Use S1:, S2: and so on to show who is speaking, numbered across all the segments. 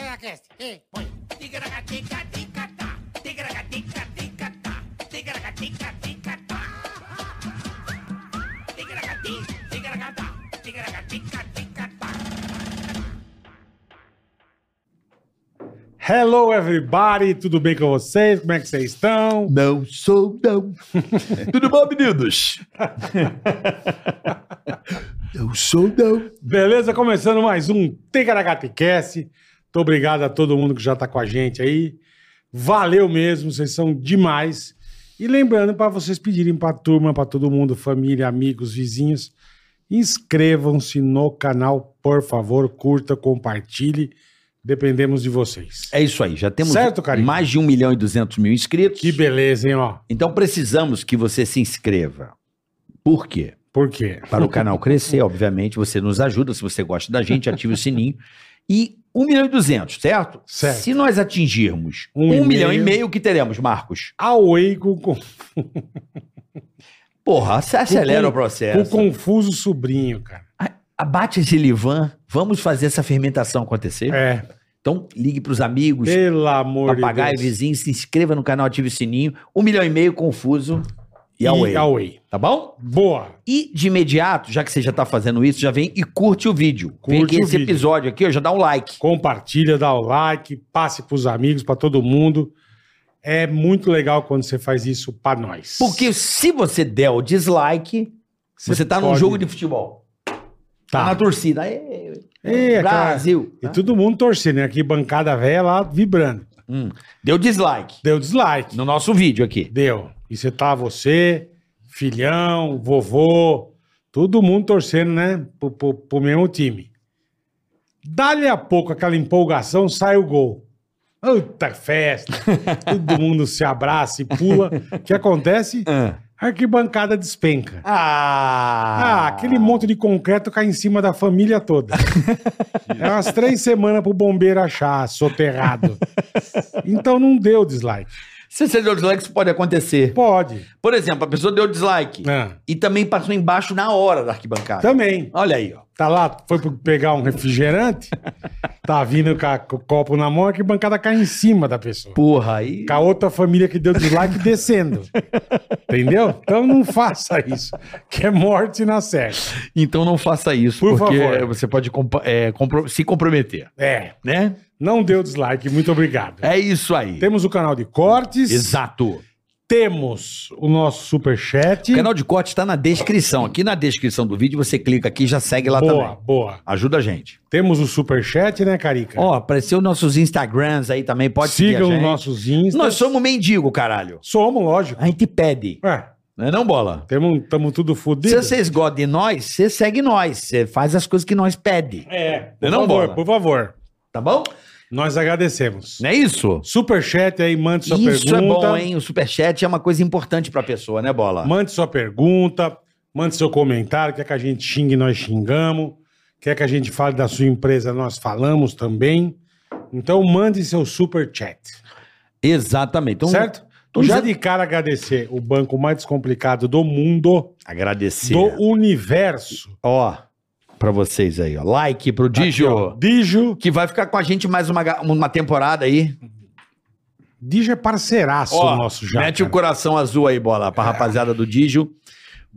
S1: Tigracast. E põe.
S2: Tigragatica-ticatá, tigragatica-ticatá, tigragatica-ticatá. Tigragati, tigragatá, tigragatica-ticatá.
S3: Hello everybody, tudo bem com vocês? Como é que vocês estão?
S4: Não sou, não. Tudo bom, meninos? não sou, não.
S3: Beleza? Começando mais um Tegaragaticast. Muito obrigado a todo mundo que já tá com a gente aí. Valeu mesmo, vocês são demais. E lembrando para vocês pedirem para turma, para todo mundo, família, amigos, vizinhos, inscrevam-se no canal, por favor, curta, compartilhe. Dependemos de vocês.
S4: É isso aí, já temos
S3: Certo, Carinho?
S4: mais de 1 milhão e 200 mil inscritos.
S3: Que beleza, hein, ó.
S4: Então precisamos que você se inscreva. Por quê?
S3: Por quê?
S4: Para o canal crescer, obviamente, você nos ajuda. Se você gosta da gente, ative o sininho. E 1 milhão e 200, certo?
S3: Certo.
S4: Se nós atingirmos
S3: Um
S4: 1
S3: e
S4: milhão e
S3: meio.
S4: meio, o que teremos, Marcos?
S3: A Oigo com
S4: Porra, você acelera o processo.
S3: o confuso sobrinho, cara.
S4: Abate esse Livan, vamos fazer essa fermentação acontecer.
S3: É,
S4: Então, ligue pros amigos,
S3: pelo amor de
S4: papagaio,
S3: Deus.
S4: vizinho, se inscreva no canal, ative o sininho. Um milhão e meio, confuso. E away.
S3: E away.
S4: Tá bom?
S3: Boa.
S4: E de imediato, já que você já tá fazendo isso, já vem e curte o vídeo. vem
S3: Curte
S4: aqui
S3: o
S4: esse
S3: vídeo.
S4: episódio aqui, ó, já dá um like.
S3: Compartilha, dá o like, passe pros amigos, pra todo mundo. É muito legal quando você faz isso pra nós.
S4: Porque se você der o dislike, você tá num
S3: pode-
S4: jogo de futebol. Tá, na
S3: Tá.
S4: torcida. Ê,
S3: É, cara.
S4: Brasil.
S3: E todo mundo torcendo, né? Aqui, bancada velha lá vibrando.
S4: Hum. Deu dislike
S3: Deu dislike.
S4: no nosso vídeo aqui.
S3: Deu. E você tá, você, filhão, vovô, todo mundo torcendo, né? Pro, pro, pro mesmo time. Dali a pouco, aquela empolgação, sai o gol. Puta festa! todo mundo se abraça e pula. O que acontece? A arquibancada despenca. Ah,
S4: Ah,
S3: aquele monte de concreto cai em cima da família toda. é umas três semanas pro bombeiro achar, soterrado. então não deu dislike.
S4: Se você deu dislike, isso pode acontecer.
S3: Pode.
S4: Por exemplo, a pessoa deu dislike
S3: Ah,
S4: e também passou embaixo na hora da arquibancada.
S3: Também.
S4: Olha aí, ó.
S3: Tá lá, foi pro- pegar um refrigerante, tá vindo com, a- com o copo na mão, a arquibancada cai em cima da pessoa.
S4: Porra, aí.
S3: Com a outra família que deu dislike descendo. Entendeu? Então não faça isso, que é morte na certa.
S4: Então não faça isso,
S3: Por
S4: porque
S3: favor.
S4: você pode compa- é, compro- se comprometer,
S3: É,
S4: né?
S3: não deu dislike, muito obrigado.
S4: É isso aí.
S3: Temos o canal de cortes.
S4: Exato.
S3: Temos o nosso superchat.
S4: O canal de corte está na descrição. Aqui na descrição do vídeo você clica aqui e já segue um lá
S3: boa,
S4: também.
S3: boa.
S4: Ajuda a gente.
S3: Temos o superchat, né, Carica?
S4: Ó, apareceu nossos Instagrams aí também, pode
S3: Sigam
S4: seguir a
S3: os
S4: gente.
S3: nossos instas.
S4: Nós somos mendigo, caralho.
S3: Somos, lógico.
S4: A gente pede,
S3: É,
S4: não é não, bola?
S3: estamos tudo
S4: Se
S3: fodido.
S4: vocês gostam de nós, você segue nós. Você faz as coisas que nós pede,
S3: É, por
S4: Não,
S3: favor,
S4: bola.
S3: por favor.
S4: tá bom?
S3: Nós agradecemos.
S4: Não é isso?
S3: Superchat aí, mande sua
S4: isso
S3: pergunta.
S4: é bom, hein? O superchat é uma coisa importante pra pessoa, né, Bola?
S3: Mande sua pergunta, mande seu comentário. Quer que a gente xingue, nós xingamos. Quer que a gente fale da sua empresa, nós falamos também. Então mande seu superchat.
S4: Exatamente. Então,
S3: certo?
S4: então
S3: Já
S4: já-
S3: de cara agradecer o banco mais descomplicado do mundo,
S4: Agradecer.
S3: do universo.
S4: Ó, pra vocês aí, ó. Like pro Dijo,
S3: Aqui, ó, Dijo.
S4: que vai ficar com a gente mais uma, ga- uma temporada aí.
S3: Dijo é parceiraço
S4: Ó,
S3: nosso já.
S4: Mete
S3: cara.
S4: o coração azul aí, Bola, pra rapaziada do Dijo.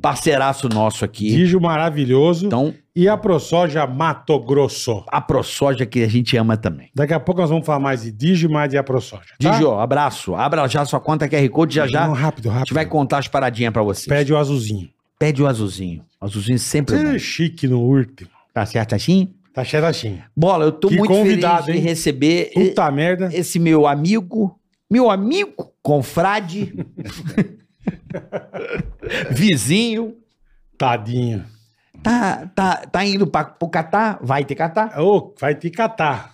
S4: Parceiraço nosso aqui.
S3: Dijo maravilhoso.
S4: Então,
S3: E a ProSoja Mato Grosso.
S4: a ProSoja que a gente ama também.
S3: Daqui a pouco nós vamos falar mais de Dijo e mais de a ProSoja. Tá?
S4: Dijo, abraço. Abra já sua conta QR Code, já já.
S3: Não, rápido,
S4: A
S3: rápido.
S4: gente vai contar as paradinhas pra vocês. Pede,
S3: Pede o azulzinho.
S4: o azulzinho. O azulzinho sempre. é
S3: Você
S4: bom.
S3: é chique no último.
S4: Tá certo assim?
S3: Tá cheio da chinha.
S4: Bola, eu tô
S3: Que
S4: muito
S3: convidado,
S4: feliz de
S3: hein?
S4: receber e-
S3: Puta merda.
S4: esse meu amigo, meu amigo, confrade, vizinho,
S3: Tadinho.
S4: tá, tá, tá indo pra, pro Catar, vai ter Catar.
S3: Ô, vai te catar.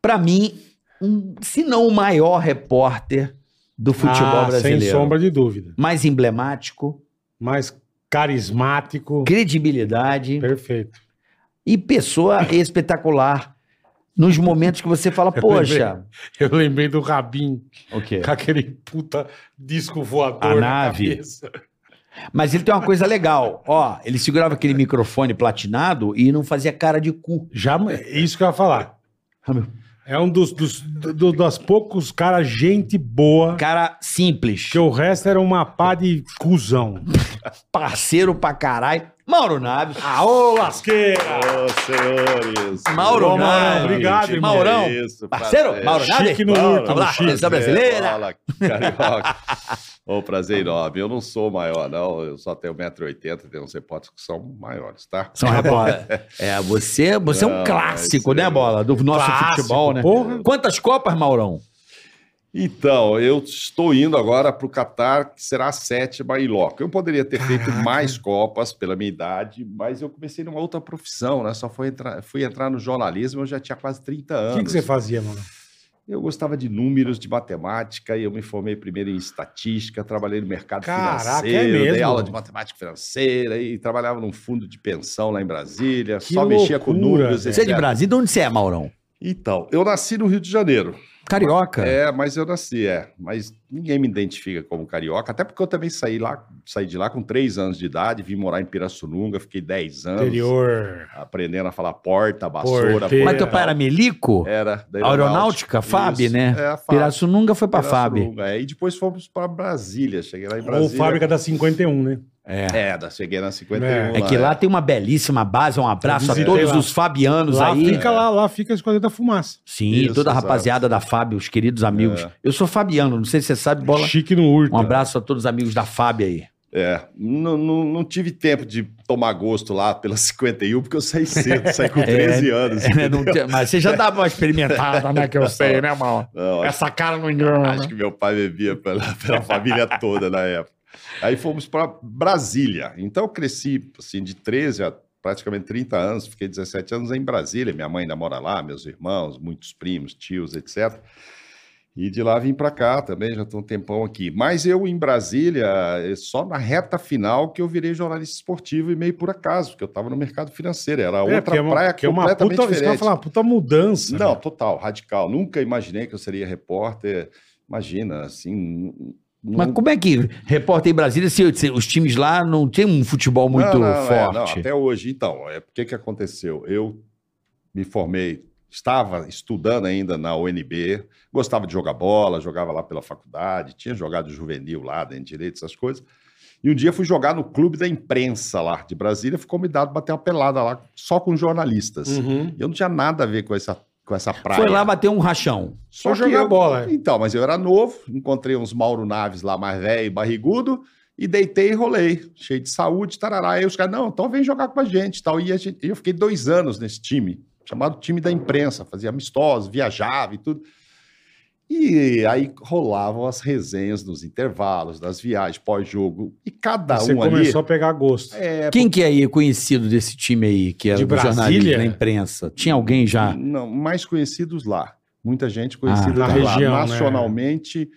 S4: Pra mim, um- se não o maior repórter do futebol
S3: Ah,
S4: brasileiro,
S3: Sem sombra de dúvida.
S4: mais emblemático,
S3: Mais carismático.
S4: credibilidade
S3: Perfeito.
S4: e pessoa espetacular. Nos momentos que você fala,
S3: Eu
S4: poxa,
S3: Eu lembrei do Rabin,
S4: o quê?
S3: com aquele puta disco voador
S4: É.
S3: na
S4: A nave.
S3: cabeça.
S4: Mas ele tem uma coisa legal. Ó, ele segurava aquele microfone platinado e não fazia cara de cu.
S3: Já, é isso que eu ia falar. É um dos, dos, do- das poucos caras, gente boa,
S5: Cara simples.
S3: que o resto era uma pá de cuzão.
S5: Parceiro pra caralho. Mauro Naves.
S3: Aô, lasqueira!
S6: Ô, senhores.
S5: Mauro
S6: Ô,
S5: Naves.
S3: obrigado,
S6: que
S3: irmão.
S5: Maurão,
S6: isso,
S5: parceiro,
S6: prazer.
S5: Mauro Naves.
S3: Chique no
S6: Mauro,
S3: último,
S5: vamos lá,
S3: Chique.
S5: Seleção brasileira.
S6: Fala, carioca. Ô, prazer enorme. Eu não sou maior, não. Eu só tenho 1,80m, tem uns repórteres que são maiores, tá?
S5: São Rebola. É, você, você é um
S6: Não,
S5: clássico,
S6: mas,
S5: né,
S6: é,
S5: Bola? Do nosso
S3: clássico,
S5: futebol, né?
S3: porra.
S5: Quantas Copas, Maurão?
S6: Então, eu estou indo agora para o Catar, que será a sétima e loco. Eu poderia ter feito mais Copas pela minha idade, mas eu comecei numa outra profissão, né? Só fui entrar, fui entrar no jornalismo, eu já tinha quase 30
S3: O
S6: anos.
S3: que, que você fazia, mano?
S6: Eu gostava de números, de matemática, e eu me formei primeiro em estatística, trabalhei no mercado
S3: Caraca, é
S6: financeiro, dei
S3: mesmo?
S6: aula de matemática financeira e trabalhava num fundo de pensão lá em Brasília,
S3: Que
S6: só mexia com
S3: loucura,
S6: números,
S3: velho.
S5: Você é de
S6: etc.
S5: Brasília? De onde você é, Maurão?
S6: Então, eu nasci no Rio de Janeiro.
S5: Carioca.
S6: É, mas eu nasci, é. Mas ninguém me identifica como carioca, até porque eu também saí lá, saí de lá com três anos de idade, vim morar em Pirassununga, fiquei 10 anos
S3: Interior.
S6: aprendendo a falar porta, vassoura,
S3: Porteira.
S5: Mas teu pai era milico?
S6: Era da
S5: Aeronáutica, FAB,
S6: Isso,
S5: né?
S6: É, a FAB.
S5: Pirassununga foi pra FAB.
S6: Pirassununga, é. E depois fomos para Brasília. Cheguei lá em
S3: Ou
S6: Brasília.
S3: fábrica da 51, né?
S5: É.
S6: É, da, cheguei na 51.
S5: É que lá tem uma belíssima base, um abraço
S3: Eu
S5: a
S3: visitei
S5: todos
S3: lá.
S5: os fabianos
S3: Lá
S5: aí.
S3: fica lá, lá fica a Esquadrilha da Fumaça.
S5: Sim,
S6: Isso,
S5: toda a
S6: exato.
S5: rapaziada da Fábio, os queridos amigos.
S6: É.
S5: Eu sou fabiano, não sei se você sabe, bola.
S3: Chique no
S5: Um
S3: último.
S5: abraço a todos os amigos da Fábio aí.
S6: É, não, não, não tive tempo de tomar gosto lá pela 51, porque eu saí cedo, saí
S5: É.
S6: com 13 anos.
S5: Não tem- mas você já dá uma experimentada, né, que eu sei, né, mal?
S6: Não, É, acho,
S5: Essa cara não engana.
S3: né?
S6: acho que meu pai bebia pela, pela família toda na época. Aí fomos para Brasília. Então eu cresci assim, de 13 a praticamente 30 anos, fiquei 17 anos em Brasília. Minha mãe ainda mora lá, meus irmãos, muitos primos, tios, etc. E de lá vim para cá também, já estou um tempão aqui. Mas eu em Brasília, eh, só na reta final que eu virei jornalista esportivo e meio por acaso, porque eu estava no mercado financeiro, era outra
S3: É, porque é uma,
S6: praia
S3: que é uma
S6: completamente
S3: puta, isso que eu ia
S6: diferente.
S3: falar, uma "Ah, puta mudança.
S6: Não,
S3: né?
S6: total, radical. Nunca imaginei que eu seria repórter. Imagina, assim. n- n-
S5: Mas como é que repórter em Brasília, se, se os times lá não tem um futebol muito
S6: Não, não, não, é, não,
S5: forte?
S6: até hoje, então, é porque que aconteceu? Eu me formei, estava estudando ainda na UNB, gostava de jogar bola, jogava lá pela faculdade, tinha jogado juvenil lá, dentro de direito, essas coisas. E um dia fui jogar no clube da imprensa lá de Brasília, fui convidado a bater uma pelada lá só com jornalistas.
S3: Uhum.
S6: Eu não tinha nada a ver com essa, com essa praia.
S5: Foi lá bater um rachão.
S6: Só
S3: Só
S6: que
S3: jogar
S6: eu-
S3: bola, é.
S6: Então, mas eu era novo, encontrei uns Mauro Naves lá mais velho, e barrigudo, e deitei e rolei, cheio de saúde, tarará. Aí os caras, não, então vem jogar com a gente e tal. E a gente- eu fiquei dois anos nesse time, chamado time da imprensa, fazia amistosos, viajava e tudo. E aí rolavam as resenhas nos intervalos, das viagens, pós-jogo. E cada
S3: Você
S6: um ali.
S3: começou a pegar gosto.
S5: Quem que é aí conhecido desse time aí, que era
S3: De
S5: do jornalismo,
S3: Brasília?
S5: da imprensa? Tinha alguém já?
S6: Não, mais conhecidos lá. Muita gente conhecida
S3: Ah,
S6: lá.
S3: na região, né?
S6: Nacionalmente,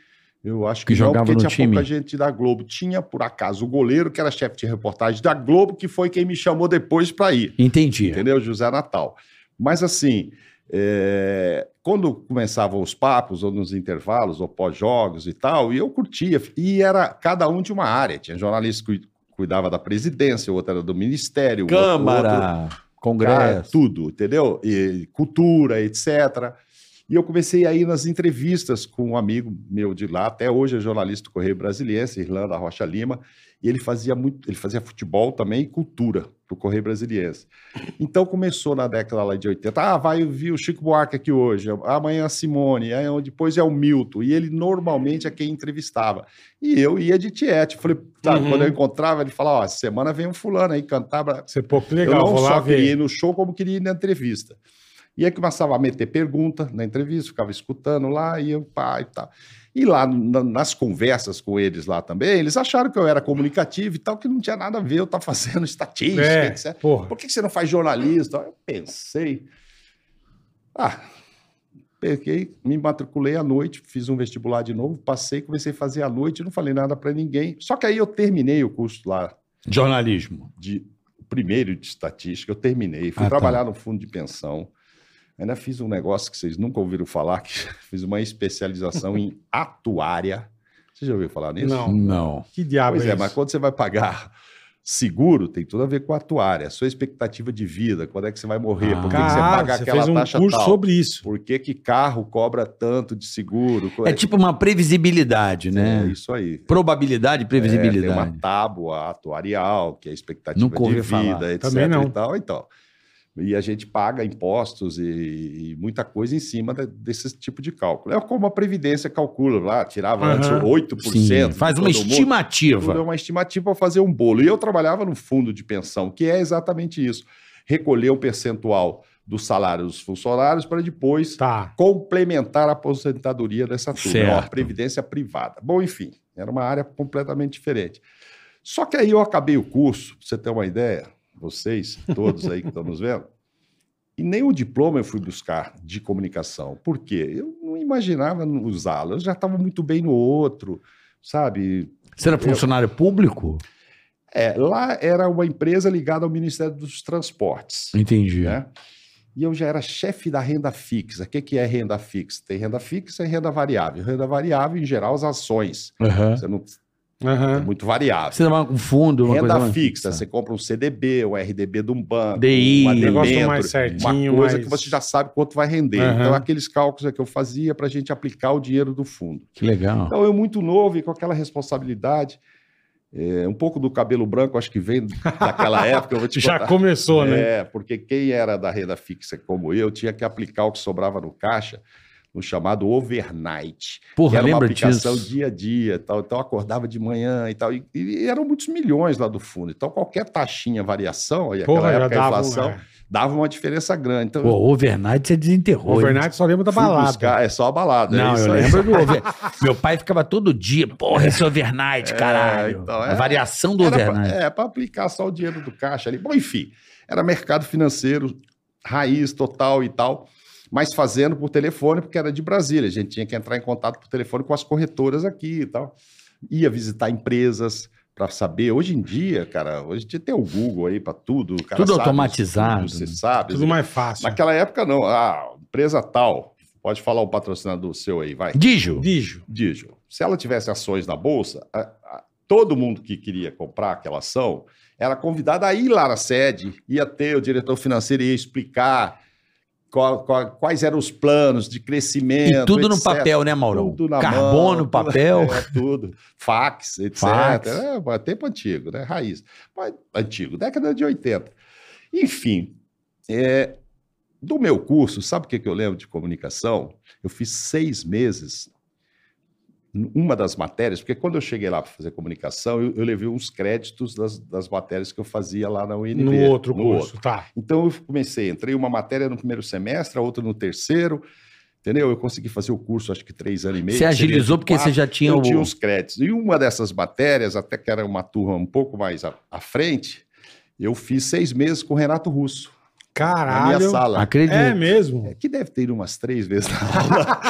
S6: eu acho
S5: tá. Que
S6: que,
S5: jogava
S6: não, porque
S5: no
S6: tinha
S5: time.
S6: pouca gente da Globo. Tinha, por acaso, o goleiro, que era chefe de reportagem da Globo, que foi quem me chamou depois para ir.
S5: Entendi.
S6: Entendeu? José Natal. Mas assim, é, quando começavam os papos, ou nos intervalos, ou pós-jogos e tal, e eu curtia. E era cada um de uma área. Tinha jornalista que cuidava da presidência, o outro era do ministério, o outro- outro
S5: Câmara,
S6: cara,
S5: Congresso.
S6: É, tudo, entendeu? E cultura, etc. E eu comecei aí nas entrevistas com um amigo meu de lá, até hoje é jornalista do Correio Brasiliense, Irlanda Rocha Lima, e ele fazia muito, ele fazia futebol também e cultura do Correio Brasiliense. Então começou na década lá de 80. Ah, vai vir o Chico Buarque aqui hoje, amanhã a Simone, aí depois é o Milton, e ele normalmente é quem entrevistava. E eu ia de tiete, falei, sabe,
S3: Uhum.
S6: quando eu encontrava, ele falava, ó, essa semana vem um fulano aí cantar, bra-
S3: Você, pô, que legal,
S6: eu não
S3: vou lá
S6: só queria
S3: ver.
S6: ir no show, como queria ir na entrevista. E aí começava a meter pergunta na entrevista, ficava escutando lá, e eu, pá, e tal. E lá, na- nas conversas com eles lá também, eles acharam que eu era comunicativo e tal, que não tinha nada a ver, eu estava fazendo estatística, etc.
S3: É, porra.
S6: Por que que você não faz jornalista? Eu pensei. Ah, peguei, me matriculei à noite, fiz um vestibular de novo, passei, comecei a fazer à noite, não falei nada para ninguém. Só que aí eu terminei o curso lá
S5: Jornalismo.
S6: de o primeiro de estatística, eu terminei, fui
S5: Ah, tá.
S6: trabalhar no fundo de pensão. Ainda fiz um negócio que vocês nunca ouviram falar, que fiz uma especialização em atuária. Você já ouviu falar nisso?
S3: Não.
S5: Não.
S3: Que diabo
S6: Pois
S3: é,
S6: é,
S3: isso?
S6: mas quando você vai pagar Seguro tem tudo a ver com a tua área, a sua expectativa de vida, quando é que você vai morrer,
S5: Ah.
S6: por que, que você
S3: Cara,
S6: paga
S3: você
S6: aquela
S3: fez um
S6: taxa
S3: curso
S6: tal,
S3: sobre isso.
S6: por que, que carro cobra tanto de seguro. co-
S5: É tipo uma previsibilidade,
S6: É
S5: né?
S6: isso aí.
S5: Probabilidade e previsibilidade.
S6: É, tem uma tábua atuarial, que é a expectativa
S5: Nunca
S6: de
S5: ouvi
S6: vida,
S5: falar.
S6: etc.
S3: Também não.
S6: E, tal, e, tal. e a gente paga impostos e, e muita coisa em cima de- desse tipo de cálculo. É como a Previdência calcula lá, tirava
S3: Aham.
S6: antes 8%.
S5: Sim,
S6: de
S5: faz uma
S6: todo mundo. Tudo é
S5: estimativa.
S6: uma estimativa para fazer um bolo. E eu trabalhava no fundo de pensão, que é exatamente isso: recolher um percentual do salário dos funcionários para depois
S3: Tá.
S6: complementar a aposentadoria dessa turma. É uma
S5: Certo.
S6: previdência privada. Bom, enfim, era uma área completamente diferente. Só que aí eu acabei o curso, pra você ter uma ideia, vocês todos aí que estão nos vendo, e nem o diploma eu fui buscar de comunicação. Por quê? Eu não imaginava usá-lo. Eu já estava muito bem no outro, sabe?
S5: Você era
S6: Eu-
S5: funcionário público?
S6: É, lá era uma empresa ligada ao Ministério dos Transportes
S5: Entendi.
S6: né? E eu já era chefe da renda fixa. O que, que é renda fixa? Tem renda fixa e renda variável. Renda variável, em geral, as ações.
S5: Aham.
S6: Você não é
S3: Aham.
S6: muito variável.
S5: Você trabalha com fundo, uma coisa
S6: renda
S5: mais
S6: fixa, você compra um CDB, um RDB de um banco,
S5: DI.
S6: um
S5: Um
S3: Negócio
S6: adentro,
S3: mais certinho,
S6: uma coisa
S3: mais-
S6: que você já sabe quanto vai render.
S3: Aham.
S6: Então, aqueles cálculos é que eu fazia para a gente aplicar o dinheiro do fundo.
S5: Que legal.
S6: Então, eu muito novo e com aquela responsabilidade, é, um pouco do cabelo branco, acho que vem daquela época, eu vou te
S3: Já
S6: contar.
S3: começou, né?
S6: É, porque quem era da renda fixa como eu tinha que aplicar o que sobrava no caixa no chamado overnight. que
S5: Porra,
S6: era uma
S5: lembra
S6: aplicação
S5: disso?
S6: dia a dia, tal, então eu acordava de manhã e tal. E, e eram muitos milhões lá do fundo. Então qualquer taxinha, variação, e aquela
S3: Porra, já
S6: É, época a
S3: dava. um-
S6: inflação
S3: é.
S6: dava uma diferença grande. Então
S5: Pô, overnight você desenterrou. hein?
S3: Overnight só lembra da
S6: eu fui
S3: balada.
S6: buscar, é só a balada.
S5: Não,
S6: é isso
S5: eu
S6: aí.
S5: lembro do over... Meu pai ficava todo dia, porra, esse overnight,
S6: É,
S5: caralho.
S6: então,
S5: A
S6: é.
S5: variação do
S6: Era pra-
S5: overnight.
S6: é, para aplicar só o dinheiro do caixa ali. Bom, enfim, era mercado financeiro, raiz total e tal, mas fazendo por telefone, porque era de Brasília. A gente tinha que entrar em contato por telefone com as corretoras aqui e tal. Ia visitar empresas para saber. Hoje em dia, cara, hoje em dia tem o Google aí para tudo. o cara
S5: Tudo
S6: sabe
S5: automatizado,
S6: Tudo, você
S5: né?
S6: sabe.
S3: Tudo mais fácil.
S6: Naquela época, não. Ah, empresa tal. Pode falar o patrocinador seu aí, vai.
S5: Dijo.
S3: Dijo.
S6: Dijo, se ela tivesse ações na bolsa, a- a- todo mundo que queria comprar aquela ação era convidado a ir lá na sede, ia ter o diretor financeiro ia explicar qual- qual- quais eram os planos de crescimento.
S5: E tudo no
S6: etc.
S5: papel, né, Mauro?
S6: Tudo na mão,
S5: Carbono,
S6: tudo-
S5: papel.
S6: é, tudo. Fax, etc.
S5: Fax.
S6: É, tempo antigo, né? Raiz. Mas, antigo, década de 80. Enfim, é, do meu curso, sabe o que, que eu lembro de comunicação? Eu fiz seis meses n- uma das matérias, porque quando eu cheguei lá para fazer comunicação, eu, eu levei uns créditos das, das matérias que eu fazia lá na UNB.
S3: No outro
S6: no
S3: curso, tá.
S6: então eu comecei, entrei uma matéria no primeiro semestre, a outra no terceiro, entendeu? Eu consegui fazer o curso, acho que três anos e meio.
S5: Você agilizou porque você
S6: quatro,
S5: já tinha
S6: eu
S5: o.
S6: tinha um os créditos. E uma dessas matérias, até que era uma turma um pouco mais à, à frente, eu fiz seis meses com o Renato Russo, na minha
S3: Caralho.
S6: sala.
S5: Acredito.
S3: É
S5: É,
S3: mesmo.
S6: É, Que deve ter ido umas três vezes na aula.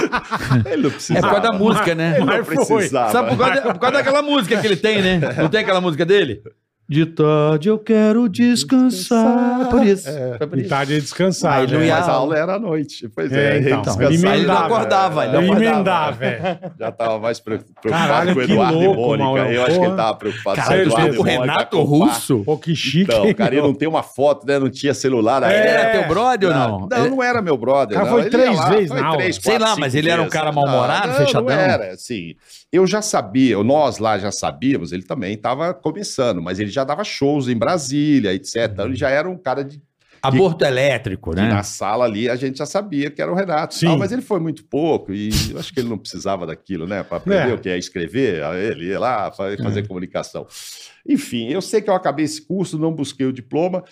S6: Ele
S5: É
S6: não
S5: por
S6: precisava.
S5: causa da música, né?
S6: Ele É, não
S3: Mas foi.
S6: precisava. né?
S5: Sabe por causa, da- por causa daquela música que ele tem, né? Não tem aquela música dele? De tarde eu quero descansar. Por isso.
S6: É.
S5: Foi por
S3: E
S5: isso.
S3: tarde de descansar.
S5: Aí não
S3: né?
S5: ia-
S6: Mas a aula era à noite. Pois
S3: É,
S6: é,
S3: então,
S6: descansava.
S3: ele
S5: Aí ele não
S3: emendava.
S5: acordava. Ele não
S3: Eu ia
S5: acordava.
S3: emendar, velho.
S6: Já estava mais pre- preocupado
S3: Caralho,
S6: com o
S3: que
S6: Eduardo
S3: louco,
S6: e Mônica.
S3: Mauro,
S6: eu acho que
S3: porra.
S6: ele estava preocupado
S5: Caralho,
S6: com o Eduardo
S5: o
S6: e Mônica,
S5: Renato
S6: com o pai.
S5: Russo?
S3: Pô, que chique.
S6: Então,
S3: hein?
S6: o cara ele não tem uma foto, né? Não tinha celular na
S3: É,
S6: época.
S5: Era teu brother ou não? é
S6: Não, não, era meu brother.
S3: Cara,
S6: não.
S3: foi
S6: Ele
S3: três
S6: ia lá,
S3: vezes
S6: foi
S3: na aula.
S6: três,
S5: Sei lá,
S6: quatro,
S5: mas
S6: cinco
S5: ele era um
S6: vezes.
S5: cara mal-humorado,
S6: Não, não
S5: fechadão?
S6: era, assim. Eu já sabia, nós lá já sabíamos, ele também estava começando, mas ele já dava shows em Brasília, etc. Então, ele já era um cara de,
S5: Aborto elétrico,
S6: que
S5: né?
S6: na sala ali a gente já sabia que era o Renato. e
S3: Sim.
S6: tal, mas ele foi muito pouco e eu acho que ele não precisava daquilo, né? Para aprender
S3: É.
S6: o que é escrever, ele ia lá fa- fazer comunicação. Enfim, eu sei que eu acabei esse curso, não busquei o diploma.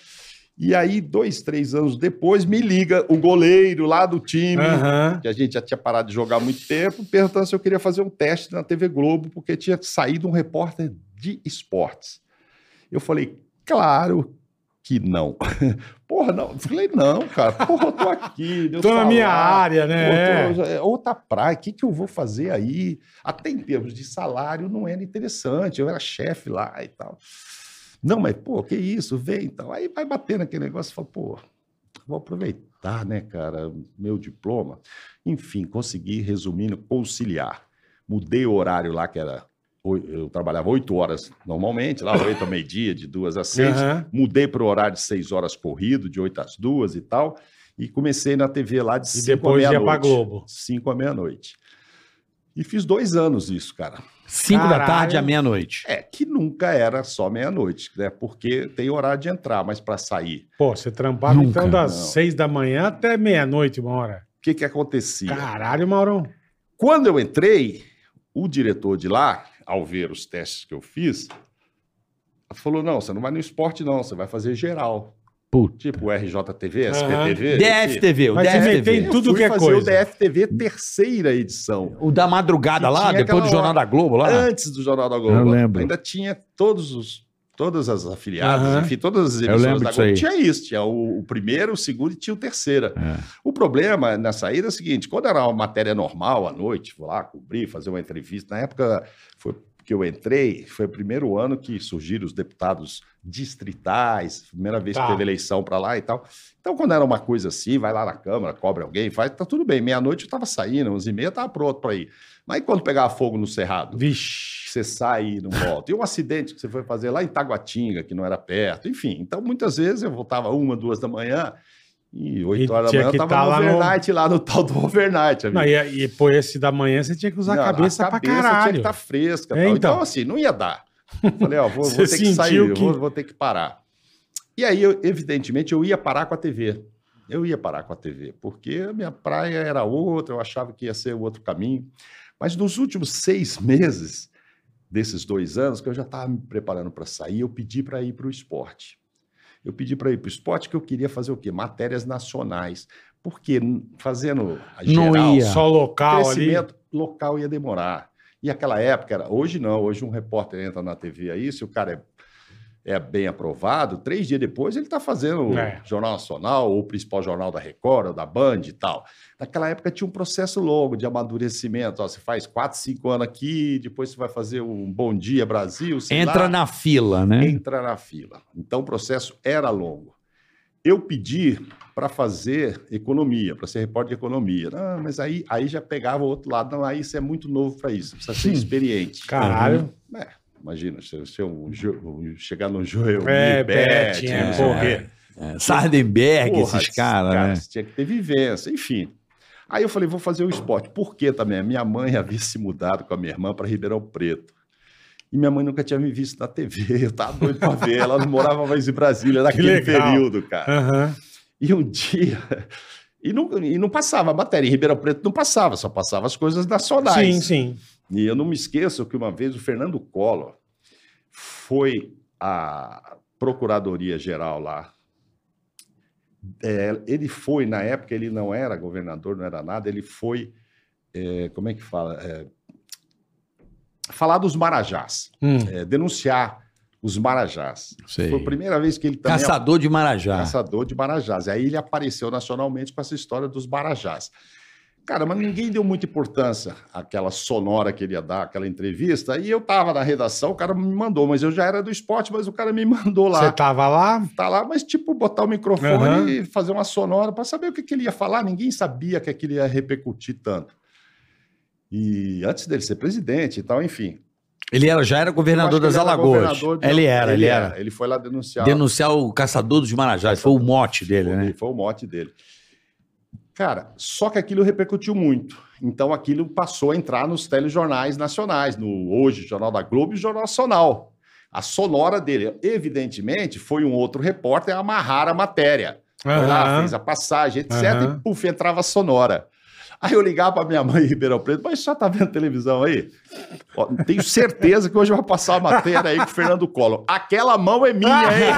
S6: E aí, dois, três anos depois, me liga o goleiro lá do time,
S3: Aham.
S6: que a gente já tinha parado de jogar há muito tempo, perguntando se eu queria fazer um teste na TV Globo, porque tinha saído um repórter de esportes. Eu falei, claro que não. Porra, não. Eu falei, não, cara. Porra, eu tô aqui. deu
S3: Tô na minha
S6: salário,
S3: área, né?
S6: pô, tô- é outra praia, o que, que eu vou fazer aí? Até em termos de salário, não era interessante. Eu era chefe lá e tal. Não, mas, pô, que isso? Vem então. Aí vai batendo aquele negócio e fala, pô, vou aproveitar, né, cara, meu diploma. Enfim, consegui, resumindo, conciliar. Mudei o horário lá, que era oi- eu trabalhava oito horas normalmente, lá oito ao meio-dia, de duas às seis.
S3: Aham.
S6: Mudei para o horário de seis horas corrido, de oito às duas e tal. E comecei na TV lá de
S3: E
S6: cinco à
S3: depois ia pra
S6: meia-noite.
S3: Globo.
S6: 5 à meia-noite. E fiz dois anos isso, cara.
S5: 5 da
S3: Caralho.
S5: tarde à meia-noite.
S6: É, que nunca era só meia-noite, né? Porque tem horário de entrar, mas para sair.
S3: Pô, você trampava
S5: Nunca,
S3: então das
S6: não.
S3: seis da manhã até meia-noite, uma hora.
S6: O que que acontecia?
S3: Caralho, Maurão.
S6: Quando eu entrei, o diretor de lá, ao ver os testes que eu fiz, falou: não, você não vai no esporte, não, você vai fazer geral.
S5: Puta.
S6: Tipo RJTV,
S3: Aham.
S6: SPTV. enfim.
S5: DFTV, o
S3: Mas você meteu
S5: DFTV.
S3: em tudo que é
S6: fazer
S3: coisa.
S6: o DFTV terceira edição.
S5: O da madrugada
S6: E
S5: lá, depois
S6: tinha
S5: do
S6: aquela
S5: Jornal da Globo lá.
S6: Antes do Jornal da Globo.
S5: Eu lembro.
S6: Ainda tinha todos os, todas as afiliadas,
S3: Aham.
S6: enfim, todas as
S5: Eu
S6: emissoras
S5: lembro
S6: da
S5: disso
S6: Globo.
S5: aí.
S6: Tinha isso, tinha o, o primeiro, o segundo e tinha o terceira.
S5: É.
S6: O problema na saída é o seguinte: quando era uma matéria normal à noite, vou lá cobrir, fazer uma entrevista. Na época foi que eu entrei, foi o primeiro ano que surgiram os deputados distritais, primeira vez
S3: Tá.
S6: que teve eleição para lá e tal. Então, quando era uma coisa assim, vai lá na Câmara, cobra alguém, faz, tá tudo bem. Meia-noite eu tava saindo, 11 e meia, tava pronto para ir. Mas e quando pegava fogo no Cerrado? que
S3: Vixe.
S6: você sai e não volta. E um acidente que você foi fazer lá em Taguatinga, que não era perto, enfim. Então, muitas vezes eu voltava uma, duas da manhã, e
S3: E
S6: oito horas da
S3: tinha
S6: manhã eu
S3: que
S6: tava
S3: tá
S6: no
S3: lá no-
S6: overnight, lá no tal do overnight, amigo.
S3: Não, e, e pô, esse da manhã você tinha que usar
S6: Não,
S3: a cabeça, pra
S6: Tinha que tá
S3: caralho.
S6: estar fresca.
S3: É,
S6: tal.
S3: então.
S6: então. assim, não ia dar. Falei, ó, vou, vou
S3: Você
S6: ter que sair,
S3: sentiu
S6: eu
S3: que-
S6: Vou, vou ter que parar. E aí, eu, evidentemente, eu ia parar com a TV. Eu ia parar com a TV, porque a minha praia era outra, eu achava que ia ser outro caminho. Mas nos últimos seis meses desses dois anos, que eu já estava me preparando para sair, eu pedi para ir para o esporte. Eu pedi para ir para o esporte que eu queria fazer o quê? Matérias nacionais. Porque n- fazendo a
S5: Não
S6: geral,
S5: ia.
S3: Só local ali.
S6: crescimento local ia demorar. E aquela época, era, hoje não, hoje um repórter entra na TV aí, se o cara é, é bem aprovado, três dias depois ele está fazendo o
S3: É.
S6: Jornal Nacional, ou o principal jornal da Record, ou da Band e tal. Naquela época tinha um processo longo de amadurecimento. Ó, você faz quatro, cinco anos aqui, depois você vai fazer um Bom Dia Brasil, sei
S5: Entra
S6: lá
S5: na fila,
S3: É.
S5: né?
S6: entra na fila. Então o processo era longo. Eu pedi para fazer economia, para ser repórter de economia. Ah, mas aí, aí já pegava o outro lado. Não, aí você é muito novo para isso, precisa ser experiente.
S3: Caralho.
S6: É, imagina, se se eu um jo- eu chegar no Joel
S3: É,
S6: Mi, Bet,
S3: Bet, é,
S6: não sei o quê.
S5: É, Sardenberg,
S6: Porra,
S5: esses caras, né?
S6: Tinha que ter vivência, enfim. Aí eu falei, vou fazer o esporte. Por quê também? A minha mãe havia se mudado com a minha irmã para Ribeirão Preto. E minha mãe nunca tinha me visto na TV. Eu tava doido pra ver. Ela não morava mais em Brasília naquele
S3: legal. É.
S6: período, cara.
S3: Aham.
S6: E um dia. E não, e não passava a matéria. Em Ribeirão Preto não passava, só passava as coisas nacionais.
S3: Sim, sim.
S6: E eu não me esqueço que uma vez o Fernando Collor foi à Procuradoria Geral lá. É, ele foi, na época, ele não era governador, não era nada, ele foi. é, como é que fala? É, falar dos Marajás,
S3: Hum.
S6: é, denunciar os Marajás.
S5: Sei.
S6: Foi a primeira vez que ele também
S5: Caçador de Marajá.
S6: caçador de Marajás. E aí ele apareceu nacionalmente com essa história dos Marajás. Cara, mas ninguém deu muita importância àquela sonora que ele ia dar, aquela entrevista. E eu tava na redação, o cara me mandou, mas eu já era do esporte, mas o cara me mandou
S3: Você
S6: lá.
S3: tava lá?
S6: Tá lá, mas tipo, botar o microfone
S3: Aham.
S6: e fazer uma sonora para saber o que, que ele ia falar. Ninguém sabia que aquilo ia repercutir tanto. E antes dele ser presidente e tal, enfim.
S5: Ele era, já era
S6: Eu acho
S5: governador
S6: que
S5: das
S6: ele era
S5: Alagoas.
S6: governador de-
S5: Ele era, ele era.
S6: Ele foi lá denunciar.
S5: Denunciar o caçador dos Marajás. Foi o mote dele, né?
S6: Foi- Foi o mote dele. Cara, só que aquilo repercutiu muito. Então aquilo passou a entrar nos telejornais nacionais, no Hoje, Jornal da Globo e Jornal Nacional. A sonora dele, evidentemente, foi um outro repórter amarrar a matéria. Foi lá,
S3: Aham.
S6: fez a passagem, etc.
S3: Aham.
S6: E puf, entrava a sonora. Aí eu ligava pra minha mãe em Ribeirão Preto, mas já tá vendo televisão aí? Ó, tenho certeza que hoje vai passar a matéria aí com o Fernando Collor. Aquela mão é minha, hein?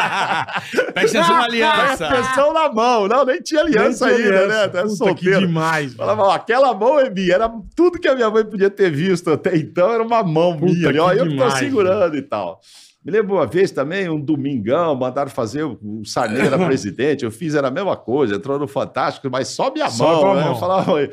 S3: Tá
S5: Presta atenção na
S6: Presta atenção na mão. Não, nem tinha aliança
S3: Nem tinha
S6: ainda,
S3: aliança.
S6: né? Tá
S3: é Puta, que
S6: solteiro.
S3: demais, mano.
S6: Falava, ó, aquela mão é minha. Era tudo que a minha mãe podia ter visto até então, era uma mão
S3: Puta,
S6: minha. ali, ó,
S3: que
S6: eu que tô
S3: demais, né?"
S6: segurando e tal. Me lembro uma vez também, um domingão, mandaram fazer o o Sarney era presidente, eu fiz era a mesma coisa, entrou no Fantástico, mas só minha
S3: Só
S6: mão.
S3: tua
S6: né? Eu
S3: mão.
S6: falava, "Oi."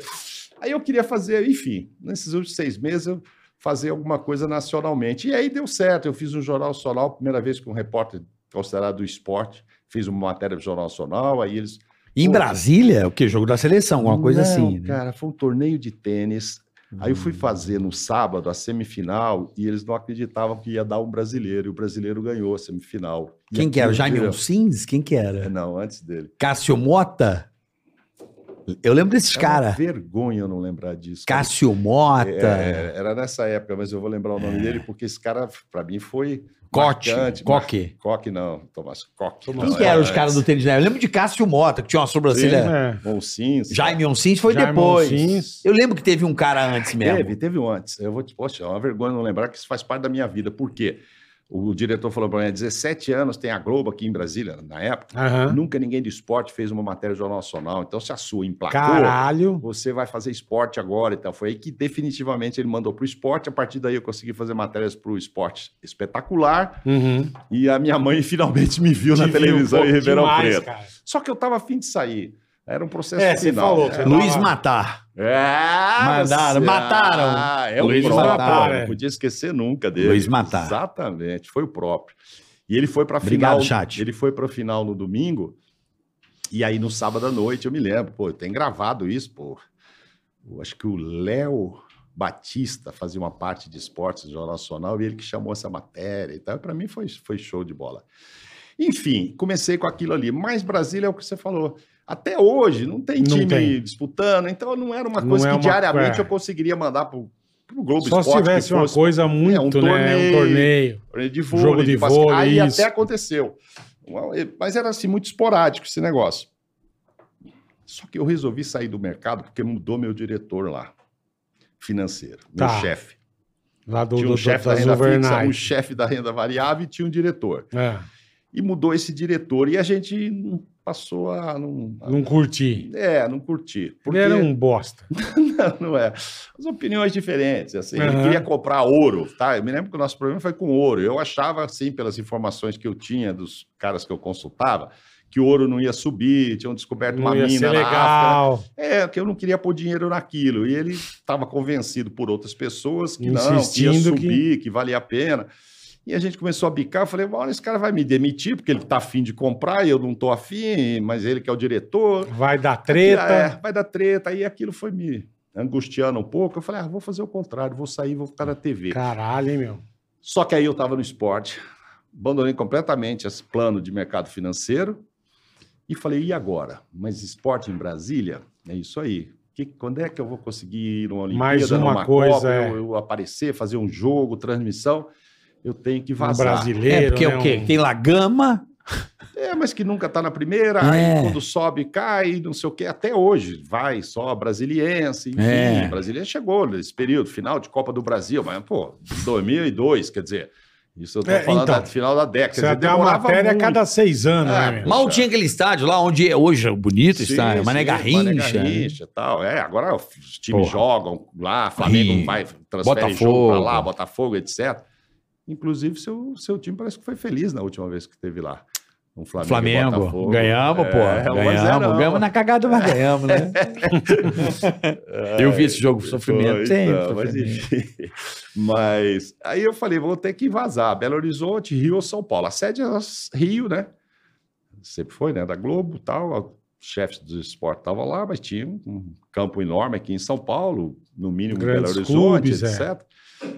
S6: aí eu queria fazer, enfim, nesses últimos seis meses eu fazer alguma coisa nacionalmente. E aí deu certo, eu fiz um Jornal Nacional, primeira vez que um repórter considerado do esporte, fiz uma matéria do Jornal Nacional, aí eles
S5: Em Brasília, o quê? Jogo da seleção, alguma coisa
S6: não,
S5: assim. né?
S6: Cara, foi um torneio de tênis. Aí eu
S4: Hum.
S6: fui fazer no sábado a semifinal e eles não acreditavam que ia dar um brasileiro. E o brasileiro ganhou a semifinal. E
S4: Quem que era?
S6: aquilo
S4: Jaime
S6: virou-
S4: Uncins? Quem que era?
S6: Não, antes dele.
S4: Cássio Mota? Eu lembro desses
S6: É uma
S4: caras.
S6: vergonha eu não lembrar disso.
S4: Cássio Mota.
S6: É, era nessa época, mas eu vou lembrar o nome dele, porque esse cara, pra mim, foi.
S4: Cote.
S6: marcante.
S4: É. Coque.
S6: Coque não, Tomás Coque. é,
S4: Quem que eram os caras do tênis na época? Eu lembro de Cássio Mota, que tinha uma sobrancelha.
S3: É.
S6: Bolsins.
S4: Jaime Oncins foi
S3: Jaime
S4: depois.
S3: Oncins.
S4: Eu lembro que teve um cara antes mesmo.
S6: Teve, teve um antes. Eu vou te. Poxa, é uma vergonha não lembrar que isso faz parte da minha vida. Por quê? O diretor falou pra mim: 17 anos tem a Globo aqui em Brasília, na época.
S3: Aham.
S6: Nunca ninguém de esporte fez uma matéria do Jornal Nacional. Então, se a sua emplacou,
S3: Caralho.
S6: você vai fazer esporte agora e tal. Foi aí que definitivamente ele mandou pro esporte. A partir daí eu consegui fazer matérias pro esporte espetacular.
S3: Uhum.
S6: E a minha mãe finalmente me viu na
S3: Te viu,
S6: televisão
S3: pô,
S6: em Ribeirão
S3: demais,
S6: Preto.
S3: cara.
S6: Só que eu tava afim de sair. Era um processo
S3: É, você
S6: final.
S3: falou.
S6: né?
S3: você
S4: Luiz
S3: tava-
S4: Matar.
S6: É,
S4: Mandaram,
S6: você-
S4: mataram.
S6: Ah, é
S4: Luiz
S6: o próprio.
S3: mataram, é.
S6: não podia esquecer nunca dele.
S4: Luiz mataram.
S6: Exatamente, foi o próprio. E ele foi para
S4: Obrigado,
S6: final.
S4: chat.
S6: Ele foi para final no domingo. E aí no sábado à noite, eu me lembro, pô, tem gravado isso, pô. Eu acho que o Léo Batista fazia uma parte de esportes do Jornal Nacional e ele que chamou essa matéria e tal. Para mim foi, foi show de bola. Enfim, comecei com aquilo ali. Mas Brasília é o que você falou. Até hoje não tem
S3: Não
S6: time
S3: tem.
S6: disputando, então não era uma
S3: Não
S6: coisa
S3: é
S6: que
S3: uma-
S6: diariamente
S3: é.
S6: eu conseguiria mandar pro, pro Globo
S3: Só se
S6: Esporte. que
S3: tivesse uma
S6: fosse
S3: coisa muito, né? Um
S6: torneio.
S3: torneio.
S6: de vôlei,
S3: jogo de
S6: basquete.
S3: vôlei,
S6: Aí
S3: isso.
S6: até aconteceu. Uma- Mas era assim, muito esporádico esse negócio. Só que eu resolvi sair do mercado porque mudou meu diretor lá, financeiro, meu
S3: Tá.
S6: chefe.
S3: Lá do,
S6: Tinha
S3: do,
S6: um
S3: do
S6: chefe da
S3: das
S6: renda fixa, um
S3: overnight.
S6: chefe da renda variável e tinha um diretor.
S3: É,
S6: E mudou esse diretor e a gente não passou a não, a-
S3: não curti.
S6: é, não curtir. Porque
S3: Ele era um bosta.
S6: não é. As opiniões diferentes, assim. Ele
S3: Aham.
S6: queria comprar ouro, tá? Eu me lembro que o nosso problema foi com ouro. Eu achava, assim, pelas informações que eu tinha dos caras que eu consultava, que o ouro não ia subir, tinham descoberto uma
S3: Não ia ser
S6: mina na África.
S3: legal.
S6: É, que eu não queria pôr dinheiro naquilo. E ele estava convencido por outras pessoas que não, que ia
S3: Insistindo que-
S6: subir, que... valia a pena. E a gente começou a bicar, eu falei, uma hora esse cara vai me demitir, porque ele tá afim de comprar e eu não tô afim, mas ele que é o diretor.
S3: Vai dar
S6: É,
S3: treta.
S6: vai dar treta. Aí aquilo foi me angustiando um pouco. Eu falei, ah, vou fazer o contrário, vou sair, vou ficar na TV.
S3: Caralho, hein, meu.
S6: Só que aí eu estava no esporte, abandonei completamente esse plano de mercado financeiro e falei, e agora? Mas esporte em Brasília? É isso aí. Que, quando é que eu vou conseguir ir numa Olimpíada,
S3: Mais uma
S6: numa
S3: coisa,
S6: Copa,
S3: é.
S6: eu, eu aparecer, fazer um jogo, transmissão? Eu tenho que
S3: Um
S6: vazar.
S3: brasileiro.
S4: É, porque
S3: né,
S4: o quê?
S3: um-
S4: Tem lá Gama.
S6: É, mas que nunca tá na primeira,
S4: É.
S6: aí quando sobe, cai, não sei o quê, até hoje, vai só brasiliense, enfim,
S4: É.
S6: brasiliense chegou nesse período, final de Copa do Brasil, mas, pô, 2002, quer dizer, isso eu tô
S3: É,
S6: falando
S3: então.
S6: da final da década,
S3: Você
S6: quer dizer,
S3: tem uma
S6: demorava
S3: matéria a
S6: muito.
S3: cada seis anos,
S6: É,
S3: né, meu?
S4: Mal
S6: Poxa.
S4: tinha aquele estádio lá onde é hoje é bonito
S6: Sim,
S4: estádio. Mané
S6: sim,
S4: Garrincha. né?
S6: Mané Garrincha e tal, é, agora os times
S4: Porra.
S6: jogam lá, Flamengo
S4: Ih,
S6: vai, transfere
S4: Botafogo.
S6: jogo pra lá, Botafogo, etc. Inclusive, seu, seu time parece que foi feliz na última vez que teve lá. Um Flamengo, e
S4: Flamengo.
S6: Botafogo.
S4: ganhamos, pô.
S6: É, um a zerão.
S4: Ganhamos. Ganhamos na cagada, mas ganhamos, né? Eu vi esse jogo com sofrimento
S6: Foi,
S4: sempre.
S6: então, mas,
S4: sofrimento.
S6: enfim. Mas aí eu falei, vou ter que vazar. Belo Horizonte, Rio ou São Paulo. A sede é as- Rio, né? Sempre foi, né? Da Globo tal. O chefe do esporte estava lá, mas tinha um- um campo enorme aqui em São Paulo, no mínimo em Belo
S3: Grandes
S6: Horizonte,
S3: clubes, é.
S6: etc.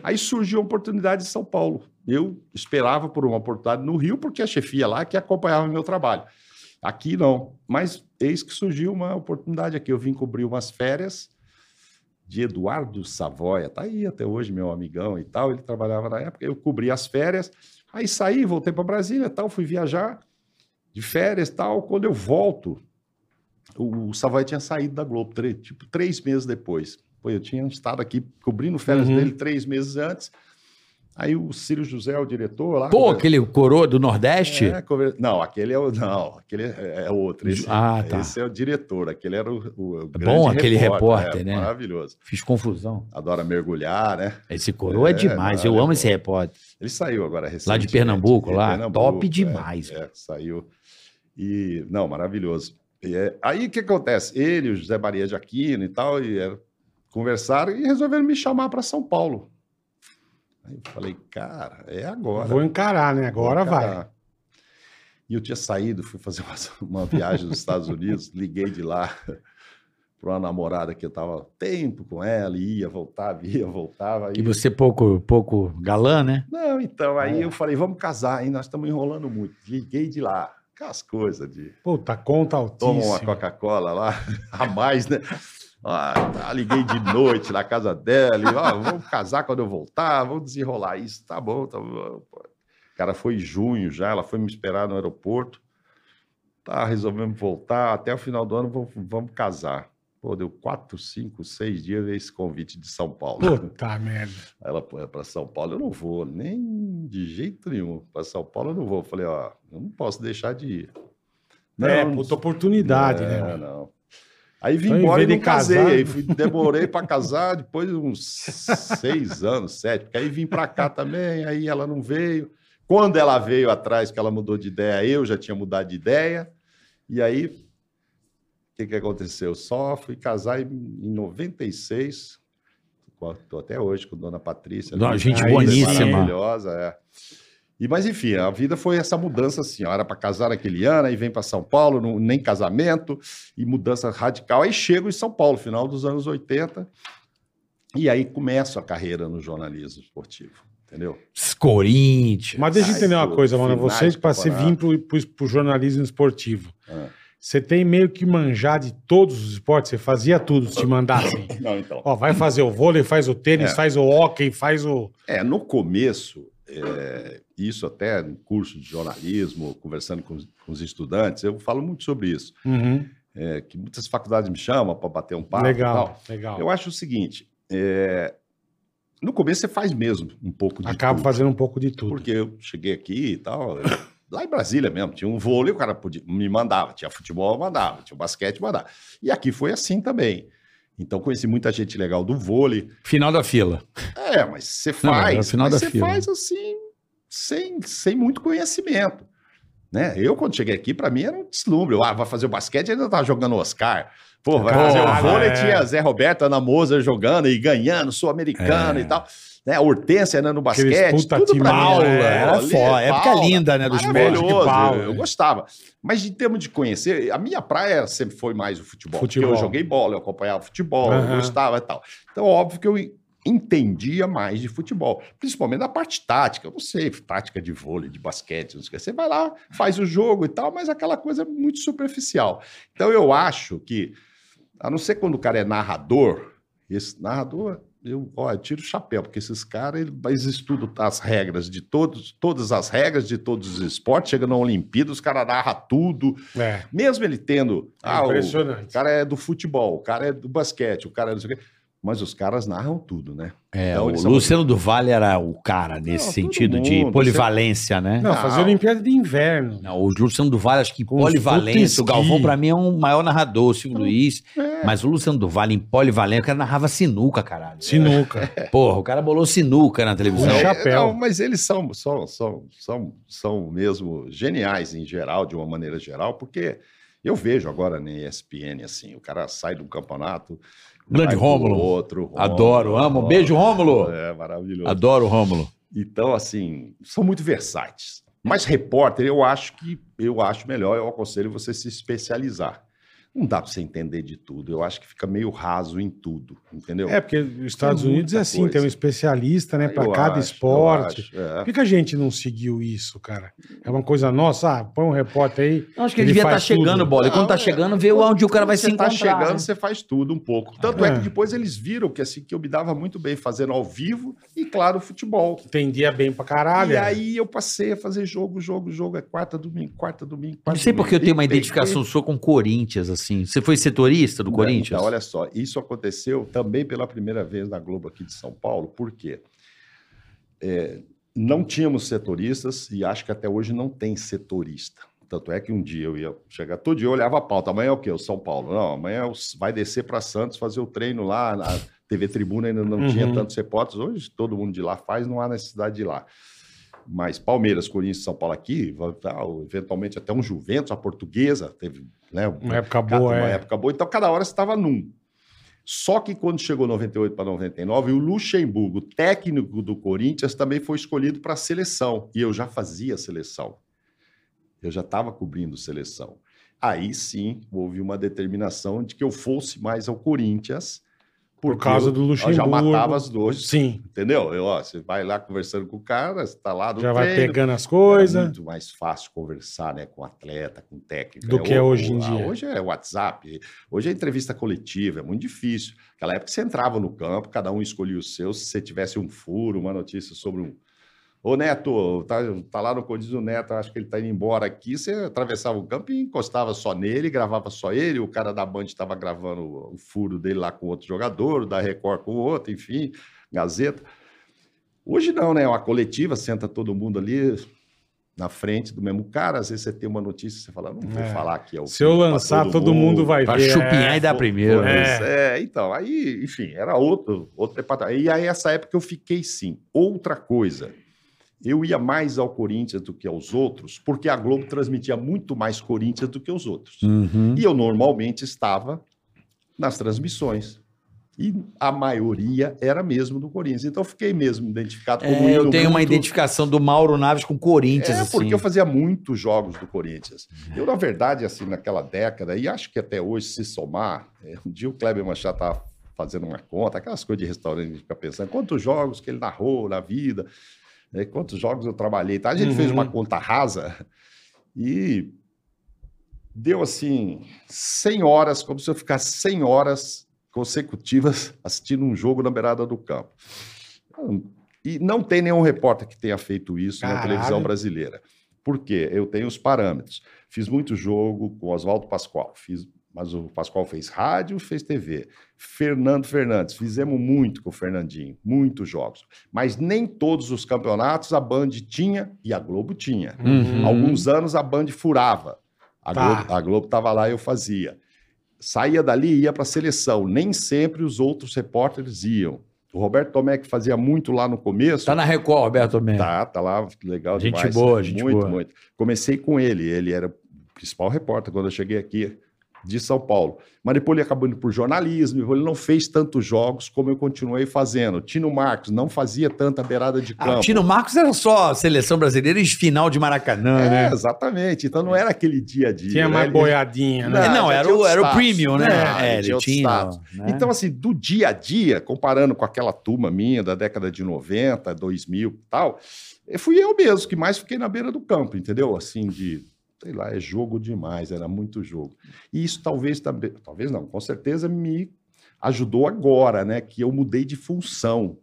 S6: Aí surgiu a oportunidade em São Paulo. Eu esperava por uma oportunidade no Rio, porque a chefia lá que acompanhava meu trabalho. Aqui não. Mas eis que surgiu uma oportunidade aqui. Eu vim cobrir umas férias de Eduardo Savoia, tá aí até hoje, meu amigão e tal. Ele trabalhava na época, eu cobri as férias, aí saí, voltei para Brasília tal, fui viajar de férias tal. Quando eu volto, o, o Savoia tinha saído da Globo, tre- tipo, três meses depois. Pô, eu tinha estado aqui cobrindo férias
S3: Uhum.
S6: dele três meses antes. Aí o Ciro José, o diretor lá.
S4: Pô,
S6: conver-
S4: aquele coroa do Nordeste?
S6: é, conver- Não, aquele é o. Não, aquele é é outro. Esse,
S4: Ah, tá. É
S6: esse é o diretor, aquele era o. o grande
S4: bom aquele repórter,
S6: é,
S4: né?
S6: Maravilhoso.
S4: Fiz confusão.
S6: Adora mergulhar, né?
S4: Esse coroa é,
S6: É,
S4: demais.
S6: não,
S4: Eu
S6: é
S4: amo
S6: bom.
S4: esse repórter.
S6: Ele saiu agora
S4: Lá
S6: recentemente.
S4: de Pernambuco,
S6: De
S4: lá.
S6: Pernambuco,
S4: Top
S6: é,
S4: demais.
S6: É, saiu. E, não, maravilhoso. E é- aí o que acontece? Ele, o José Maria de Aquino e tal, e era- conversaram e resolveram me chamar para São Paulo. Aí eu falei, cara, é agora.
S3: Vou encarar, né? Agora
S6: Vou
S3: vai.
S6: encarar. E eu tinha saído, fui fazer uma, uma viagem nos Estados Unidos, liguei de lá para uma namorada que eu tava tempo com ela, ia, voltava, ia, voltava.
S4: E
S6: e-
S4: você pouco, pouco galã, né?
S6: Não, então,
S3: É.
S6: aí eu falei, vamos casar, hein? Nós estamos enrolando muito. Liguei de lá, aquelas coisas de
S3: Puta, conta
S6: toma uma
S3: altíssima.
S6: Coca-Cola lá, a mais, né? Ah, tá, liguei de noite na casa dela, e, ó, vamos casar quando eu voltar, vamos desenrolar isso, tá bom, tá bom. Cara, foi em junho já, ela foi me esperar no aeroporto, tá, resolvemos voltar, até o final do ano vamos, vamos casar. Pô, deu quatro, cinco, seis dias veio esse convite de São Paulo.
S3: Puta merda.
S6: Aí Ela, pô, é para São Paulo eu não vou, nem de jeito nenhum. Para São Paulo eu não vou. Eu Falei, ó, eu não posso deixar de ir.
S3: é, puta oportunidade,
S6: é,
S3: né?
S6: Não. Aí vim
S3: Então, em
S6: embora e
S3: vez de
S6: não casei.
S3: casar-
S6: Aí fui- demorei para casar depois de uns seis anos, sete. Porque aí vim para cá também, aí ela não veio. Quando ela veio atrás, que ela mudou de ideia, eu já tinha mudado de ideia. E aí, o que, que aconteceu? Só fui casar em, em 96. Estou até hoje com Dona Patrícia.
S4: Dona-
S6: né?
S4: gente
S6: Linda,
S4: boníssima.
S6: Maravilhosa, é. E, mas enfim, a vida foi essa mudança assim, ó, era para casar naquele ano, aí vem para São Paulo, não- nem casamento, e mudança radical. Aí chego em São Paulo, final dos anos 80, e aí começo a carreira no jornalismo esportivo, entendeu?
S4: Pss, Corinthians.
S3: Mas deixa eu
S6: Ai,
S3: entender uma
S6: pô,
S3: coisa, mano.
S6: finais
S3: Vocês,
S6: de
S3: pra você vir
S6: campeonato.
S3: pro, pro, pro jornalismo esportivo,
S6: Ah.
S3: você tem meio que manjar de todos os esportes, você fazia tudo se te mandassem.
S6: Não, então.
S3: Ó, vai fazer o vôlei, faz o tênis,
S6: É.
S3: faz o hóquei, faz o.
S6: É, no começo, é, isso até em curso de jornalismo, conversando com, os- com os estudantes, eu falo muito sobre isso, é, que muitas faculdades me chamam para bater um papo. e tal.
S3: legal, legal.
S6: Eu acho o seguinte, é, no começo você faz mesmo um pouco de
S3: Acabo
S6: tudo.
S3: fazendo um pouco de tudo.
S6: Porque eu cheguei aqui e tal. eu- Lá em Brasília mesmo, tinha um vôlei, o cara podia- me mandava, tinha futebol, eu mandava, tinha basquete, mandava. E aqui foi assim também. Então conheci muita gente legal do vôlei.
S4: Final da fila.
S6: É, mas você
S4: Não, mas
S6: faz,
S4: no final
S6: mas
S4: da
S6: você
S4: fila.
S6: faz assim, sem, sem muito conhecimento. Né? Eu, quando cheguei aqui, para mim era um deslumbre. Eu, ah, vai fazer o basquete, ainda tava jogando Oscar. Pô, vai fazer
S3: Caralho,
S6: o vôlei,
S3: é.
S6: tinha Zé Roberto, Ana Moza jogando e ganhando, sul-americano
S4: É.
S6: e tal. Né? A Hortência né, no
S3: Aqueles
S6: basquete,
S3: puta
S6: tudo pra
S3: time,
S6: mim.
S4: Paula,
S3: é,
S4: era
S6: ali,
S4: foda. Época
S6: Paula, é
S4: linda, né? Dos
S6: Maravilhoso,
S4: médicos.
S3: pau,
S6: eu
S3: né?
S6: gostava. Mas em termos de conhecer, a minha praia sempre foi mais o futebol. porque
S3: Futebol.
S6: eu joguei bola, eu acompanhava futebol,
S3: Aham.
S6: eu gostava e tal. Então, óbvio que eu entendia mais de futebol, principalmente da parte tática. Eu não sei, tática de vôlei, de basquete, não sei o que. Você vai lá, faz o jogo e tal, mas aquela coisa é muito superficial. Então, eu acho que, a não ser quando o cara é narrador, esse narrador. Eu, ó, eu tiro o chapéu, porque esses caras ele- eles estudam as regras de todos, todas as regras de todos os esportes, chega na Olimpíada, os caras narram tudo.
S3: É,
S6: Mesmo ele tendo. ah, o- o
S3: impressionante.
S6: cara é do futebol, o cara é do basquete, o cara é não sei o quê. Mas os caras narram tudo, né?
S4: É,
S6: Então,
S4: o
S6: eles são-
S4: Luciano do Vale era o cara nesse
S6: todo
S4: sentido de
S6: mundo,
S4: polivalência, né?
S3: Não, fazer
S6: Não.
S3: Olimpíada de Inverno.
S4: Não, o Luciano do Vale, acho que em
S3: Com os puta
S4: polivalência. O Galvão,
S3: esqui.
S4: pra mim, é um maior narrador, o Silvio Luiz.
S6: É.
S4: Mas o Luciano do Vale, em polivalência, o cara narrava sinuca, caralho. É.
S3: Sinuca.
S4: Porra, o cara bolou sinuca na televisão.
S3: Um
S6: É,
S3: chapéu.
S6: não, mas eles são, são, são, são, são mesmo geniais em geral, de uma maneira geral, porque eu vejo agora na ESPN, assim, o cara sai de um campeonato.
S4: Grande
S6: vai pro
S4: Rômulo.
S6: Outro, Rômulo,
S4: Adoro, amo.
S6: Rômulo.
S4: Beijo, Rômulo.
S6: É, maravilhoso.
S4: Adoro o Rômulo.
S6: Então, assim, são muito versáteis. Mas repórter, eu acho que eu acho melhor, eu aconselho você se especializar. Não dá para você entender de tudo. Eu acho que fica meio raso em tudo, entendeu?
S3: É, porque os Estados
S6: Tem
S3: Unidos é
S6: muita
S3: assim,
S6: coisa. Ah,
S3: tem um especialista, né, pra
S6: Eu
S3: cada
S6: acho, eu
S3: esporte.
S6: acho, é.
S3: Por que, que a gente não seguiu isso, cara? É uma coisa nossa, ah, põe um repórter aí.
S4: Acho
S3: que ele devia tá chegando,
S4: bola.
S6: E quando tá chegando, vê onde
S4: o cara
S6: Quando você tá
S4: né?
S6: chegando, você faz tudo um pouco. Tanto é que depois eles viram que assim que eu me dava muito bem fazendo ao vivo e claro, futebol.
S3: Entendia bem pra caralho.
S6: E
S3: né?
S6: aí eu passei a fazer jogo, jogo, jogo, é quarta, domingo, quarta, domingo, quarta.
S4: Não sei porque eu
S6: domingo.
S4: tenho uma
S6: E peguei-
S4: identificação sua com o Corinthians, assim. Você foi setorista do
S6: Não,
S4: Corinthians?
S6: então, olha só, isso aconteceu também pela primeira vez na Globo aqui de São Paulo, por quê? É, não tínhamos setoristas e acho que até hoje não tem setorista. Tanto é que um dia eu ia chegar, todo dia eu olhava a pauta, amanhã é o quê? O São Paulo. Não, amanhã é o- vai descer para Santos fazer o treino lá, na TV Tribuna ainda não
S3: Uhum.
S6: tinha tantos repórteres, hoje todo mundo de lá faz, não há necessidade de ir lá. Mas Palmeiras, Corinthians, São Paulo aqui, vai- tá, eventualmente até um Juventus, a portuguesa, teve né, um-
S3: Uma época
S6: Cada-
S3: boa,
S6: uma
S3: é.
S6: época boa. Então, cada hora você estava num. Só que quando chegou 98 para 99, o Luxemburgo, técnico do Corinthians, também foi escolhido para a seleção. E eu já fazia seleção. Eu já estava cobrindo seleção. Aí sim houve uma determinação de que eu fosse mais ao Corinthians.
S3: Por
S6: porque
S3: causa
S6: eu-
S3: do
S6: eu
S3: Luxemburgo.
S6: já matava as duas.
S3: Sim,
S6: Entendeu? Eu, ó, você vai lá conversando com o cara, você tá lá no
S3: já vai
S6: treino,
S3: pegando as
S6: é
S3: coisas.
S6: muito mais fácil conversar né, com atleta, com técnico.
S3: Do que é
S6: o-
S3: hoje em
S6: ah,
S3: dia.
S6: Hoje é WhatsApp, hoje é entrevista coletiva, é muito difícil. Naquela época você entrava no campo, cada um escolhia o seu. Se você tivesse um furo, uma notícia sobre um. Ô Neto, tá, tá lá no Condiz do Neto, acho que ele tá indo embora aqui. Você atravessava o campo e encostava só nele, gravava só ele. O cara da Band estava gravando o furo dele lá com outro jogador, o da Record com outro, enfim, Gazeta. Hoje não, né? É Uma coletiva, senta todo mundo ali na frente do mesmo cara. Às vezes você tem uma notícia, você fala, não vou
S3: É.
S6: falar aqui. É o
S3: Se eu
S6: furo pra
S3: lançar, todo, mundo vai
S4: Pra
S3: ver.
S4: chupinhar e dar primeiro.
S6: Foda-se.
S4: né?
S6: É. então, aí, enfim, era outro, outro departamento. E aí, essa época eu fiquei sim. Outra coisa, eu ia mais ao Corinthians do que aos outros, porque a Globo transmitia muito mais Corinthians do que os outros.
S4: Uhum.
S6: E eu normalmente estava nas transmissões. E a maioria era mesmo do Corinthians. Então eu fiquei mesmo identificado como
S4: É, eu
S6: indo
S4: tenho uma
S6: muito-
S4: identificação do Mauro Naves com Corinthians,
S6: é,
S4: assim. Uhum.
S6: porque eu fazia muitos jogos do Corinthians. Eu, na verdade, assim, naquela década, e acho que até hoje, se somar, é, um dia o Kleber Machado estava fazendo uma conta, aquelas coisas de restaurante, que a gente fica pensando, quantos jogos que ele narrou na vida, né, quantos jogos eu trabalhei. Tá? A gente
S3: Uhum.
S6: fez uma conta rasa e deu, assim, 100 horas, como se eu ficasse 100 horas consecutivas assistindo um jogo na beirada do campo. E não tem nenhum repórter que tenha feito isso na
S3: Caralho.
S6: televisão brasileira. Por quê? Eu tenho os parâmetros. Fiz muito jogo com Oswaldo Pascoal, fiz, mas o Pascoal fez rádio, fez TV. Fernando Fernandes, fizemos muito com o Fernandinho, muitos jogos. Mas nem todos os campeonatos a Band tinha e a Globo tinha.
S4: Uhum.
S6: Alguns anos a Band furava. A,
S3: Tá.
S6: Globo, a Globo tava lá e eu fazia. Saía dali e ia para a seleção. Nem sempre os outros repórteres iam. O Roberto Tomé, que fazia muito lá no começo.
S4: Tá na Record, Roberto mesmo.
S6: Tá, tá lá, legal
S4: Gente
S6: demais.
S4: boa, gente
S6: muito,
S4: boa.
S6: Muito, Comecei com ele, ele era o principal repórter quando eu cheguei aqui de São Paulo. Mas depois ele acabou indo por jornalismo, ele não fez tantos jogos como eu continuei fazendo. Tino Marcos não fazia tanta beirada de
S4: Ah,
S6: campo.
S4: Tino Marcos era só seleção brasileira e final de Maracanã,
S6: É,
S4: né?
S6: exatamente. Então não era aquele dia a dia.
S3: Tinha
S6: né?
S3: mais
S6: Ele-
S3: boiadinha, né?
S4: É, Não,
S6: já
S4: era,
S6: tinha
S4: o,
S6: outro
S4: era o
S6: status.
S4: premium, né?
S6: É,
S4: É,
S6: tinha
S4: ele
S6: outro
S4: tinha.
S6: status.
S4: né?
S6: Então, assim, do dia a dia, comparando com aquela turma minha da década de 90, 2000 e tal, eu fui eu mesmo que mais fiquei na beira do campo, entendeu? Assim, de, sei lá, é jogo demais, era muito jogo. E isso talvez também, talvez não, com certeza me ajudou agora, né? Que eu mudei de função,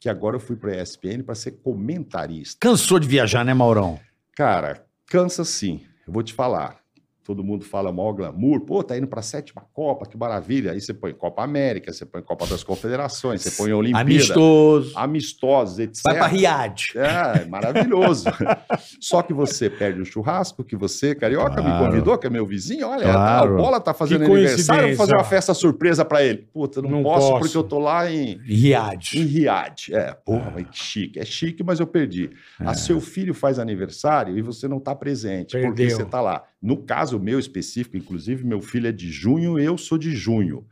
S6: que agora eu fui para a ESPN para ser comentarista.
S4: Cansou de viajar, né, Maurão?
S6: Cara, cansa sim. Eu vou te falar. Todo mundo fala maior glamour. Pô, tá indo pra sétima Copa, que maravilha. Aí você põe Copa América, você põe Copa das Confederações, você põe Olimpíada.
S4: Amistoso.
S6: Amistosos, etc.
S4: Vai pra Riad.
S6: É, maravilhoso. Só que você perde o churrasco, que você, carioca,
S4: Claro.
S6: me convidou, que é meu vizinho. Olha,
S4: Claro.
S6: a bola tá fazendo
S3: Que
S6: aniversário, vou fazer
S3: coincidência,
S6: uma
S3: ó.
S6: festa surpresa pra ele. Puta, não,
S3: Não
S6: posso,
S3: posso.
S6: porque eu tô lá em em
S4: Riad.
S6: Riad. É, porra, mas que chique. É chique, mas eu perdi. A seu filho faz aniversário e você não está presente, porque
S3: Perdeu.
S6: você está lá. No caso meu específico, inclusive, meu filho é de junho, eu sou de junho.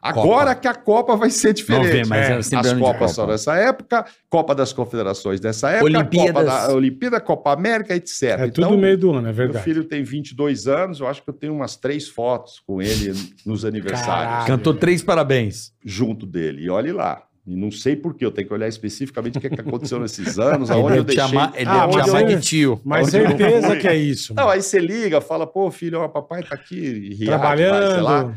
S6: Agora que a Copa vai ser
S4: Não vê,
S6: diferente.
S4: mas
S3: É,
S4: era sempre
S6: As
S4: ano de
S6: Copas são
S4: Copa.
S6: dessa época, Copa das Confederações dessa época, Copa
S4: Olimpíadas.
S6: da Olimpíada, Copa América, etc.
S3: É tudo meio do ano, é
S6: Meu
S3: verdade.
S6: filho tem 22 anos, eu acho que eu tenho umas três fotos com ele nos aniversários
S3: Caraca.
S4: Cantou três parabéns.
S6: junto dele. E olhe lá. E não sei por quê, eu tenho que olhar especificamente o que, é que aconteceu nesses anos, aonde eu
S4: Ele deve te
S6: deixei.
S4: chamar, ele
S3: Ah,
S4: deve te
S3: mas
S4: chamar
S3: eu-
S4: de tio.
S3: Mas
S6: Onde eu
S3: certeza
S6: fui.
S3: que é isso.
S6: Não,
S3: mano.
S6: aí você liga, fala, pô, filho, ó, papai tá aqui, e riade, vai, sei lá,
S3: Trabalhando.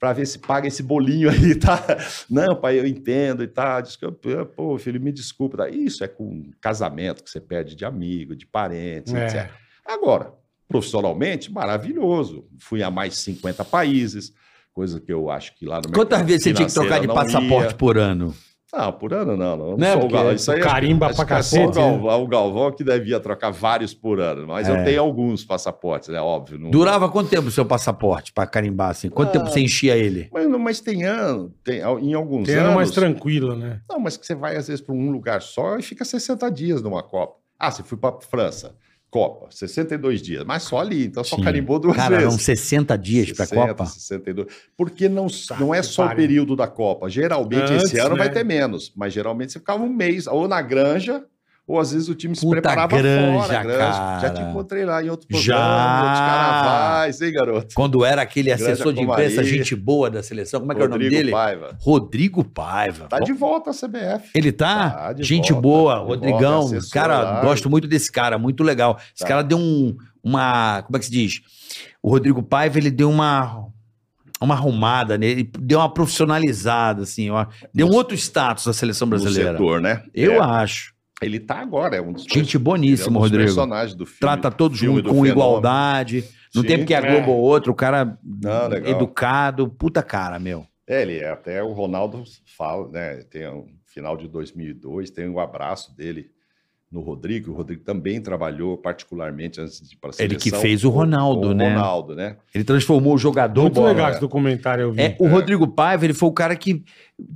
S6: pra ver se paga esse bolinho aí, tá? Não, pai, eu entendo e tá. diz que eu- Pô, filho, me desculpa. Tá? Isso é com casamento que você perde de amigo, de parentes,
S3: É.
S6: etc. Agora, profissionalmente, maravilhoso. Fui a mais 50 países, coisa que eu acho que lá no
S4: Quantas
S6: mercado
S4: vezes você tinha que trocar
S6: financeiro
S4: de
S6: eu não ia.
S4: passaporte por ano?
S6: Ah, por ano não, não. Eu
S4: Né,
S6: não sou o
S4: porque
S6: Galvão. Isso aí é-
S3: carimba pra
S6: acho que é só
S3: cacete, né?
S6: O Galvão, o Galvão que devia trocar vários por ano, mas
S3: É.
S6: eu tenho alguns passaportes, né? Óbvio. não-
S4: Durava quanto tempo o seu passaporte pra carimbar assim? Quanto
S6: Ah.
S4: tempo você enchia ele?
S6: Mas, não- mas tem ano, tem, em alguns
S3: Tem
S6: anos.
S3: ano mais tranquilo, né?
S6: Não, mas que você vai às vezes para um lugar só e fica 60 dias numa Copa. Ah, você foi para França, Copa, 62 dias, mas só ali, então só
S4: Sim.
S6: carimbou duas
S4: Cara, eram
S6: vezes.
S4: 60 dias pra
S6: 60,
S4: Copa.
S6: 62. Porque não, não é
S3: que
S6: só o
S3: pariu.
S6: período da Copa. Geralmente,
S3: Antes,
S6: esse ano
S3: né?
S6: vai ter menos, mas geralmente você ficava um mês, ou na granja, Ou às vezes o time se
S4: Puta
S6: preparava
S4: granja,
S6: fora. Já te
S4: cara.
S6: encontrei lá em outro programa,
S4: Já.
S6: em outros carnavais, hein, garoto?
S4: Quando era aquele
S6: Grande
S4: assessor de imprensa,
S6: Acomari.
S4: gente boa da seleção, como é que é o
S6: Rodrigo
S4: nome dele?
S6: Paiva.
S4: Rodrigo Paiva.
S6: Tá
S4: Bom,
S6: de volta a CBF.
S4: Ele tá?
S6: Tá, de
S4: gente
S6: volta,
S4: boa,
S6: de
S4: Rodrigão. um
S6: volta, assessor
S4: cara,
S6: lá.
S4: gosto muito desse cara, muito legal. Esse
S6: Tá.
S4: cara deu um, uma. Como é que se diz? O Rodrigo Paiva, ele deu uma. Uma arrumada nele, ele deu uma profissionalizada, assim, ó. Deu um outro status à seleção brasileira.
S6: No setor, né?
S4: é um Eu
S6: É,
S4: acho.
S6: Ele tá agora, é um dos
S4: Gente
S6: ele é um
S4: boníssima,
S6: dos
S4: Rodrigo.
S6: personagens do filme.
S4: Trata todos com,
S6: filme do
S4: com
S6: Fenômeno.
S4: igualdade. Não tem
S6: Sim.
S4: porque a
S3: É.
S4: Globo ou outro, o cara
S6: Não, legal.
S4: educado. Puta cara, meu.
S6: É, ele é até o Ronaldo fala, né? Tem um final de 2002, tem um abraço dele no Rodrigo. O Rodrigo também trabalhou particularmente antes de ir para a
S4: Ele que
S6: seleção
S4: fez o
S6: com-
S4: Ronaldo,
S6: com o
S4: né?
S6: Ronaldo, né?
S4: Ele transformou o jogador.
S3: Muito
S4: bola.
S3: legal esse documentário, eu vi.
S4: É, o Rodrigo Paiva, ele foi o cara que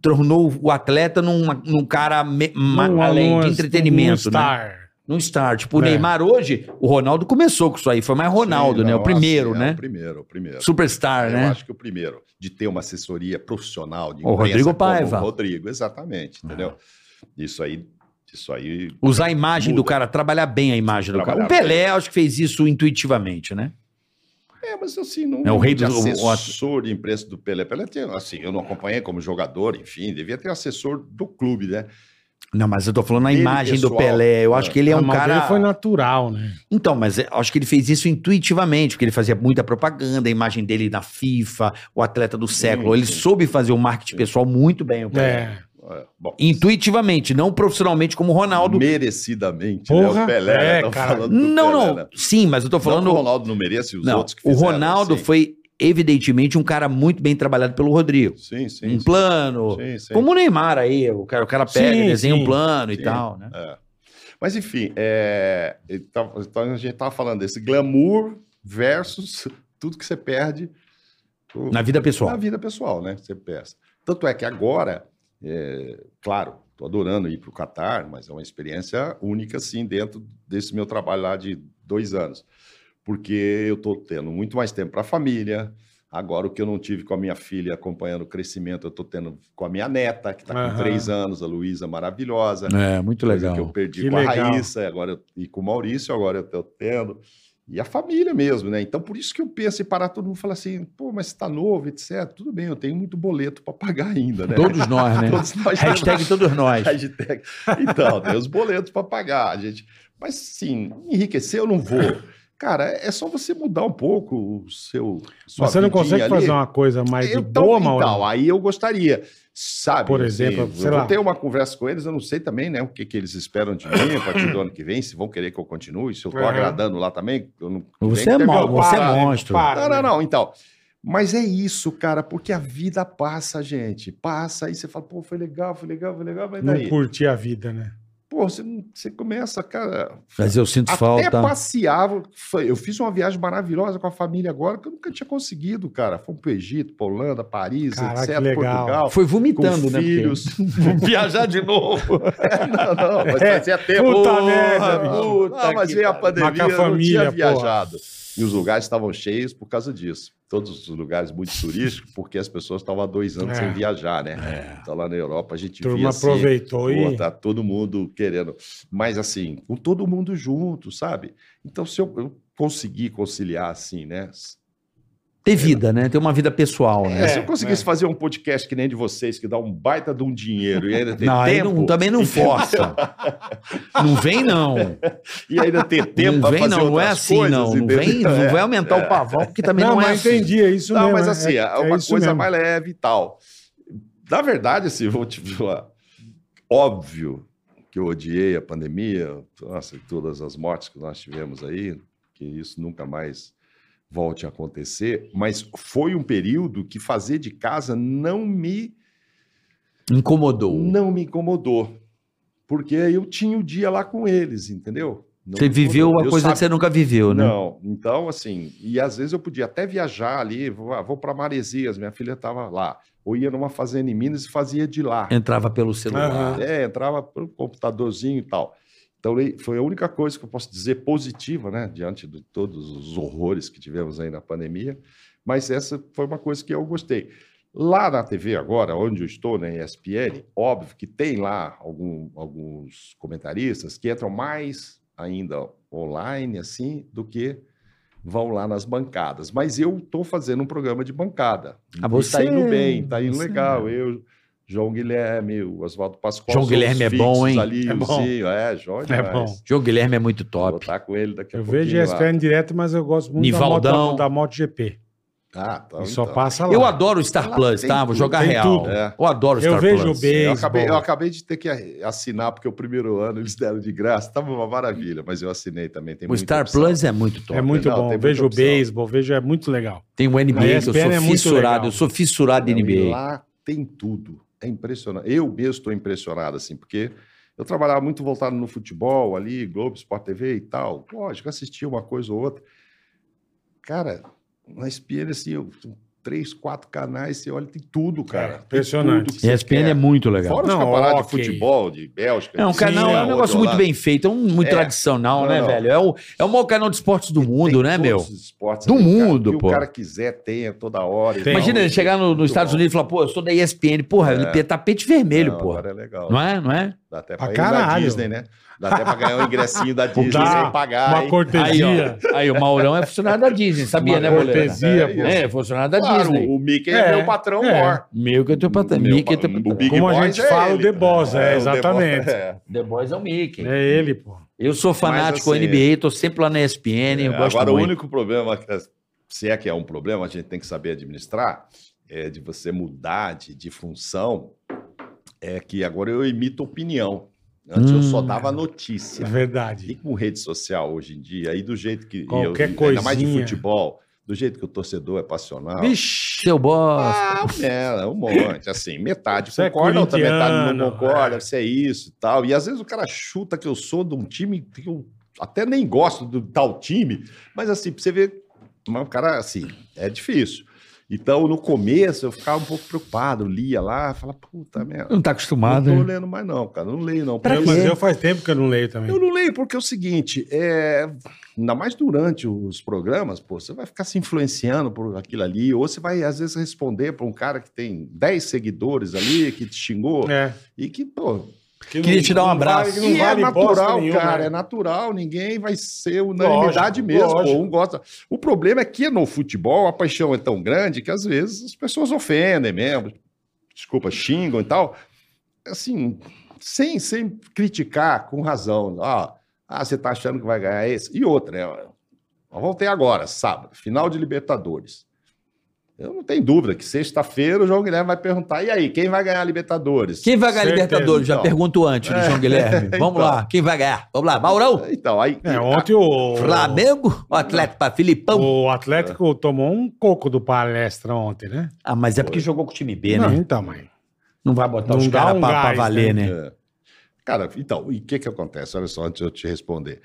S4: tornou o atleta numa- num cara me- ma-
S3: Um
S4: além de
S3: anúncio, um
S4: entretenimento, né?
S3: star.
S4: Num start. Tipo, o
S3: É.
S4: Neymar hoje, o Ronaldo começou com isso aí. Foi mais Ronaldo,
S6: Sim,
S4: né? O
S6: não,
S4: primeiro,
S6: assim, é,
S4: né?
S6: o primeiro, o primeiro.
S4: Superstar,
S6: Eu
S4: né?
S6: acho que o primeiro, de ter uma assessoria profissional de
S4: O
S6: imprensa
S4: Rodrigo
S6: como
S4: Paiva. Ah.
S6: o Rodrigo, exatamente, entendeu? Isso aí, isso aí
S4: Usar a imagem do
S6: Muda.
S4: cara, trabalhar bem a imagem do cara. O
S6: Trabalhar
S4: Pelé, acho que fez isso intuitivamente, né?
S6: É, mas assim, não.
S4: É o rei
S6: de
S4: do- o- o-
S6: assessor de imprensa do Pelé. Pelé tem, assim, eu não acompanhei como jogador, enfim, devia ter assessor do clube, né?
S4: Não, mas eu tô falando a
S6: Ele,
S4: imagem do
S6: pessoal,
S4: Pelé. Eu acho
S6: é.
S4: que ele é
S3: Ah,
S4: um
S3: mas
S4: cara.
S3: dele foi natural, né?
S4: Então, mas eu acho que ele fez isso intuitivamente, porque ele fazia muita propaganda, a imagem dele na FIFA, o atleta do século. Ele
S6: sim.
S4: soube fazer o marketing pessoal muito bem, o Pelé.
S3: É.
S6: É, Bom,
S4: Intuitivamente, não profissionalmente como o Ronaldo.
S6: merecidamente, né?
S3: Porra,
S6: O Pelé,
S3: é,
S6: tão
S3: cara.
S6: falando do
S4: Não,
S6: Pelé,
S4: não.
S6: né?
S4: Sim, mas eu tô
S6: Não que o
S4: falando.
S6: Ronaldo não merece e os
S4: Não,
S6: outros que
S4: o
S6: fizeram,
S4: Ronaldo
S6: sim.
S4: foi, evidentemente, um cara muito bem trabalhado pelo Rodrigo.
S6: Sim, sim.
S4: um
S6: sim.
S4: plano.
S6: Sim, sim.
S4: Como o Neymar aí, o cara, o cara pega,
S3: Sim,
S4: desenha um
S3: sim.
S4: plano e
S6: Sim.
S4: tal, né?
S6: Mas, enfim, é, ele tava- então a gente estava falando desse glamour versus tudo que você perde o-
S4: Na vida
S6: Na
S4: pessoal.
S6: vida pessoal, né? Você pensa. Tanto é que agora, é, claro, estou adorando ir para o Catar, mas é uma experiência única, sim, dentro desse meu trabalho lá de dois anos. Porque eu estou tendo muito mais tempo para a família. Agora, o que eu não tive com a minha filha acompanhando o crescimento, eu estou tendo com a minha neta, que está com
S3: Aham.
S6: três anos, a Luísa, maravilhosa.
S4: É, muito
S6: né? Coisa
S4: legal.
S6: Que eu perdi
S3: Que
S6: com
S3: legal.
S6: a Raíssa agora eu- e com o Maurício, agora eu tô tendo. E a família mesmo, né? Então, por isso que eu penso em parar todo mundo e falar assim, pô, mas você tá novo, etc. Tudo bem, eu tenho muito boleto para pagar ainda, né?
S4: Todos nós, né?
S6: Todos nós temos-
S4: Hashtag todos nós.
S6: Hashtag. Então, tem os boletos para pagar, a gente. Mas, sim, enriquecer eu não vou. Cara, é só você mudar um pouco o seu. sua
S3: Mas você não
S6: vidinha
S3: consegue
S6: ali.
S3: fazer uma coisa mais de
S6: Então,
S3: boa,
S6: então,
S3: Mauro?
S6: aí eu gostaria, sabe? Assim,
S3: Por exemplo, sei
S6: eu
S3: lá.
S6: vou ter uma conversa com eles, eu não sei também, né, o que, que eles esperam de mim a partir do ano que vem, se vão querer que eu continue, se eu tô
S3: Aham.
S6: agradando lá também. eu não-
S4: Você
S6: tem
S4: é
S6: que ter
S4: mau,
S6: meu-
S4: você é
S6: Para,
S4: monstro.
S6: Não, não, não, então. Mas é isso, cara, porque a vida passa, gente. Passa aí, você fala, pô, foi legal, foi legal, foi legal, mas
S3: Não
S6: daí?
S3: curti a vida, né?
S6: Pô, você, não- você começa, cara,
S4: Mas eu sinto
S6: até
S4: falta.
S6: passeava. foi- Eu fiz uma viagem maravilhosa com a família agora, que eu nunca tinha conseguido, cara. Fomos pro Egito, pra Holanda, Paris,
S3: Caraca,
S6: etc.
S3: que legal.
S6: Portugal.
S4: Foi
S6: com
S4: vomitando, né? porque-
S6: filhos.
S5: Viajar de novo.
S6: não, não, mas fazia tempo.
S3: É, Puta
S6: Porra,
S3: merda, bicho.
S6: puta ah, mas
S5: que
S6: veio a
S5: pariu.
S3: Mas com a
S6: pandemia, eu não tinha
S3: família, porra.
S6: viajado. E os lugares estavam cheios por causa disso. Todos os lugares muito turísticos, porque as pessoas estavam há dois anos
S3: É.
S6: sem viajar,
S5: É.
S6: né? Então lá na Europa a gente
S3: Turma
S6: via assim,
S3: aproveitou
S6: Pô,
S3: e.
S6: tá todo mundo querendo. Mas assim, com todo mundo junto, sabe? Então, se eu, eu conseguir conciliar assim, né?
S4: Ter vida, né? Ter uma vida pessoal, né?
S6: É, se eu
S3: É,
S6: conseguisse fazer um podcast que nem de vocês, que dá um baita de um dinheiro e ainda ter
S4: Não, aí
S6: tempo.
S4: não, também não força. não vem, não.
S6: E ainda ter tempo
S4: não
S6: pra
S4: vem,
S6: fazer
S4: não. Não é
S6: outras
S4: assim,
S6: coisas,
S4: não. Não
S6: entendeu? É.
S4: vem, não vai aumentar o pavão, porque também não,
S3: Não,
S4: é
S3: mas
S4: assim.
S3: entendi, é isso
S6: Não,
S3: mesmo.
S6: mas
S3: é-
S6: assim, é, uma
S3: isso
S6: coisa
S3: mesmo.
S6: mais leve e tal. Na verdade, assim, vou te falar. Óbvio que eu odiei a pandemia, nossa, e todas as mortes que nós tivemos aí, que isso nunca mais volte a acontecer, mas foi um período que fazer de casa não me
S4: Incomodou.
S6: não me incomodou. Porque eu tinha o dia lá com eles, entendeu? Não
S4: Você
S6: me
S4: viveu
S6: incomodou.
S4: uma
S6: Eu
S4: coisa que você nunca viveu, né?
S6: não, então assim, e às vezes eu podia até viajar ali, vou, ah, vou para Maresias, minha filha estava lá, ou ia numa fazenda em Minas e fazia de lá.
S4: Entrava pelo celular.
S3: Aham.
S6: É, entrava pelo computadorzinho e tal. Então e- foi a única coisa que eu posso dizer positiva, né, diante de todos os horrores que tivemos aí na pandemia, mas essa foi uma coisa que eu gostei. Lá na TV agora, onde eu estou, na ESPN, óbvio que tem lá algum- alguns comentaristas que entram mais ainda online, assim, do que vão lá nas bancadas. Mas eu estou fazendo um programa de bancada.
S4: Ah,
S6: Está
S4: você-
S6: indo bem, está indo
S4: você- é.
S6: legal. Eu, João Guilherme, o Oswaldo Pascoal.
S4: João
S6: são os
S4: Guilherme é
S6: fixos
S4: bom, hein?
S6: Ali,
S3: É
S6: o
S3: bom.
S6: Zinho, é, João é
S3: É bom.
S6: demais.
S4: O Jogo Guilherme é muito
S6: Vou
S4: top.
S6: botar com ele daqui a
S3: Eu
S6: um pouquinho
S3: vejo
S6: lá.
S3: a ESPN direto, mas eu gosto muito da,
S4: Nivaldão.
S3: moto, da MotoGP.
S6: Ah, tá,
S3: e só
S6: então.
S3: passa um lá.
S4: Eu adoro o Star
S6: Lá
S4: Plus,
S6: tem
S4: tá? Vou
S6: tudo,
S4: jogar
S3: tem
S4: real.
S3: tudo.
S6: É.
S4: Eu adoro
S3: Eu
S4: Star
S3: vejo
S4: Plus.
S3: bem.
S6: Eu
S3: Beisebol.
S6: acabei, eu acabei de ter que assinar, porque o primeiro ano eles deram de graça. Tava uma maravilha, mas eu assinei também. Tem
S4: O
S6: muita
S4: Star
S6: opção.
S4: Plus é muito top.
S3: É muito
S6: Não,
S3: bom.
S6: tem
S3: Vejo o
S6: muita opção.
S3: beisebol, vejo, é muito legal.
S4: Tem o NBA,
S3: A
S4: que eu sou
S3: ESPN é muito
S4: fissurado.
S3: legal.
S4: Eu sou fissurado em
S6: Não, e
S4: NBA.
S6: Lá tem tudo. É impressionante. Eu mesmo estou impressionado, assim, porque eu trabalhava muito voltado no futebol ali, Globo, Sport TV e tal. Lógico, assistia uma coisa ou outra. Cara, na ESPN, assim, eu, três, quatro canais, você olha, tem tudo, cara.
S3: É,
S6: Tem
S3: impressionante.
S6: tudo que você
S4: ESPN é
S6: quer.
S4: muito legal.
S6: Fora os
S3: Não,
S6: camaradas
S3: ok.
S6: de futebol, de Bélgica.
S4: É um
S6: de
S4: canal,
S6: China,
S4: é um negócio
S6: outro
S4: muito
S6: lá.
S4: bem feito, é um muito
S6: É.
S4: tradicional,
S6: Não,
S4: né,
S6: não.
S4: velho? É o, é o maior canal de esportes do
S6: Tem
S4: mundo, né,
S6: todos
S4: meu?
S6: os esportes
S4: Do
S6: ali, cara.
S4: mundo,
S6: O que
S4: pô.
S6: o cara quiser, tenha toda hora. e
S3: Tem.
S6: tal.
S4: Imagina ele chegar no-
S6: Muito
S4: nos Estados
S6: bom. É.
S4: Unidos e falar, pô, eu sou da ESPN. Porra, ele tem tapete vermelho,
S6: Não,
S4: porra.
S6: Agora é legal.
S4: Não é? Não é?
S6: Dá até
S3: Pra
S6: pra, ir na
S3: caralho.
S6: Disney, né? Dá até pra ganhar um ingressinho da Disney
S3: Dá,
S6: sem pagar.
S3: Uma
S6: hein?
S4: Aí,
S3: cortesia.
S4: ó, aí o Maurão é funcionário da Disney, sabia,
S3: Uma
S4: né, Bolena?
S3: cortesia,
S6: É,
S3: pô.
S4: É, funcionário da
S6: Claro,
S4: Disney.
S6: o Mickey é,
S3: É,
S6: meu patrão
S3: é.
S6: maior.
S4: Meu que eu tenho pra
S6: Meu
S4: também. que eu
S6: pa-
S4: tenho
S6: o
S4: pra tá.
S6: Big
S3: Como a
S6: Boss
S3: gente
S6: é
S3: fala,
S6: ele.
S3: o The Boss, é,
S6: o The Boss,
S3: exatamente.
S6: é.
S4: The Boys é o Mickey.
S3: É ele, pô.
S4: Eu sou fanático
S6: assim,
S4: NBA, tô sempre lá na ESPN, eu
S6: É,
S4: gosto
S6: Agora, o
S4: muito.
S6: único problema, que- se é que é um problema, a gente tem que saber administrar, é de você mudar de, de função, é que agora eu emito opinião. Antes eu só
S4: Hum.
S6: dava notícia.
S3: É
S6: E
S3: verdade.
S6: com rede social hoje em dia, e do jeito que. e eu-
S3: Qualquer
S6: Ainda mais de
S3: coisinha.
S6: futebol, do jeito que o torcedor é passional.
S4: Vixe, eu bosta.
S6: Ah, é, um monte. Assim, metade
S3: Você é
S6: concorda, outra metade não
S3: corintiano,
S6: concorda,
S3: é.
S6: você é isso e tal. E às vezes o cara chuta que eu sou de um time que eu até nem gosto do tal time, mas assim, pra você ver, mas o cara, assim, é difícil. Então, no começo, eu ficava um pouco preocupado, lia lá, falava, puta merda,
S4: Não tá
S6: não
S4: acostumado.
S6: tô
S4: né?
S6: lendo mais não, cara, não leio não.
S4: Pra
S6: porque
S3: Eu-
S4: quê?
S3: mas eu faz tempo que eu não leio também.
S6: eu não leio porque é o seguinte, é, ainda mais durante os programas, pô, você vai ficar se influenciando por aquilo ali, ou você vai, às vezes, responder para um cara que tem 10 seguidores ali, que te xingou,
S3: É.
S6: e que, pô,
S3: Que
S4: Queria
S3: não-
S4: te dar um
S3: não
S4: abraço.
S3: vale- que
S6: e
S3: não vale
S6: é natural,
S3: bosta nenhuma,
S6: cara,
S3: né?
S6: é natural, ninguém vai ser unanimidade
S3: Lógico,
S6: mesmo,
S3: lógico.
S6: pô, um gosta. O problema é que no futebol a paixão é tão grande que às vezes as pessoas ofendem mesmo, desculpa, xingam e tal, assim, sem, sem criticar, com razão, ah, ah, você tá achando que vai ganhar esse, e outra, né, Nós vamos ter agora, sábado, final de Libertadores. Eu não tenho dúvida que sexta-feira o João Guilherme vai perguntar, e aí, quem vai ganhar a Libertadores?
S4: Quem vai ganhar a
S3: Certeza,
S4: Libertadores? Já
S6: então.
S4: pergunto antes do João Guilherme. Vamos
S6: então.
S4: lá, quem vai ganhar? Vamos lá, Maurão,
S6: Então, aí...
S3: É, ontem o.
S4: Flamengo ou Atlético para Filipão?
S3: O Atlético tomou um coco do palestra ontem, né?
S4: Ah, mas é porque jogou com o time B, né?
S3: Não,
S4: Não,
S3: então, mãe.
S4: vai botar
S3: Não
S4: os
S3: dá
S4: caras
S3: um
S4: pra, pra
S3: gás,
S4: valer, né?
S6: É. Cara, então, e o que que acontece? Olha só, antes de eu te responder.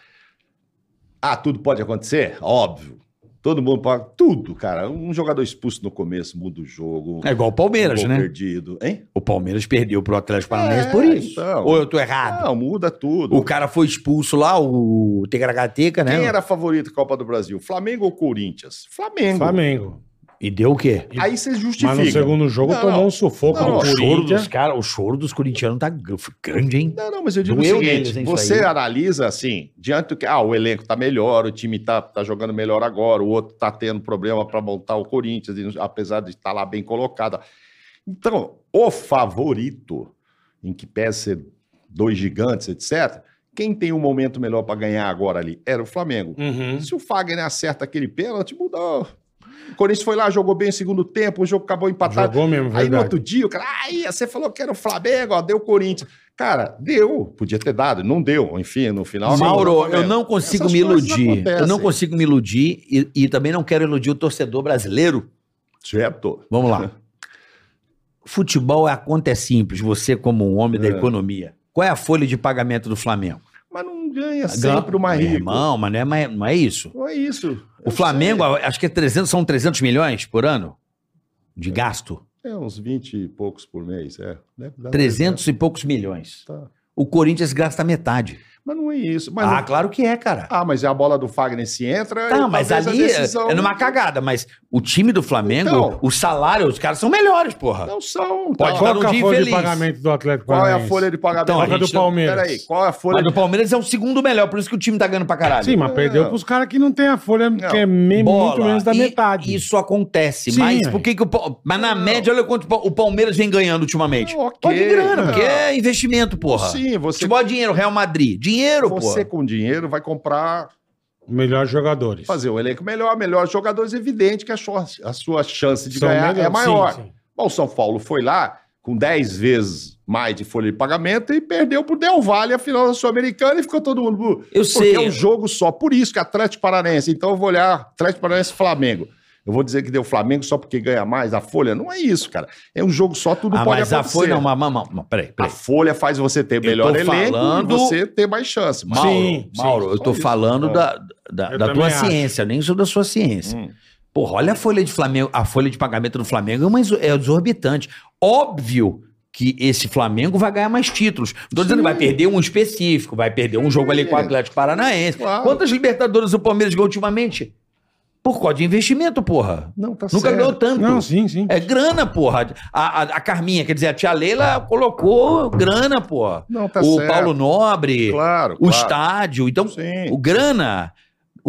S6: Ah, tudo pode acontecer? Óbvio. Todo mundo pode... Tudo, cara. Um jogador expulso no começo muda o jogo.
S4: É igual o Palmeiras,
S6: um gol
S4: né?
S6: perdido. Hein?
S4: O Palmeiras perdeu pro Atlético Paranaense
S6: É,
S4: por isso.
S6: então.
S4: Ou eu tô errado?
S6: Não, muda tudo.
S4: O cara foi expulso lá, o Tegragateca, né?
S6: Quem era favorito da Copa do Brasil? Flamengo ou Corinthians? Flamengo.
S3: Flamengo.
S4: E deu o quê?
S6: Aí vocês
S3: Mas no
S6: justificam.
S3: segundo jogo
S6: Não,
S3: tomou
S6: não.
S3: um sufoco
S6: Não,
S3: no
S6: não,
S4: o choro dos
S3: Corinthians.
S4: caras, o choro dos corintianos tá gr- grande, hein?
S6: Não, não, mas eu digo
S4: Doeu
S6: o seguinte:
S4: neles, hein, isso aí.
S6: você analisa assim, diante do que. Ah, o elenco tá melhor, o time tá, tá jogando melhor agora, o outro tá tendo problema para montar o Corinthians, e não- apesar de estar lá bem colocado. Então, o favorito, em que pese ser dois gigantes, etc., quem tem um momento melhor para ganhar agora ali era o Flamengo.
S3: Uhum.
S6: Se o Fagner acerta aquele pênalti, mudou. O Corinthians foi lá, jogou bem o segundo tempo, o jogo acabou empatado.
S3: Jogou mesmo,
S6: Aí no
S3: verdade.
S6: outro dia, o cara, aí você falou que era o Flamengo, ó, deu o Corinthians. Cara, deu, podia ter dado, não deu, enfim, no final. acabou
S4: Mauro,
S6: o Flamengo.
S4: eu não consigo
S6: Essas
S4: me
S6: coisas
S4: iludir. Eu não
S6: acontecem.
S4: consigo me iludir e, e também não quero iludir o torcedor brasileiro.
S6: Certo.
S4: Vamos lá. Futebol é a conta é simples, você como um homem da
S6: É.
S4: economia. Qual é a folha de pagamento do Flamengo?
S6: Mas não ganha É sempre o mais
S4: Meu
S6: rico.
S4: Irmão, mas não é, mais- não é isso.
S6: Não é isso.
S4: O Flamengo, acho que é 300, são 300 milhões por ano de gasto.
S6: É uns 20 e poucos por mês, é. Deve dar
S4: 300 e poucos milhões.
S6: Tá.
S4: O Corinthians gasta metade.
S6: Mas não é isso. Mas
S4: ah,
S6: não-
S4: claro que é, cara.
S6: ah, mas é a bola do Fagner se entra.
S4: Tá,
S6: e
S4: mas
S6: talvez a
S4: ali é-
S6: decisão-
S4: é numa cagada, mas o time do Flamengo,
S6: Então.
S4: o salário, os caras são melhores, porra.
S6: Não são.
S4: Pode falar.
S6: então.
S3: Qual
S4: um
S3: que é a
S4: dia
S3: folha de
S4: infeliz.
S3: pagamento do Atlético
S6: Qual é a
S3: Paranaense?
S6: folha de pagamento?
S4: Então, a
S3: Qual que é
S4: gente
S3: do
S4: não-
S3: Palmeiras?
S6: Peraí, qual é a folha
S4: Mas
S6: de
S4: o Palmeiras é o segundo melhor, por isso que o time tá ganhando pra caralho.
S3: Sim, mas perdeu pros caras que não tem a folha, que é me-
S4: Bola.
S3: muito menos da
S4: E-
S3: metade.
S4: Isso acontece,
S3: Sim,
S4: mas
S3: é.
S4: por que, que o Pal- Mas na média, olha quanto o Palmeiras vem ganhando ultimamente.
S6: Não, ok.
S4: Pode grana,
S6: Não.
S4: porque é investimento, porra.
S6: Sim, você,
S4: Futebol é dinheiro, Real Madrid. Dinheiro,
S6: você
S4: porra.
S6: com dinheiro vai comprar,
S3: Melhores jogadores.
S6: fazer um elenco melhor, melhores jogadores. Evidente que a sua, a sua chance de
S3: São
S6: ganhar
S3: melhores,
S6: é maior.
S3: sim, sim.
S6: Bom, o São Paulo foi lá com 10 vezes mais de folha de pagamento e perdeu pro Del Valle a final da Sul-Americana e ficou todo mundo. "Bu,
S4: Eu
S6: Porque
S4: sei.
S6: é um jogo só. Por isso que Atlético Paranaense. Então eu vou olhar Atlético Paranaense e Flamengo. Eu vou dizer que deu Flamengo só porque ganha mais a folha. Não é isso, cara. É um jogo só, tudo
S4: ah,
S6: pode
S4: mas a
S6: acontecer.
S4: foi, não, mas, mas, mas- mas- peraí,
S6: A
S4: peraí.
S6: folha faz você ter
S4: tô
S6: melhor elenco
S4: falando-
S6: e você ter mais chance. Mas-
S4: Mauro,
S3: Sim,
S4: Mauro,
S6: Assim, sim,
S4: eu
S6: só
S4: tô
S6: isso.
S4: falando
S6: Ah.
S4: da, da,
S3: Eu
S4: da
S3: também
S4: tua
S3: acho.
S4: ciência, eu nem sou da sua ciência.
S6: Hum.
S4: Porra, olha a folha de Flamengo, a folha de pagamento do Flamengo é, uma exo- é exorbitante. Óbvio que esse Flamengo vai ganhar mais títulos. Não Tô dizendo que vai perder um específico, vai perder um jogo ali com o Atlético Paranaense.
S6: Claro.
S4: Quantas Libertadores o Palmeiras ganhou ultimamente? Por causa de investimento, porra.
S6: Não, tá
S4: Nunca
S6: certo.
S4: ganhou tanto.
S3: Não, sim, sim.
S4: É grana, porra. A, a, a Carminha, quer dizer, a tia Leila colocou grana, porra.
S6: Não, tá
S4: o
S6: certo.
S4: Paulo Nobre,
S6: Claro.
S4: o
S6: claro.
S4: estádio. Então,
S6: Sim.
S4: o grana.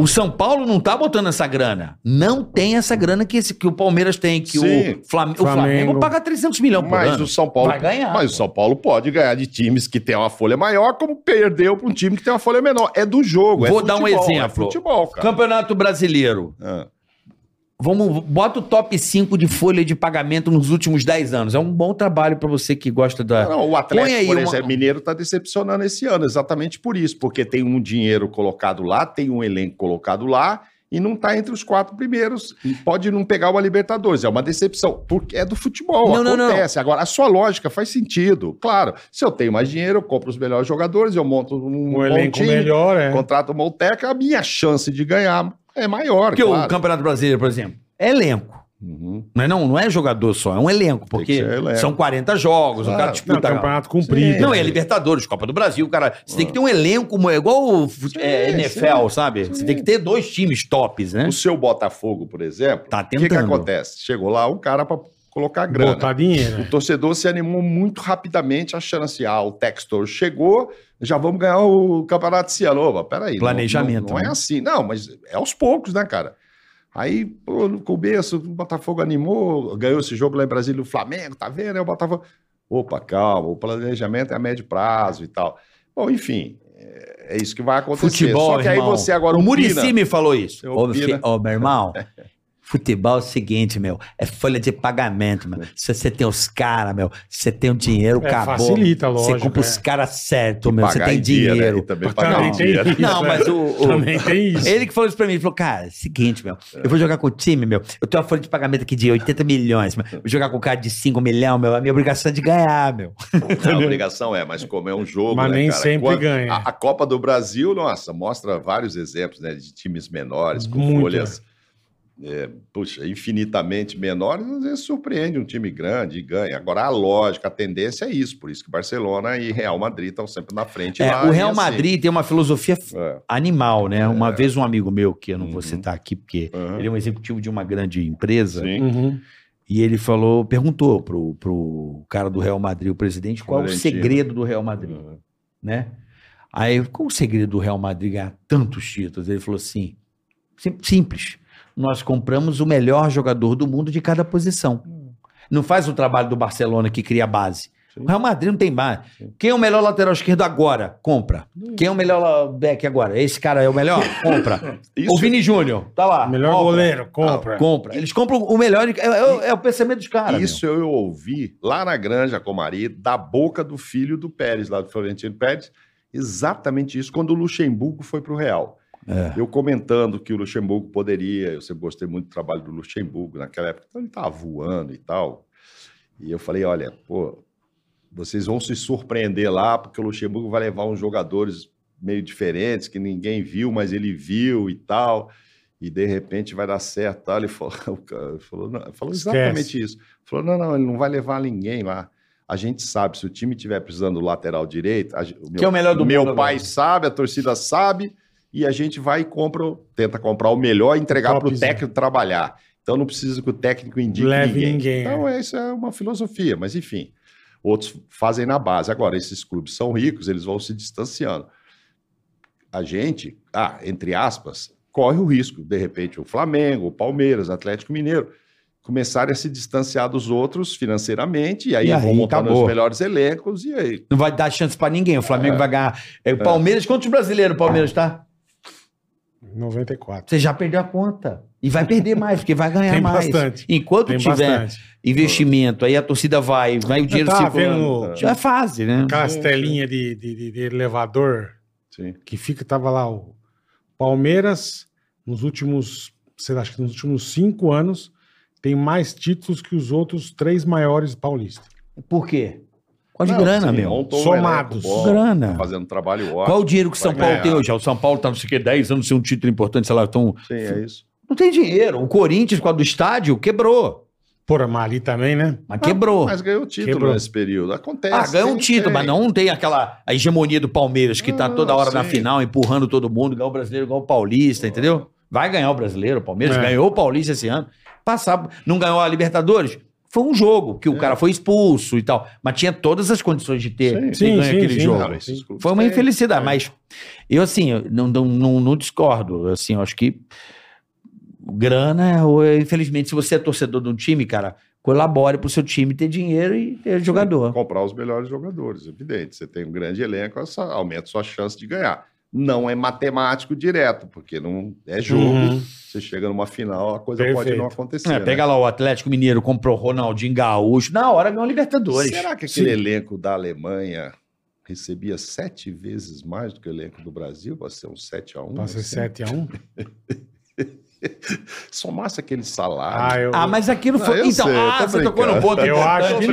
S4: O São Paulo não tá botando essa grana. Não tem essa grana que, esse, que o Palmeiras tem, que
S6: Sim.
S4: o, Flam- o Flamengo,
S3: Flamengo.
S4: paga 300 milhões por
S6: Mas
S4: ano.
S6: o São Paulo
S4: Vai ganhar,
S6: Mas o
S4: pô.
S6: São Paulo pode ganhar de times que tem uma folha maior, como perdeu para um time que tem uma folha menor. É do jogo. é
S4: Vou dar um
S6: futebol, É
S4: exemplo.
S6: futebol, cara.
S4: Campeonato Brasileiro.
S6: Ah,
S4: Vamos, bota o top 5 de folha de pagamento nos últimos 10 anos. É um bom trabalho pra você que gosta da.
S6: não, o
S4: É. Põe
S6: Atlético,
S4: aí
S6: por
S4: uma-
S6: exemplo, Mineiro está decepcionando esse ano, exatamente por isso, porque tem um dinheiro colocado lá, tem um elenco colocado lá e não está entre os quatro primeiros. E pode não pegar uma Libertadores. É uma decepção, porque é do futebol.
S4: Não, não, não.
S6: acontece. Agora, a sua lógica faz sentido. Claro, se eu tenho mais dinheiro, eu compro os melhores jogadores, eu monto um,
S3: Um
S6: bom
S3: elenco
S6: time,
S3: melhor, é.
S6: contrato Molteca, a minha chance de ganhar é maior.
S4: Porque o
S6: claro.
S4: Campeonato Brasileiro, por exemplo, é elenco.
S6: Uhum.
S4: Não é, não, não é jogador só, é um elenco, porque
S6: ser elenco.
S4: são 40 jogos, o
S6: Claro.
S4: cara
S3: Não,
S4: disputa. Não,
S3: campeonato né? cumprido.
S4: é Libertadores, Copa do Brasil, cara. Você tem que ter um elenco mo- é igual o fute- é,
S6: Sim,
S4: NFL, sabe? Você tem que ter dois times tops, né?
S6: O seu Botafogo, por exemplo,
S4: Tá
S6: o que, que
S4: tentando.
S6: acontece? Chegou lá um cara para colocar grana.
S3: Botar dinheiro. né?
S6: O torcedor se animou muito rapidamente, achando assim: ah, o Textor chegou, já vamos ganhar o campeonato esse ano. Opa, peraí. não-
S4: Planejamento,
S6: Não, não,
S4: né?
S6: é assim, não, mas é aos poucos, né, cara? Aí, pô, no começo, o Botafogo animou, ganhou esse jogo lá em Brasília, o Flamengo, tá vendo? Aí o Botafogo. Opa, calma, o planejamento é a médio prazo e tal. Bom, enfim, é é isso que vai acontecer.
S4: Futebol,
S6: Só que aí
S4: irmão.
S6: você agora
S4: O
S6: opina.
S4: Murici me falou isso.
S6: Você
S4: Ô, meu
S6: opina.
S4: fi- ô, meu irmão, futebol é o seguinte, meu. É folha de pagamento, meu. Se você tem os caras, meu, se você tem o dinheiro,
S3: É,
S4: acabou.
S3: facilita,
S4: Você
S3: lógico,
S4: compra
S3: é.
S4: os caras certo, meu. Você
S6: Pagar
S4: tem
S6: em dia, né?
S4: dinheiro.
S6: E também
S3: Mas
S6: pagar
S3: também
S6: em dia.
S3: tem isso,
S4: Não,
S3: é.
S4: mas o- o-
S3: Também tem isso.
S4: Ele que falou isso pra mim, ele falou, cara, é seguinte, meu, eu vou jogar com o time, meu, eu tenho uma folha de pagamento aqui de 80 milhões, meu, vou jogar com o cara de 5 milhões, meu, a minha obrigação é de ganhar, meu.
S6: Não, a obrigação é, mas como é um jogo.
S3: Mas
S6: né,
S3: nem
S6: cara?
S3: sempre
S6: Quando-
S3: ganha.
S6: A, a Copa do Brasil, nossa, mostra vários exemplos né, de times menores, com
S3: Muito,
S6: folhas. é, puxa, infinitamente menores, às vezes surpreende um time grande e ganha. Agora, a lógica, a tendência é isso, por isso que Barcelona e Real Madrid estão sempre na frente.
S4: É,
S6: lá,
S4: o
S6: e
S4: Real
S6: assim.
S4: Madrid tem uma filosofia f-
S6: É.
S4: animal, né? Uma vez um amigo meu, que eu não
S6: Uhum.
S4: vou citar aqui, porque
S6: Uhum.
S4: ele um é um executivo de uma grande empresa,
S6: Sim.
S3: Uhum.
S4: e ele falou, perguntou pro, pro cara do Real Madrid, o presidente, qual o
S6: Florentino.
S4: segredo do Real Madrid.
S6: Uhum.
S4: né? Aí, qual o segredo do Real Madrid ganhar tantos títulos? Ele falou assim: sim- simples. Nós compramos o melhor jogador do mundo de cada posição. Não faz o trabalho do Barcelona que cria a base.
S6: Sim.
S4: O Real Madrid não tem base. Quem é o melhor lateral esquerdo agora? Compra. Quem é o melhor la- back agora? Esse cara é o melhor? Compra.
S6: Isso-
S4: O Vini Júnior, tá
S6: Ah,
S4: lá.
S3: Melhor
S4: compra. Ah,
S3: goleiro, compra.
S4: Compra. Eles compram o melhor. É, é- é o pensamento dos caras.
S6: Isso eu ouvi lá na Granja Comari, da boca do filho do Pérez, lá do Florentino Pérez, exatamente isso, quando o Luxemburgo foi para o Real.
S4: É.
S6: Eu comentando que o Luxemburgo poderia, eu sempre gostei muito do trabalho do Luxemburgo naquela época, então ele estava voando e tal. E eu falei: olha, pô, vocês vão se surpreender lá, porque o Luxemburgo vai levar uns jogadores meio diferentes, que ninguém viu, mas ele viu e tal. E de repente vai dar certo. Tal. Ele falou, o cara falou, não, falou
S3: Esquece.
S6: exatamente isso. Falou: não, não, ele não vai levar ninguém lá. A gente sabe, se o time estiver precisando do lateral direito, a ge- o meu,
S4: é o melhor do
S6: meu
S4: mundo
S6: pai
S4: agora.
S6: sabe, a torcida sabe, e a gente vai e compra, o- tenta comprar o melhor e entregar para o
S3: Topzera.
S6: técnico trabalhar. Então não precisa que o técnico indique
S3: Leve
S6: ninguém.
S3: ninguém,
S6: Então é, isso é uma filosofia, mas enfim. Outros fazem na base. Agora, esses clubes são ricos, eles vão se distanciando. A gente, ah, entre aspas, corre o risco, de repente, o Flamengo, o Palmeiras, o Atlético Mineiro, começarem a se distanciar dos outros financeiramente, e aí,
S4: E aí,
S6: vão montando
S4: acabou.
S6: os melhores elencos, e aí.
S4: Não vai dar chance pra ninguém. O Flamengo vai ganhar. É, o Palmeiras, quantos brasileiros o Palmeiras tá?
S3: 94.
S4: Você já perdeu a conta. E vai perder mais, porque vai ganhar
S3: Tem
S4: mais.
S3: bastante.
S4: Enquanto
S3: Tem
S4: tiver
S3: bastante. Tá,
S4: investimento, aí a torcida vai, vai o dinheiro
S3: Eu tava
S4: circulando.
S3: vendo-
S4: Já é fase, né?
S3: Aquelas telinhas de, de- de- de elevador
S6: Sim.
S3: que fica, tava lá o Palmeiras, nos últimos, sei lá, acho que nos últimos cinco anos, tem mais títulos que os outros três maiores paulistas.
S4: Por quê? Qual de
S6: Não,
S4: grana,
S6: sim,
S4: meu?
S6: montou um
S3: Somados.
S6: elenco bom, tá
S4: Grana.
S6: Fazendo trabalho ótimo.
S4: Qual o dinheiro que o São
S6: Vai
S4: Paulo
S6: ganhar.
S4: tem hoje? Ah, O São Paulo tá, não sei o quê, 10 anos sem um título importante, sei lá, tão...
S6: Sim, é isso.
S4: Não tem dinheiro. O Corinthians, por causa do estádio, quebrou.
S3: Porra, mas ali também,
S6: Uhum.
S3: né?
S4: Mas quebrou.
S6: Mas ganhou título
S3: Quebrou.
S6: nesse período. Acontece.
S4: Ah, ganhou um
S6: tem-
S4: título,
S6: É tem.
S4: mas não tem aquela a hegemonia do Palmeiras que tá
S6: Não,
S4: toda hora na
S6: sim.
S4: final, empurrando todo mundo, ganhou o brasileiro, ganhou o paulista, entendeu? Vai ganhar o brasileiro, o Palmeiras
S3: É.
S4: ganhou o paulista esse ano. Passar, não ganhou a Libertadores? Foi um jogo,
S6: É.
S4: que o cara foi expulso e tal. Mas tinha todas as condições de ter,
S6: Sim. É.
S4: ter
S3: Sim,
S4: ganho
S3: sim,
S4: aquele
S3: sim.
S4: jogo.
S6: Não, esses clubes
S4: Foi uma
S6: têm.
S4: infelicidade, mas eu assim, eu não, não, não, não discordo. Assim, eu acho que grana, ou é- infelizmente, se você é torcedor de um time, cara, colabore pro seu time ter dinheiro e ter jogador.
S6: Comprar os melhores jogadores, evidente. Você tem um grande elenco, essa- aumenta sua chance de ganhar. Não é matemático direto, porque não é jogo.
S3: Uhum.
S6: Você chega numa final, a coisa pode
S3: Perfeito.
S6: não acontecer.
S4: É,
S6: né?
S4: pega lá o Atlético Mineiro, comprou Ronaldinho Gaúcho, na hora ganhou Libertadores.
S6: Será que aquele elenco da Alemanha recebia sete vezes mais do que o elenco do Brasil? Vai ser um 7x1.
S3: Passa 7x1.
S6: Somasse aquele salário.
S3: Ah, eu...
S4: Ah, mas aquilo foi.
S6: Ah, eu
S4: então,
S6: sei, eu
S4: ah,
S6: tô
S4: você tocou
S6: brincando.
S4: num ponto
S3: Eu
S4: importante.
S3: acho que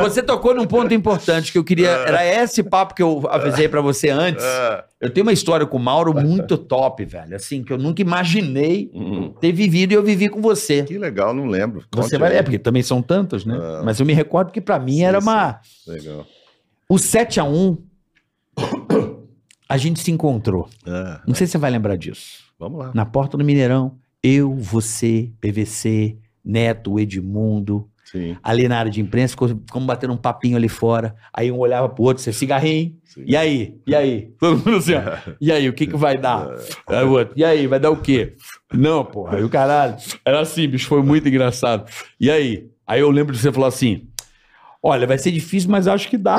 S3: não.
S4: Você tocou num ponto importante que eu queria. Era esse papo que eu avisei pra você antes.
S6: Ah,
S4: Eu tenho uma história com o Mauro muito top, velho. Assim, que eu nunca imaginei
S6: hum,
S4: ter vivido e eu vivi com você.
S6: que legal, não lembro.
S4: Você
S6: Conte
S4: vai.
S6: aí.
S4: É, porque também são tantas, né?
S6: Ah.
S4: Mas eu me recordo que pra mim
S6: Sim,
S4: era
S6: sim.
S4: uma.
S6: Legal.
S4: O 7x1, a gente se encontrou.
S6: Ah,
S4: Não sei se você vai lembrar disso.
S6: vamos lá.
S4: Na porta do Mineirão, eu, você, PVC, Neto, Edmundo,
S6: Sim,
S4: ali na área de imprensa, ficou- ficamos batendo um papinho ali fora. Aí um olhava pro outro, você cigarrinho.
S6: sim.
S4: E aí? E aí? Todo mundo assim, ó. E aí, o que que vai dar?
S3: É.
S4: Aí o outro, e aí, vai dar o quê? Não, porra, aí o caralho. Era assim, bicho, foi muito engraçado. E aí? Aí eu lembro de você falar assim, olha, vai ser difícil, mas acho que dá.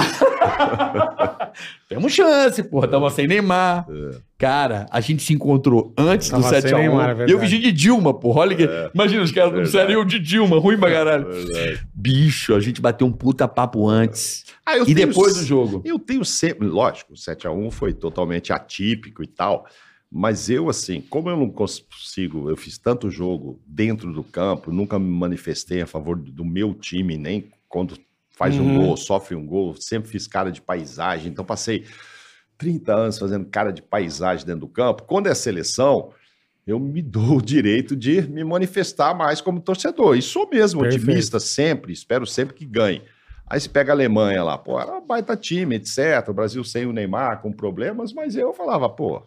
S4: Temos chance, porra, tava sem Neymar. Cara, a gente se encontrou antes do
S3: É. Tava sem
S4: 7 a 1
S3: Neymar, é
S4: E eu
S3: verdade. É.
S4: vigi de Dilma, porra, olha que... Imagina, os caras não
S6: Verdade.
S4: precisariam de Dilma, ruim pra caralho.
S6: Verdade.
S4: Bicho, a gente bateu um puta papo antes.
S6: Ah, eu
S4: E
S6: tenho
S4: depois do jogo.
S6: Eu tenho sempre, lógico, o 7x1 foi totalmente atípico e tal, mas eu, assim, como eu não consigo, eu fiz tanto jogo dentro do campo, nunca me manifestei a favor do meu time, nem quando faz um
S3: Uhum.
S6: gol, sofre um gol, sempre fiz cara de paisagem, então passei 30 anos fazendo cara de paisagem dentro do campo. Quando é seleção, eu me dou o direito de me manifestar mais como torcedor. E sou mesmo
S3: Perfeito.
S6: otimista sempre, espero sempre que ganhe. Aí você pega a Alemanha lá, pô, era um baita time, etc. O Brasil sem o Neymar, com problemas, mas eu falava, pô,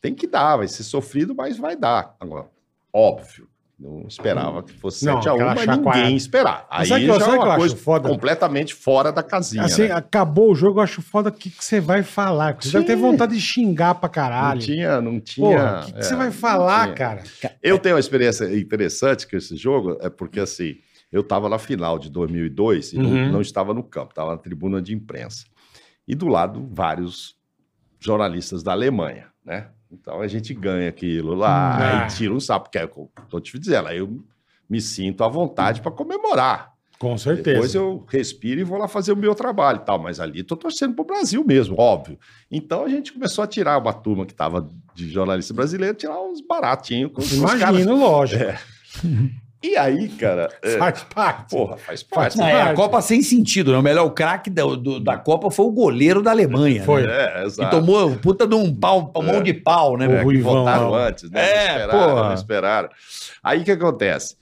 S6: tem que dar, vai ser sofrido, mas vai dar. Agora, óbvio, não esperava que fosse
S3: Não,
S6: 7x1,
S3: aquela
S6: mas
S3: chacoalhada.
S6: ninguém esperava. Aí
S3: Mas sabe que eu-
S6: já
S3: sabe
S6: é
S3: que eu
S6: uma
S3: acho
S6: coisa
S3: foda?
S6: completamente fora da casinha,
S3: Assim,
S6: né?
S3: acabou o jogo, eu acho foda o que, que você vai falar. Você deve
S6: Sim.
S3: ter vontade de xingar pra
S6: Não
S3: caralho.
S6: tinha, não tinha...
S3: Porra, o que, que você
S6: é,
S3: vai
S6: não
S3: falar,
S6: tinha.
S3: cara?
S6: Eu tenho uma experiência interessante com esse jogo, é porque assim, eu estava na final de 2002 e não-
S3: Uhum.
S6: não, estava no campo, estava na tribuna de imprensa. E do lado, vários jornalistas da Alemanha, né? Então a gente ganha aquilo lá,
S3: Ah.
S6: aí tira um sapo, porque é o que eu tô te dizendo, aí eu me sinto à vontade para comemorar.
S3: Com
S6: Depois
S3: certeza.
S6: eu respiro e vou lá fazer o meu trabalho e tal. Mas ali tô torcendo pro Brasil mesmo, óbvio. Então a gente começou a tirar uma turma que tava de jornalista brasileiro, tirar uns baratinhos com os caras.
S3: Imagino, lógico.
S6: E aí, cara, é,
S3: Faz parte.
S6: porra, faz parte.
S4: Não,
S3: Faz
S4: é, a
S3: parte.
S4: Copa sem sentido, né? O melhor craque da, do- da Copa foi o goleiro da Alemanha.
S3: Foi.
S4: Né?
S6: É,
S4: Que
S6: exato. É.
S4: tomou um puta de um pau, um mão de pau, né?
S3: O
S4: velho?
S6: Que
S3: Ruivão
S6: votaram
S3: lá.
S6: antes, né?
S4: É,
S6: não esperaram,
S4: porra.
S6: não esperaram. Aí o que acontece?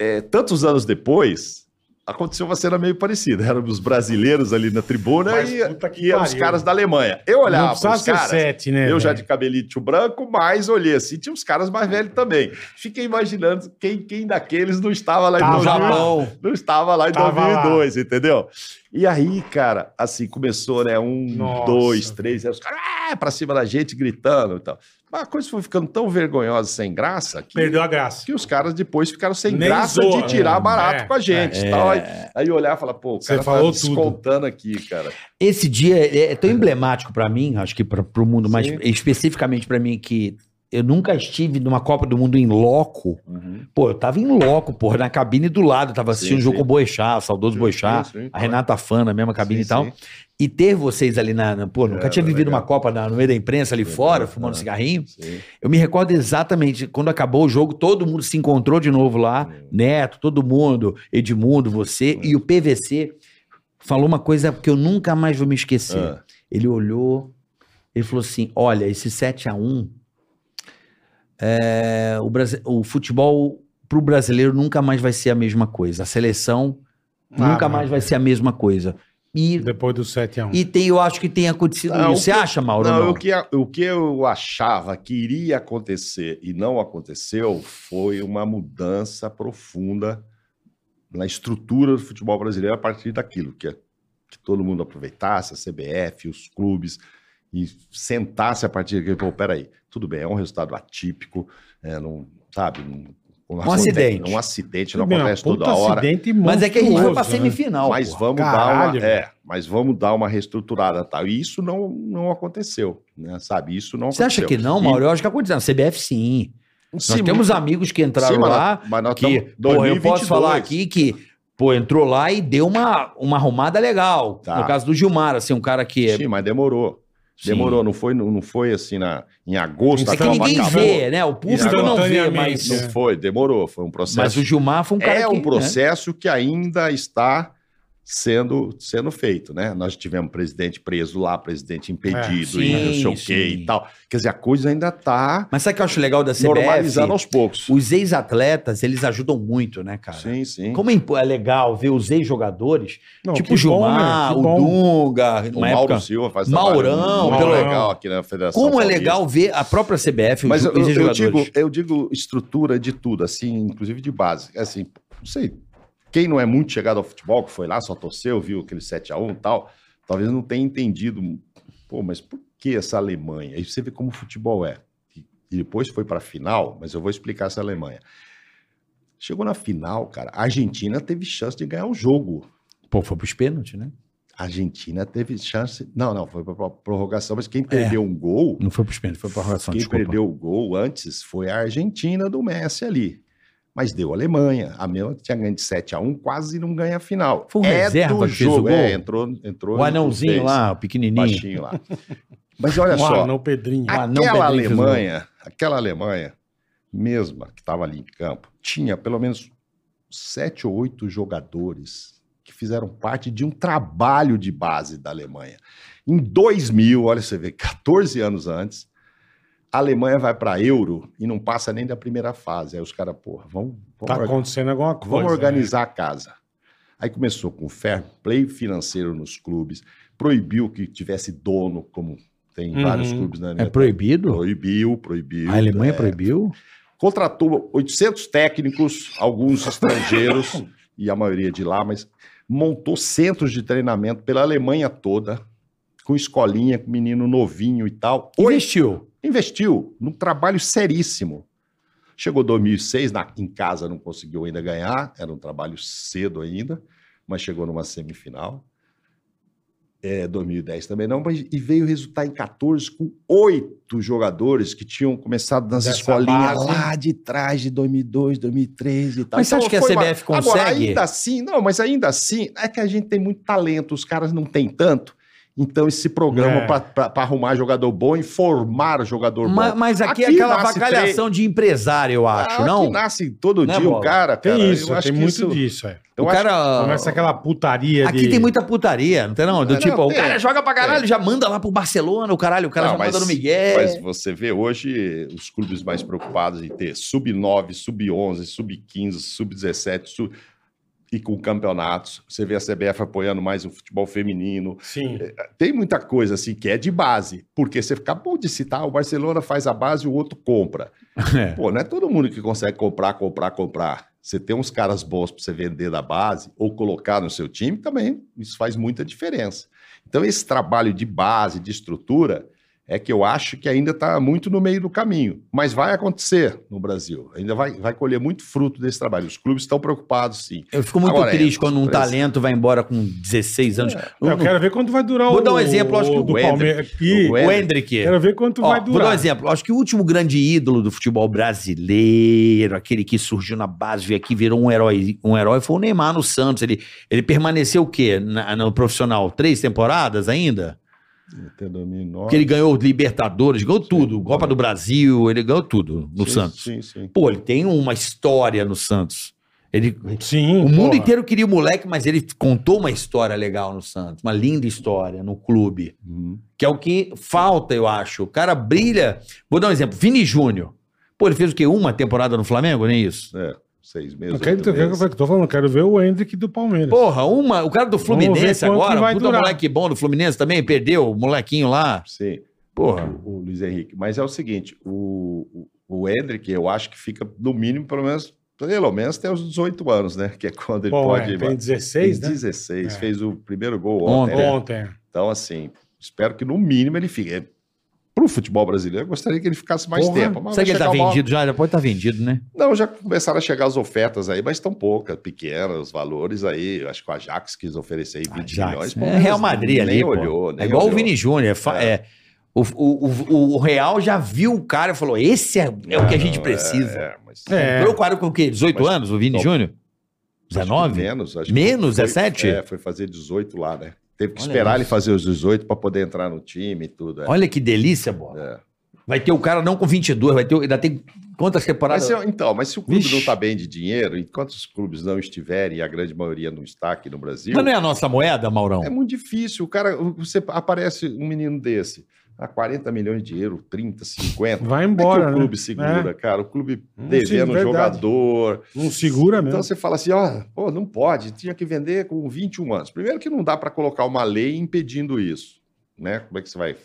S6: É, tantos anos depois, aconteceu uma cena meio parecida. Éramos os brasileiros ali na tribuna
S3: Mas
S6: e,
S3: puta que
S6: e eram os
S3: pariu.
S6: caras da Alemanha. Eu
S3: Não
S6: olhava os
S3: precisava
S6: caras.
S3: ser sete, né?
S6: eu já de
S3: velho?
S6: cabelito branco, mas olhei assim, tinha uns caras mais velhos também. Fiquei imaginando quem, quem daqueles não estava lá em
S3: Tava
S4: No
S6: 2000,
S4: Japão.
S6: não estava lá em
S3: Tava
S6: 2002, entendeu? E aí, cara, assim, começou, né? Um,
S3: Nossa.
S6: dois, três, aí os caras ah, pra cima da gente gritando e tal. Mas a coisa foi ficando tão vergonhosa, sem graça, que
S3: Perdeu a graça.
S6: que os caras depois ficaram sem
S3: Nem
S6: graça
S3: zoa,
S6: de tirar
S3: né?
S6: barato
S3: É,
S6: com a gente. tal. Aí, aí olhar e falar, pô, o
S3: Você
S6: cara
S3: falou
S6: tá descontando aqui, cara.
S4: Esse dia é é tão emblemático pra mim, acho que pra- pro mundo, mas
S6: Sim.
S4: especificamente pra mim, que eu nunca estive numa Copa do Mundo em loco.
S6: Uhum.
S4: Pô, eu tava em loco, porra, na cabine do lado, eu tava assistindo um
S6: Sim,
S4: jogo
S6: sim.
S4: com o Boixá, saudoso
S6: Sim,
S4: Boixá,
S6: sim, sim,
S4: a
S6: claro.
S4: Renata Fã na mesma cabine
S6: Sim,
S4: e tal.
S6: sim.
S4: E ter vocês ali na. na- pô, nunca
S6: É,
S4: tinha vivido
S6: legal.
S4: uma Copa na- no meio da imprensa ali
S6: Legal,
S4: fora, fumando
S6: é.
S4: cigarrinho.
S6: Sim.
S4: Eu me recordo exatamente quando acabou o jogo, todo mundo se encontrou de novo lá.
S6: Hum.
S4: Neto, todo mundo, Edmundo, você e o PVC falou uma coisa que eu nunca mais vou me esquecer.
S6: Ah,
S4: Ele olhou, ele falou assim: "Olha, esse 7 a 1 é, o, Brasi- o futebol pro brasileiro nunca mais vai ser a mesma coisa. A seleção
S3: Ah,
S4: nunca
S3: mas-
S4: mais
S6: é.
S4: vai ser a mesma coisa." E,
S3: Depois do 7x1.
S4: e tem, eu acho que tem acontecido
S6: Não,
S4: isso.
S6: Ah, o
S4: Você
S6: que-
S4: acha, Mauro?
S6: Não,
S4: não?
S6: o que, o que eu achava que iria acontecer e não aconteceu foi uma mudança profunda na estrutura do futebol brasileiro a partir daquilo que, é que todo mundo aproveitasse, a CBF, os clubes, e sentasse a partir daquele, pô, peraí, tudo bem, é um resultado atípico, é, não, sabe, não- não acontece-
S4: acidente.
S6: Um acidente não
S3: Meu,
S6: acontece
S3: puta
S6: toda hora.
S3: acidente
S4: Mas é que a gente foi pra
S3: monstruoso, né?
S4: semifinal.
S6: Mas
S4: pô.
S6: vamos
S3: Caralho,
S6: dar uma, é, mas vamos dar uma reestruturada, tá? E isso não, não aconteceu, né? Sabe? Isso não
S4: Você acha
S6: aconteceu.
S4: que não,
S6: E-
S4: Mauro? Eu acho que aconteceu. Na CBF, sim.
S6: Sim, tá-
S4: Nós temos amigos que entraram
S6: sim, mas nós-
S4: lá
S6: mas nós
S4: que,
S6: estamos
S4: porra, eu
S6: 2022.
S4: posso falar aqui que, pô, entrou lá e deu uma, uma arrumada legal.
S6: Tá.
S4: No caso do Gilmar, assim, um cara que...
S6: Sim, mas demorou.
S4: Sim.
S6: Demorou, não foi, não foi assim na, em agosto.
S4: É
S6: a
S4: que
S6: Copa
S4: ninguém
S6: acabou.
S4: vê, né? O público não vê, mas,
S3: Instantaneamente,
S6: Não foi, demorou, foi um
S4: mas
S6: processo.
S4: o Gilmar foi um cara
S6: é
S4: que...
S6: um processo que ainda está sendo, sendo feito, né? Nós tivemos presidente preso lá, presidente impedido, e não sei o
S4: É. sim,
S6: quê
S4: sim.
S6: e tal. Quer dizer, a coisa ainda tá está
S4: né? Mas sabe o que eu acho legal da
S6: normalizando
S4: CBF?
S6: aos poucos.
S4: Os ex-atletas, eles ajudam muito, né, cara?
S6: Sim, sim.
S4: Como é impo- é legal ver os ex-jogadores,
S3: Não,
S4: tipo
S3: que
S4: o
S3: bom,
S4: Gilmar,
S3: né? Que bom.
S4: o Dunga,
S6: O
S4: numa
S6: Mauro
S4: época...
S6: Silva faz
S4: Maurão,
S6: trabalho muito
S3: pelo-
S6: legal aqui na Federação.
S4: Como é
S6: Paulista.
S4: legal ver a própria CBF, os
S6: Mas eu, eu- eu
S4: jogadores.
S6: digo, eu digo estrutura de tudo, assim, inclusive de base. Assim, não sei, quem não é muito chegado ao futebol, que foi lá, só torceu, viu aquele 7x1 e tal, talvez não tenha entendido. Pô, mas por que essa Alemanha? Aí você vê como o futebol é. E, e depois foi pra final, mas eu vou explicar essa Alemanha. Chegou na final, cara, a Argentina teve chance de ganhar o jogo.
S4: Pô, foi pros pênaltis, né?
S6: A Argentina teve chance. Não, não, foi para prorrogação, mas quem perdeu um gol,
S4: Não foi pros pênaltis, foi pra relação,
S6: quem
S4: É. desculpa.
S6: perdeu o gol antes foi a Argentina do Messi ali. Mas deu a Alemanha. A Alemanha tinha ganho de 7 a 1 quase não ganha a final.
S4: Foi um reserva que fez o gol?
S6: É, entrou, entrou.
S4: O anãozinho
S6: fez,
S4: lá, o pequenininho.
S6: Baixinho lá. Mas olha
S3: Um
S6: só,
S3: anão Pedrinho.
S4: Ah, anão
S6: aquela
S4: Pedrinho fez o gol.
S6: Alemanha, aquela Alemanha mesma que estava ali em campo, tinha pelo menos sete ou oito jogadores que fizeram parte de um trabalho de base da Alemanha. Em 2000, olha você vê, 14 anos antes, a Alemanha vai para Euro e não passa nem da primeira fase. Aí os caras, porra, vamos, vamos
S3: Tá
S6: organizar.
S3: acontecendo alguma coisa. né?
S6: Vamos organizar a casa. Aí começou com fair play financeiro nos clubes, proibiu que tivesse dono, como tem
S3: Uhum.
S6: vários clubes na
S4: É
S6: Inglaterra.
S4: proibido?
S6: Proibiu, proibiu.
S4: A Alemanha
S6: é.
S4: proibiu?
S6: Contratou 800 técnicos, alguns estrangeiros, e a maioria de lá, mas montou centros de treinamento pela Alemanha toda, com escolinha, com menino novinho e tal.
S4: Investiu.
S6: Investiu num trabalho seríssimo. Chegou 2006, na, em casa não conseguiu ainda ganhar, era um trabalho cedo ainda, mas chegou numa semifinal. É, 2010 também não, mas e veio resultar em 14 com oito jogadores que tinham começado nas
S3: Dessa
S6: escolinhas
S3: base.
S6: lá de trás de 2002, 2003 e tal. Então,
S4: Mas você acha que a
S6: foi
S4: CBF consegue?
S6: Agora, ainda assim, não, mas ainda assim, é que a gente tem muito talento, os caras não têm tanto. Então, esse programa
S3: É.
S6: para arrumar jogador bom e formar jogador
S4: Ma-
S6: bom.
S4: mas aqui, é
S6: Aqui
S4: aquela
S6: nasce
S4: vacalhação de empresário, eu acho,
S6: Ah,
S4: não?
S6: Que nasce todo
S4: Né,
S6: dia o
S4: Bola?
S6: cara,
S3: Tem
S6: cara.
S3: isso,
S6: eu acho
S3: tem
S6: que
S3: muito
S6: isso-
S3: disso. É.
S6: eu
S4: O
S6: acho
S4: cara...
S3: Começa aquela putaria
S4: Ah. Aqui
S3: de...
S4: tem muita putaria, não tem não? Do
S6: Não,
S4: tipo, o
S6: tem.
S4: cara joga pra caralho, já manda lá pro Barcelona, o caralho, o cara
S6: Não,
S4: já
S6: mas-
S4: manda no Miguel.
S6: Mas você vê hoje os clubes mais preocupados em ter sub-9, sub-11, sub-15, sub-17, sub... e com campeonatos. Você vê a CBF apoiando mais o futebol feminino.
S3: Sim.
S6: Tem muita coisa assim que é de base, porque você acabou de citar, o Barcelona faz a base e o outro compra.
S4: É.
S6: Pô, não é todo mundo que consegue comprar, comprar, comprar. Você tem uns caras bons para você vender da base ou colocar no seu time também, isso faz muita diferença. Então, esse trabalho de base, de estrutura, é que eu acho que ainda está muito no meio do caminho. Mas vai acontecer no Brasil. Ainda vai, vai colher muito fruto desse trabalho. Os clubes estão preocupados, sim.
S4: Eu fico muito
S6: Agora é,
S4: triste quando um
S6: parece-
S4: talento vai embora com 16 anos.
S3: Eu
S4: Não-
S3: quero ver quanto vai durar
S4: Vou
S3: o.
S4: dar um exemplo, acho que
S3: o do
S6: o
S3: Palmeiras. aqui.
S6: o
S4: O Hendrick.
S3: Quero ver quanto
S4: Ó,
S3: vai
S4: Vou dar um
S3: durar.
S4: exemplo. Acho que o último grande ídolo do futebol brasileiro, aquele que surgiu na base, veio aqui, virou um herói, um herói, foi o Neymar no Santos. Ele, ele permaneceu o quê? Na- no profissional? Três temporadas ainda?
S6: Até 2009.
S4: Porque ele ganhou Libertadores, ganhou tudo. Copa do Brasil, ele ganhou tudo no
S6: Sim,
S4: Santos.
S6: Sim, sim.
S4: Pô, ele tem uma história no Santos. Ele,
S3: Sim.
S4: o mundo
S3: porra.
S4: inteiro queria o moleque, mas ele contou uma história legal no Santos, uma linda história no clube
S6: Uhum.
S4: que é o que falta, eu acho. O cara brilha. Vou dar um exemplo: Vini Júnior. Pô, ele fez o quê? Uma temporada no Flamengo, nem isso?
S6: É, seis meses.
S3: Eu quero
S6: oito
S3: ver
S6: meses.
S3: o que eu tô falando. eu Quero ver o Hendrick do Palmeiras.
S4: Porra, uma. O cara do
S3: Vamos ver
S4: Fluminense
S3: quanto
S4: agora, um
S3: que vai
S4: puta
S3: durar.
S4: moleque bom do Fluminense também, perdeu o molequinho lá.
S6: Sim,
S4: Porra.
S6: o, o Luiz Henrique. Mas é o seguinte, o, o, o Hendrick, eu acho que fica no mínimo, pelo menos, pelo menos até os 18 anos, né? Que é quando ele
S3: Bom,
S6: pode...
S3: é,
S6: ir
S3: tem 16, né?
S6: 16,
S3: É.
S6: fez o primeiro gol
S4: Ontem.
S6: ontem. né?
S3: Ontem.
S6: Então, assim, espero que no mínimo ele fique... É, Para o futebol brasileiro, eu gostaria que ele ficasse mais
S3: Porra,
S6: tempo. mas
S4: Será que
S6: vai
S4: ele tá
S6: chegar uma hora-
S4: vendido já? Já pode estar vendido, né?
S6: Não, já começaram a chegar as ofertas aí, mas estão poucas, pequenas, os valores aí. Eu Acho que o Ajax quis oferecer aí 20
S4: Ajax,
S6: milhões.
S4: né?
S6: pô,
S4: É Real
S6: mas
S4: Madrid
S6: nem
S4: ali. pô.
S6: olhou, nem
S4: é igual
S6: olhou.
S4: o Vini Júnior. é fa- é. O, o- o- o Real já viu o cara e falou: esse é, é o que a gente
S6: Ah, Não,
S4: precisa.
S6: É, mas...
S3: É.
S4: Comprou o cara com o quê? 18
S6: Mas-
S4: anos, o Vini
S6: Não.
S4: Júnior?
S6: Acho que
S4: 19?
S6: Menos, acho que
S4: Menos,
S6: foi-
S4: 17?
S6: É, foi fazer 18 lá, né? Teve que
S4: Olha
S6: esperar
S4: isso.
S6: ele fazer os 18 para poder entrar no time e tudo. é.
S4: Olha que delícia, bola.
S6: É.
S4: Vai ter o cara não com 22, vai ter, ainda tem quantas
S6: Mas,
S4: temporadas?
S6: se- então, mas se o clube
S4: Vixe.
S6: não está bem de dinheiro, enquanto os clubes não estiverem, e a grande maioria não está aqui no Brasil,
S4: Mas não é a nossa moeda, Maurão?
S6: é muito difícil. O cara, você aparece um menino desse, a 40 milhões de euros, 30, 50.
S3: Vai
S6: Como é
S3: embora,
S6: que o
S3: né?
S6: clube segura, cara. O clube
S3: Não,
S6: devendo um
S3: sim, verdade.
S6: jogador.
S3: Não segura mesmo.
S6: Então você fala assim, ó, pô, não pode, tinha que vender com 21 anos. Primeiro que não dá para colocar uma lei impedindo isso, né? Como é que você vai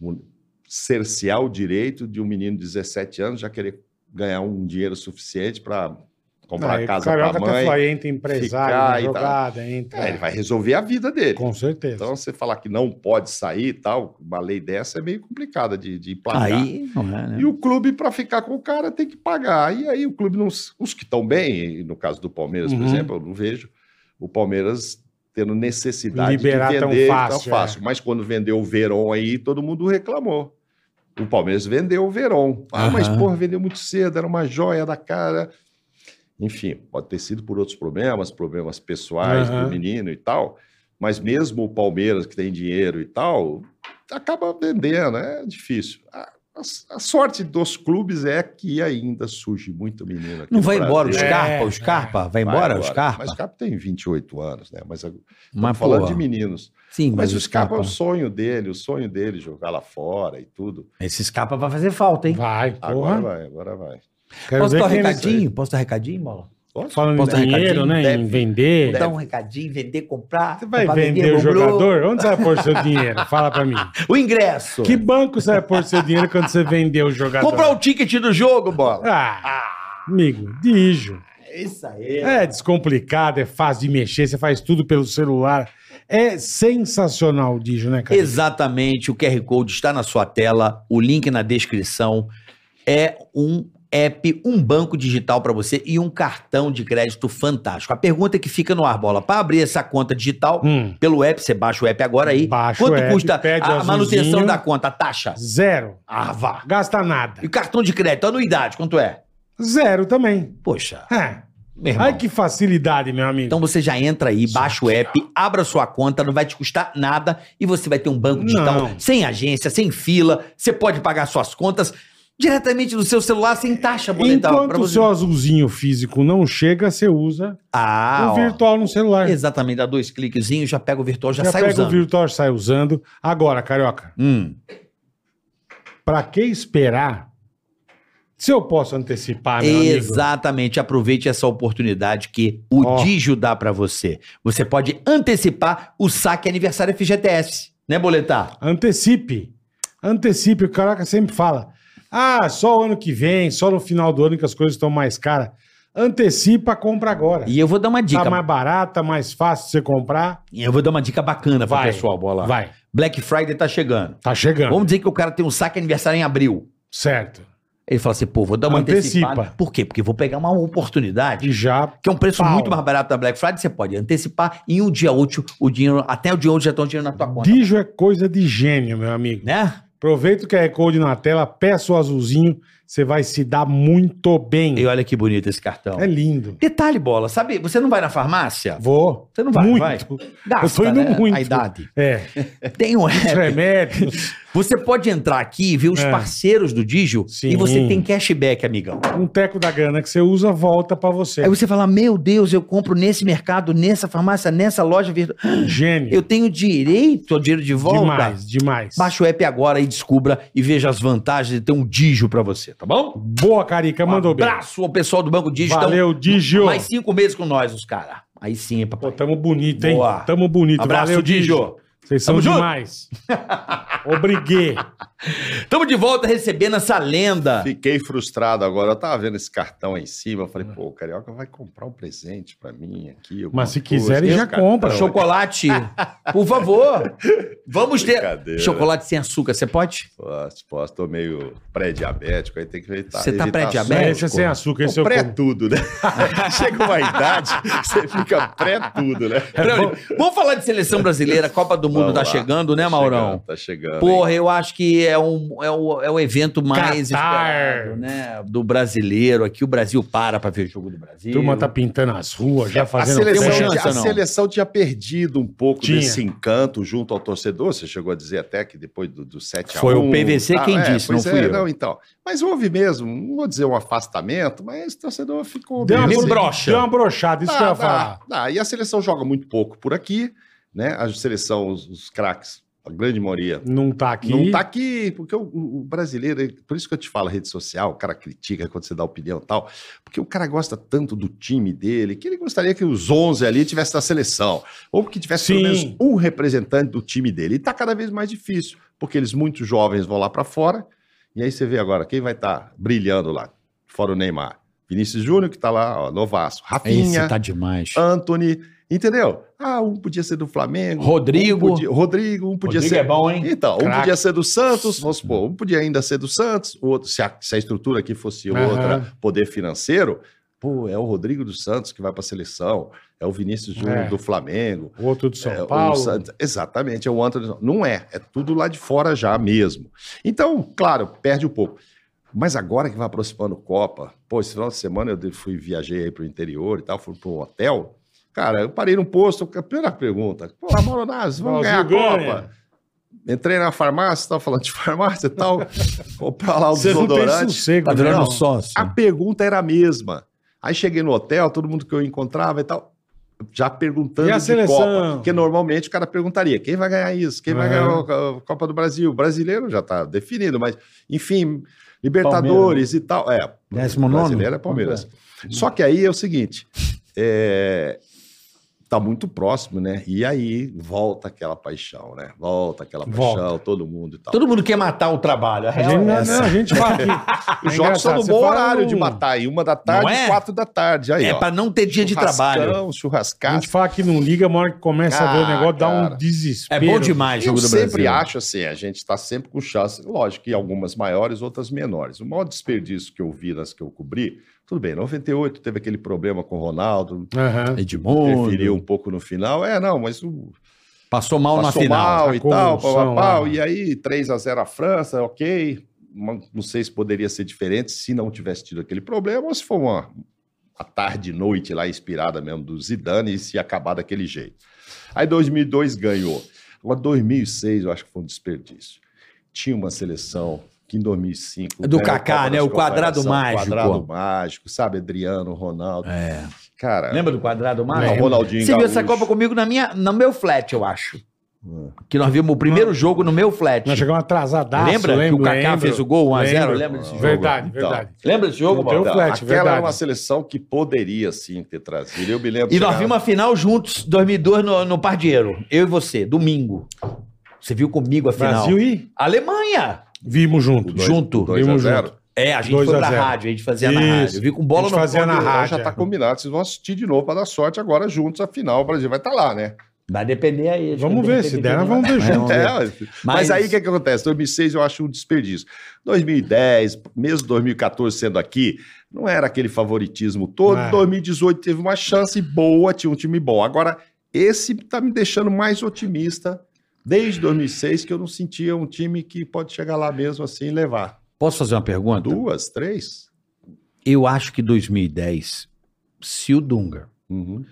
S6: mu- cercear o direito de um menino de 17 anos já querer ganhar um dinheiro suficiente para comprar
S3: Aí
S6: a
S3: é, o
S6: casa para
S3: Carioca
S6: a
S3: até
S6: mãe?
S3: falou, entra
S6: ficar
S3: empresário,
S6: e tal.
S3: jogada, entra.
S6: É, ele vai resolver a vida dele.
S3: Com certeza.
S6: Então você falar que não pode sair e tal, uma lei dessa é meio complicada de, de emplacar.
S4: Aí não é, né?
S6: E o clube, para ficar com o cara, tem que pagar. E aí o clube, não, os que estão bem, e no caso do Palmeiras,
S3: Uhum.
S6: por exemplo, eu não vejo o Palmeiras tendo necessidade
S3: Liberar
S6: de
S3: tão
S6: vender
S3: fácil, é.
S6: Mas quando vendeu o Verón aí, todo mundo reclamou. O Palmeiras vendeu o Verón. Ah, mas
S4: Aham.
S6: porra, vendeu muito cedo, era uma joia da cara. Enfim, pode ter sido por outros problemas, problemas pessoais
S3: Aham.
S6: do menino e tal. Mas mesmo o Palmeiras, que tem dinheiro e tal, acaba vendendo, é difícil. A, a- a sorte dos clubes é que ainda surge muito menino aqui
S4: Não
S6: no
S4: vai embora o
S6: Brasil.
S3: É,
S4: Scarpa,
S3: é.
S4: o Scarpa, vai embora o Scarpa?
S6: Mas o Scarpa tem 28 anos, né? Mas eu-
S4: Mas,
S6: falando
S4: porra,
S6: de meninos.
S4: sim,
S6: Mas, o Scarpa é o sonho dele, o sonho dele é jogar lá fora e tudo.
S4: Esse Scarpa vai fazer falta, hein?
S3: Vai,
S6: Agora
S3: porra.
S6: vai, agora vai.
S3: Quero
S4: Posso
S3: ver
S4: dar um
S3: quem eles-
S4: recadinho? Posso dar um recadinho, Bola?
S3: Falando
S4: Posso dar um
S3: em dinheiro,
S4: recadinho?
S3: né? Em
S6: Deve.
S3: vender.
S4: Dar um recadinho, vender, comprar.
S3: Você vai
S4: comprar,
S3: vender o
S4: comprou.
S3: jogador? Onde você vai pôr seu dinheiro? Fala pra mim.
S4: O ingresso.
S3: Que banco você vai pôr seu dinheiro quando você vender o jogador?
S4: Comprar o ticket do jogo, Bola.
S3: Ah, amigo, dijo.
S4: Isso aí.
S3: É descomplicado, é fácil de mexer, você faz tudo pelo celular. É sensacional o Dijo, né, cara?
S4: Exatamente, o QR Code está na sua tela, o link na descrição. É um app, um banco digital para você e um cartão de crédito fantástico. A pergunta que fica no ar, bola, para abrir essa conta digital
S3: Hum,
S4: pelo app, você baixa o app agora aí.
S3: Baixa
S4: Quanto
S3: o app,
S4: custa
S3: pede o
S4: a manutenção
S3: azulzinho.
S4: da conta, a taxa?
S3: zero.
S4: Ah, vá.
S3: Gasta nada.
S4: E cartão de crédito, anuidade, quanto é?
S3: Zero também.
S4: Poxa,
S3: É.
S4: meu irmão.
S3: Ai, que facilidade, meu amigo.
S4: Então você já entra aí, baixa o app, abra sua conta, não vai te custar nada e você vai ter um banco digital
S3: Não.
S4: sem agência, sem fila. Você pode pagar suas contas diretamente do seu celular sem taxa boletal
S3: Enquanto o seu azulzinho físico não chega, você usa
S4: Ah,
S3: o
S4: ó.
S3: virtual no celular.
S4: Exatamente, dá dois cliquezinhos, já pega o virtual, já,
S3: Já
S4: sai
S3: pega
S4: usando.
S3: o virtual, sai usando. Agora, Carioca,
S4: Hum,
S3: pra que esperar Se eu posso antecipar, Ah, meu amigo.
S4: Exatamente, aproveite essa oportunidade que o
S3: Ó.
S4: Digio dá pra você. Você pode antecipar o saque aniversário FGTS, né, Boletar?
S3: Antecipe. Antecipe. O caraca sempre fala. Ah, só o ano que vem, só no final do ano que as coisas estão mais caras. Antecipa, compra agora.
S4: E eu vou dar uma dica.
S3: Tá mais barata, mais fácil de você comprar.
S4: E Eu vou dar uma dica bacana pro
S3: Vai.
S4: pessoal, bola.
S3: Vai.
S4: Black Friday tá chegando.
S3: Tá chegando.
S4: Vamos dizer que o cara tem um saque aniversário em abril.
S3: Certo.
S4: Ele fala assim, pô, vou dar uma
S3: Antecipa.
S4: antecipada. Por quê? Porque eu vou pegar uma oportunidade,
S3: E já.
S4: que é um preço
S3: Pau.
S4: muito mais barato da Black Friday, você pode antecipar em um dia útil, o dinheiro, até o dia útil já estão dinheiro na tua conta,
S3: Dijo é coisa de gênio, meu amigo.
S4: né?
S3: Aproveita o QR Code na tela, peça o azulzinho, você vai se dar muito bem.
S4: E olha que bonito esse cartão.
S3: É lindo.
S4: Detalhe, bola, sabe, você não vai na farmácia?
S3: Vou.
S4: Você não vai,
S3: muito.
S4: vai. Gasta,
S3: Eu tô indo
S4: né?
S3: muito.
S4: A idade.
S3: É.
S4: Tem um
S3: Os
S4: app.
S3: remédios.
S4: Você pode entrar aqui e ver os
S3: É.
S4: parceiros do Digio
S3: Sim.
S4: e você tem cashback, amigão.
S3: um teco da grana que você usa volta pra você.
S4: Aí você fala, meu Deus, eu compro nesse mercado, nessa farmácia, nessa loja virtual.
S3: Gênio.
S4: Eu tenho direito ao dinheiro de volta?
S3: Demais, demais.
S4: Baixa o app agora e descubra e veja as vantagens de ter um Digio pra você, tá bom?
S3: Boa, Carica, mandou bem.
S4: Um Abraço ao pessoal do Banco Digio.
S3: Valeu, Digio.
S4: Então, mais cinco meses com nós, os caras. Aí sim,
S3: Pô,
S4: papai.
S3: tamo bonito, hein?
S4: Boa.
S3: Tamo bonito.
S4: Abraço, Digio.
S3: Vocês são
S4: Tamo junto.
S3: demais. Obriguei.
S4: Estamos de volta recebendo essa lenda.
S6: Fiquei frustrado agora. Eu tava vendo esse cartão aí em cima. Eu falei,
S4: Ah.
S6: pô, o Carioca vai comprar um presente pra mim aqui. alguma
S3: Mas se
S6: coisa.
S3: quiser, ele
S6: Esse é
S3: já
S6: cartão
S3: compra.
S6: aí.
S4: Chocolate, por favor. Vamos ter.
S6: Brincadeira.
S4: Chocolate sem açúcar, você pode?
S6: Posso, posso. Tô meio pré-diabético, aí tem que evitar.
S4: Você tá
S6: evitar
S4: pré-diabético?
S6: açúcar.
S4: Médico.
S3: Esse é sem açúcar, esse
S6: Não,
S3: eu
S6: pré
S3: como.
S6: tudo, né? Chega uma idade, você fica pré tudo, né?
S3: É
S4: Braulio, Vamos falar de seleção brasileira, Copa do Mundo
S6: Vamos
S4: tá
S6: lá.
S4: chegando, né,
S6: Tá
S4: Maurão?
S6: chegando, Tá chegando. hein?
S4: Porra, eu acho que é, um, é, o, é o evento mais
S3: Catar.
S4: esperado, né? Do brasileiro. Aqui o Brasil para pra ver o jogo do Brasil.
S3: Turma tá pintando as ruas, já
S6: A
S3: fazendo
S6: seleção,
S4: tem
S3: festa.
S4: chance,
S6: tinha- a
S4: não?
S6: seleção tinha perdido um pouco
S3: Tinha.
S6: desse encanto junto ao torcedor. Você chegou a dizer até que depois do, do 7 a 1
S4: Foi o PVC quem
S6: é,
S4: disse, não
S6: pois
S4: fui
S6: é,
S4: eu.
S6: Não, então. Mas houve mesmo, não vou dizer um afastamento, mas o torcedor ficou
S3: Deu uma,
S6: meio
S4: Meio
S3: bro-
S6: sem-
S4: broxa.
S3: deu uma brochada, isso que eu ia falar.
S6: dá. E a seleção joga muito pouco por aqui, né? A seleção, os, os craques, a grande maioria
S3: Não tá aqui.
S6: Não tá aqui, porque o, o brasileiro, ele- por isso que eu te falo, rede social, o cara critica quando você dá opinião e tal, porque o cara gosta tanto do time dele, que ele gostaria que os 11 ali tivessem na seleção, ou que tivesse pelo
S3: Sim.
S6: menos um representante do time dele. E tá cada vez mais difícil, porque eles muito jovens vão lá para fora, e aí você vê agora quem vai estar brilhando lá, fora o Neymar. Vinícius Júnior, que tá lá, ó, novaço. Rafinha,
S4: Esse tá demais.
S6: Anthony, entendeu? Ah, um podia ser do Flamengo.
S4: Rodrigo.
S6: Um podia, Rodrigo, um podia
S4: Rodrigo
S6: ser.
S4: é bom, hein?
S6: Então, um
S3: Craque.
S6: podia ser do Santos, vamos supor, um podia ainda ser do Santos, o outro, se a, se a estrutura aqui fosse
S3: Aham.
S6: outra, poder financeiro, pô, é o Rodrigo dos Santos que vai para a seleção, é o Vinícius Júnior
S3: É.
S6: do Flamengo.
S3: O outro do São
S6: é, o
S3: Paulo.
S6: Santos- exatamente, é o Antônio. Não é, é tudo lá de fora já mesmo. Então, claro, perde um pouco. Mas agora que vai aproximando Copa, pô, esse final de semana eu de- fui viajei aí pro interior e tal, fui pro hotel. Cara, eu parei num posto, a primeira pergunta, pô, Mauronazzi, vamos ganhar a
S3: Brasil ganha.
S6: Copa. Entrei na farmácia, tava falando de farmácia e tal, comprar lá o
S3: Você não tem
S6: desodorante.
S3: sossego, né,
S4: Tá virando
S3: não.
S4: sócio.
S6: A pergunta era a mesma. Aí cheguei no hotel, todo mundo que eu encontrava e tal, já perguntando
S3: E a
S6: de
S3: seleção? É.
S6: Copa. Porque normalmente o cara perguntaria, quem vai ganhar isso? Quem vai
S3: Aham.
S6: ganhar a Copa do Brasil? O brasileiro já está definido, mas, enfim, Libertadores e tal. É,
S4: Décimo nono?
S6: brasileiro é Palmeiras. Só que aí é o seguinte, é, tá muito próximo, né? E aí volta aquela paixão, né? Volta aquela
S3: Volta.
S6: paixão, todo mundo e tal.
S4: Todo mundo quer matar o trabalho. A
S3: A
S4: real
S3: gente,
S4: é
S3: não,
S4: essa.
S3: não, a gente fala aqui.
S6: Os
S3: É
S6: jogos são
S3: engraçado,
S6: no
S3: você
S6: bom
S3: fala "Hum,
S6: horário de
S3: num-
S6: matar aí, uma da tarde,
S4: é?
S6: quatro da tarde. Aí,
S4: É
S6: ó.
S4: pra não ter dia de trabalho.
S3: A
S6: Churrascão,
S3: gente fala que não liga, mas a hora que começa a ver o
S6: Ah,
S3: negócio, dá um
S6: cara.
S4: É
S3: desespero.
S4: bom demais o
S6: Eu
S4: jogo do
S6: sempre
S4: Brasil.
S6: acho assim, a gente está sempre com chance, lógico que algumas maiores, outras menores. O maior desperdício que eu vi nas que eu cobri, tudo bem, 98 teve aquele problema com o Ronaldo,
S3: Aham.
S4: Edmundo.
S6: preferiu um pouco no final. É, não, mas o
S4: Passou mal na
S6: passou
S4: final.
S6: mal
S3: a
S6: e tal, pau,
S3: convulsão
S6: pau, pau,
S3: lá.
S6: e aí 3 a 0 a França, ok. Uma- Não sei se poderia ser diferente se não tivesse tido aquele problema ou se for uma, a tarde e noite lá inspirada mesmo do Zidane e se acabar daquele jeito. Aí 2002 ganhou. Agora 2006 eu acho que foi um desperdício. Tinha uma seleção que em 2005
S4: Do
S6: ganhou a
S4: Kaká,
S6: Copa
S4: né?
S6: das
S4: O quadrado
S6: Confederações,
S4: mágico.
S6: Quadrado mágico, sabe? Adriano, Ronaldo.
S4: É.
S6: Cara,
S4: Lembra do quadrado, Mário?
S6: Não, Ronaldinho
S4: Você viu
S6: Gaúcho.
S4: essa Copa comigo na minha, no meu flat, eu acho. Que nós vimos o primeiro jogo no meu flat.
S3: Nós chegamos atrasadaço.
S4: Lembra
S3: lembro,
S4: que o Kaká
S3: lembro.
S4: fez o gol 1x0?
S3: Lembro.
S4: Lembra desse jogo?
S3: Verdade,
S6: Então.
S3: verdade.
S4: Lembra desse jogo,
S3: Não
S4: Mauro?
S3: tem o flat,
S6: Aquela
S3: verdade.
S6: era uma seleção que poderia sim ter trazido. Eu me lembro.
S4: E
S6: chegar-
S4: nós vimos a final juntos, 2002, no, no Pardieiro. Eu e você, domingo. Você viu comigo a final.
S3: Brasil e
S4: Alemanha!
S3: vimos
S6: O
S3: juntos.
S6: dois-
S4: junto.
S6: dois a
S3: Vimos
S6: zero.
S3: junto.
S4: É, a gente
S3: Dois
S4: foi
S3: a
S4: pra
S3: zero.
S4: rádio, a gente fazia na
S3: Isso.
S4: rádio. Eu vi com
S3: A
S4: bola
S3: gente
S4: no
S3: fazia na
S4: pódio.
S6: Então
S3: rádio.
S6: já tá combinado. Vocês vão assistir de novo para dar sorte agora juntos. Afinal, o Brasil vai estar lá, né?
S4: Vai depender aí. acho
S3: Vamos
S4: que
S3: ver,
S4: depende
S3: se
S4: de
S3: der,
S4: quem
S3: nós vamos
S4: vai-
S3: ver junto.
S4: vamos ver.
S6: É, mas,
S4: Mas-
S6: aí o que, que acontece? 2006 eu acho um desperdício. 2010, mesmo 2014 sendo aqui, não era aquele favoritismo todo.
S3: Não é.
S6: 2018 teve uma chance boa, tinha um time bom. Agora, esse tá me deixando mais otimista desde 2006, que eu não sentia um time que pode chegar lá mesmo assim e levar.
S4: Posso fazer uma pergunta?
S6: Duas, três?
S4: Eu acho que 2010, se o Dunga
S6: Uhum.